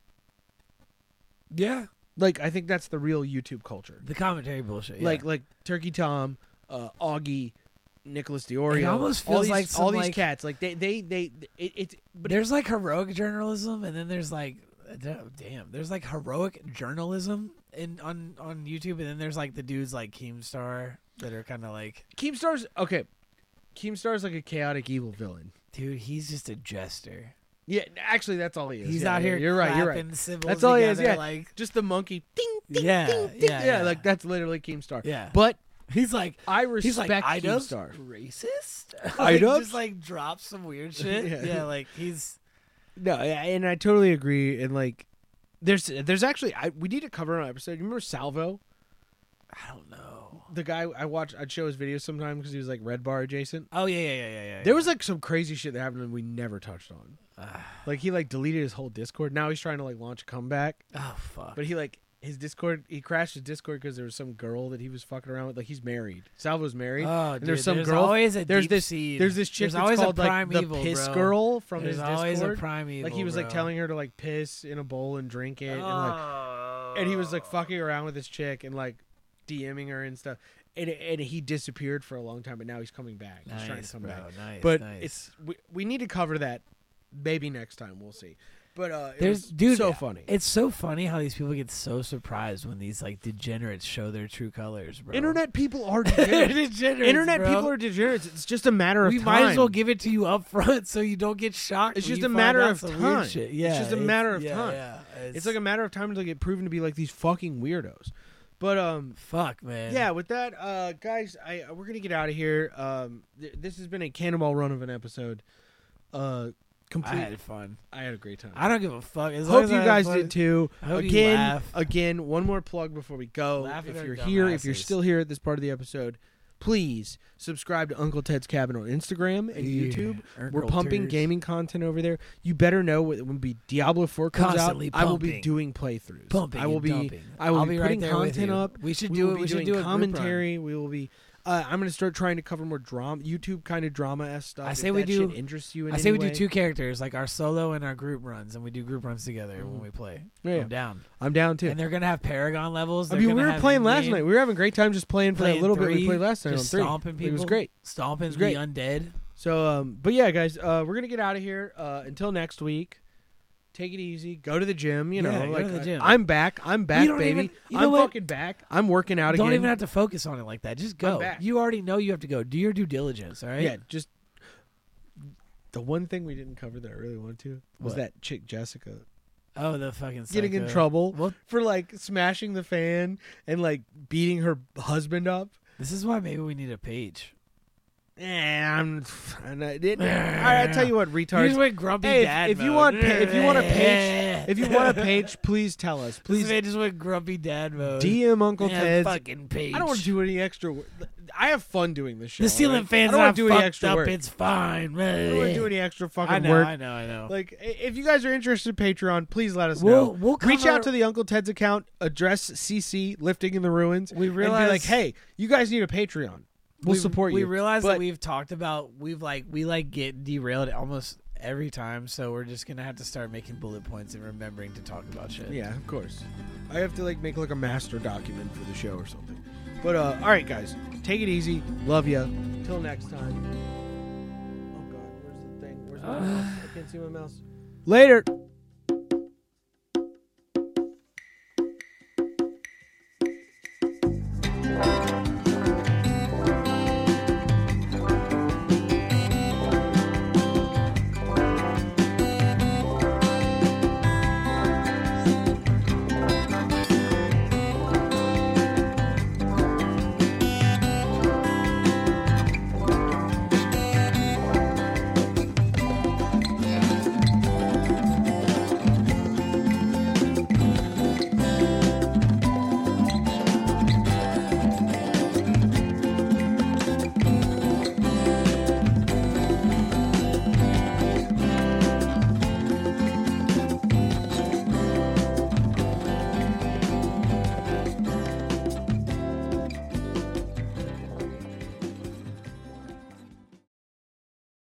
F: Yeah.
E: Like, I think that's the real YouTube culture.
F: The commentary bullshit. yeah.
E: like like Turkey Tom, uh, Augie, Nicholas Diorio.
F: It almost
E: all
F: feels
E: these,
F: like some,
E: all these
F: like-
E: cats. Like they they they it, it's but
F: there's like heroic journalism, and then there's like, damn, there's like heroic journalism in on on YouTube, and then there's like the dudes like Keemstar that are kind of like,
E: Keemstar's okay. Keemstar's like a chaotic evil villain.
F: dude, he's just a jester.
E: Yeah, actually, that's all he is.
F: He's
E: yeah,
F: out
E: yeah,
F: here.
E: You're right. You're right.
F: clapping cymbals
E: That's all he is.
F: together,
E: Yeah,
F: Like,
E: just the monkey. Ding, ding,
F: Yeah,
E: ding, ding.
F: yeah, yeah.
E: like that's literally Keemstar.
F: Yeah.
E: but
F: He's like,
E: I
F: he's like,
E: respect
F: Ida's
E: Keemstar.
F: racist. *laughs* like,
E: Ida?
F: just like drop
E: *laughs*
F: some weird shit.
E: Yeah.
F: yeah. like he's
E: No, yeah, and I totally agree. And like, there's there's actually I, we need to cover an episode. You remember Salvo,
F: I don't know.
E: the guy I watch? I'd show his videos sometimes because he was like red bar adjacent.
F: Oh yeah, yeah, yeah, yeah, yeah.
E: There was like some crazy shit that happened and we never touched
F: *sighs*
E: on. like he like deleted his whole Discord. Now he's trying to like launch a comeback,
F: oh fuck.
E: but he like his Discord he crashed his Discord because there was some girl that he was fucking around with. Like he's married. Salvo's married.
F: Oh,
E: and
F: dude,
E: there's some
F: there's
E: girl.
F: always a
E: there's
F: deep
E: this
F: seed.
E: there's this chick
F: There's
E: that's
F: always a
E: called like the
F: primeval,
E: piss
F: bro.
E: girl from
F: There's
E: his
F: always
E: Discord.
F: a primeval.
E: like he was like
F: bro.
E: telling her to like piss in a bowl and drink it, and like
F: Oh.
E: and he was like fucking around with this chick and like DMing her and stuff. And, and he disappeared for a long time, but now he's coming back. He's trying to
F: Nice,
E: come
F: bro,
E: back.
F: nice,
E: but
F: nice.
E: it's we, we need to cover that maybe next time. We'll see. But uh, it
F: There's
E: was
F: dude,
E: so funny.
F: It's so funny how these people get so surprised when these like degenerates show their true colors, bro.
E: Internet people
F: *laughs*
E: are
F: They're
E: degenerates.
F: degenerates,
E: Internet
F: bro.
E: people are degenerates. It's just a matter of
F: We
E: time.
F: might as well give it to you up front *laughs* so you don't get shocked.
E: It's
F: when
E: just
F: you
E: a
F: find
E: matter
F: out
E: of
F: some
E: time.
F: Weird shit.
E: It's
F: Yeah,
E: just a matter of
F: yeah,
E: time.
F: Yeah,
E: It's, like a matter of time until they get proven to be like these fucking weirdos. But um,
F: fuck, man.
E: yeah with that uh guys i we're gonna get out of here um th- this has been a cannonball run of an episode uh
F: I
E: complete I
F: had
E: had,
F: fun.
E: a great time
F: I don't give a fuck. As long
E: hope
F: as
E: you
F: I had
E: guys
F: fun-
E: did too
F: I hope you
E: again
F: laugh.
E: again one more plug before we go
F: Laugh at
E: if
F: our
E: you're
F: dumb
E: here if you're
F: asses.
E: still here at this part of the episode please subscribe to uncle ted's cabin on instagram and
F: Yeah,
E: youtube we're
F: Uncle
E: pumping
F: Ted's.
E: gaming content over there you better know when when be diablo 4 comes
F: Constantly
E: out i will be
F: pumping.
E: doing playthroughs
F: Pumping
E: i will
F: and
E: be
F: dumping.
E: i will
F: I'll
E: be,
F: be right
E: putting
F: there with
E: content
F: you.
E: up
F: We should
E: we
F: do
E: will
F: it-
E: be
F: we should
E: doing
F: do a group run.
E: commentary we will be uh, i'm going to start trying to cover more drama youtube kind of drama-esque stuff
F: I
E: if
F: say we
E: that
F: do-
E: shit interests you in
F: I say
E: any
F: we do
E: way.
F: two characters, like our solo and our group runs, and we do group runs together when we play.
E: Mm. Yeah, yeah.
F: I'm down.
E: i'm down too
F: And they're gonna have Paragon levels.
E: I
F: they're
E: mean, we
F: gonna
E: were
F: have
E: playing last
F: in-game-
E: night. We were having a great time just playing for that
F: playing
E: little bit we
F: three,
E: played last night
F: just
E: on three.
F: Stomping people.
E: It was great.
F: Stomping
E: was great.
F: the undead.
E: So, um, but yeah, guys, uh, we're gonna get out of here. Uh, until next week, take it easy. Go to the gym. You
F: Yeah,
E: know,
F: go
E: like
F: to the gym.
E: I, am back. I'm back,
F: don't
E: baby.
F: even- you know
E: I'm
F: what?
E: fucking back. I'm working out
F: Don't
E: again.
F: even have to focus on it like that. Just
E: I'm
F: go.
E: back.
F: You already know you have to go. Do your due diligence. All right.
E: Yeah, just the one thing we didn't cover that I really wanted to was
F: What?
E: that chick Jessica
F: Oh, the fucking
E: getting in
F: psycho.
E: trouble
F: Well,
E: for like smashing the fan and like beating her husband up.
F: this is why maybe we need a page.
E: Eh, I'm, I'm not, it,
F: *sighs*
E: I, I tell you what,
F: You
E: retards.
F: just went grumpy
E: Hey, if-
F: dad.
E: if, you
F: mode.
E: want, pa- if you want
F: *laughs*
E: a page, if you want a page, please tell us.
F: please,
E: Please
F: man just went grumpy dad mode.
E: DM Uncle
F: Yeah,
E: Ted's.
F: fucking page.
E: I don't want to do any extra. Work. I have fun doing this show.
F: The ceiling
E: alright?
F: fans
E: I don't wanna
F: not
E: do any
F: fucked
E: extra
F: up.
E: work.
F: It's fine.
E: I don't want to do any extra fucking
F: *laughs* I know.
E: work.
F: I know. I know.
E: Like, i- if you guys are interested, in Patreon, please let us
F: We'll-
E: know.
F: we'll
E: reach
F: cover-
E: out to the Uncle Ted's account, address CC lifting in the ruins.
F: We
E: and be
F: realize-
E: like, hey, you guys need a Patreon. We'll
F: we-
E: support
F: We
E: you.
F: realize
E: But-
F: that we've talked about we've like we like get derailed almost every time, so we're just gonna have to start making bullet points and remembering to talk about shit.
E: Yeah, of course. I have to like make like a master document for the show or something. But uh all right guys, take it easy. Love ya. Till next time. Oh god, where's the thing? Where's my mouse? I can't see my mouse. Later.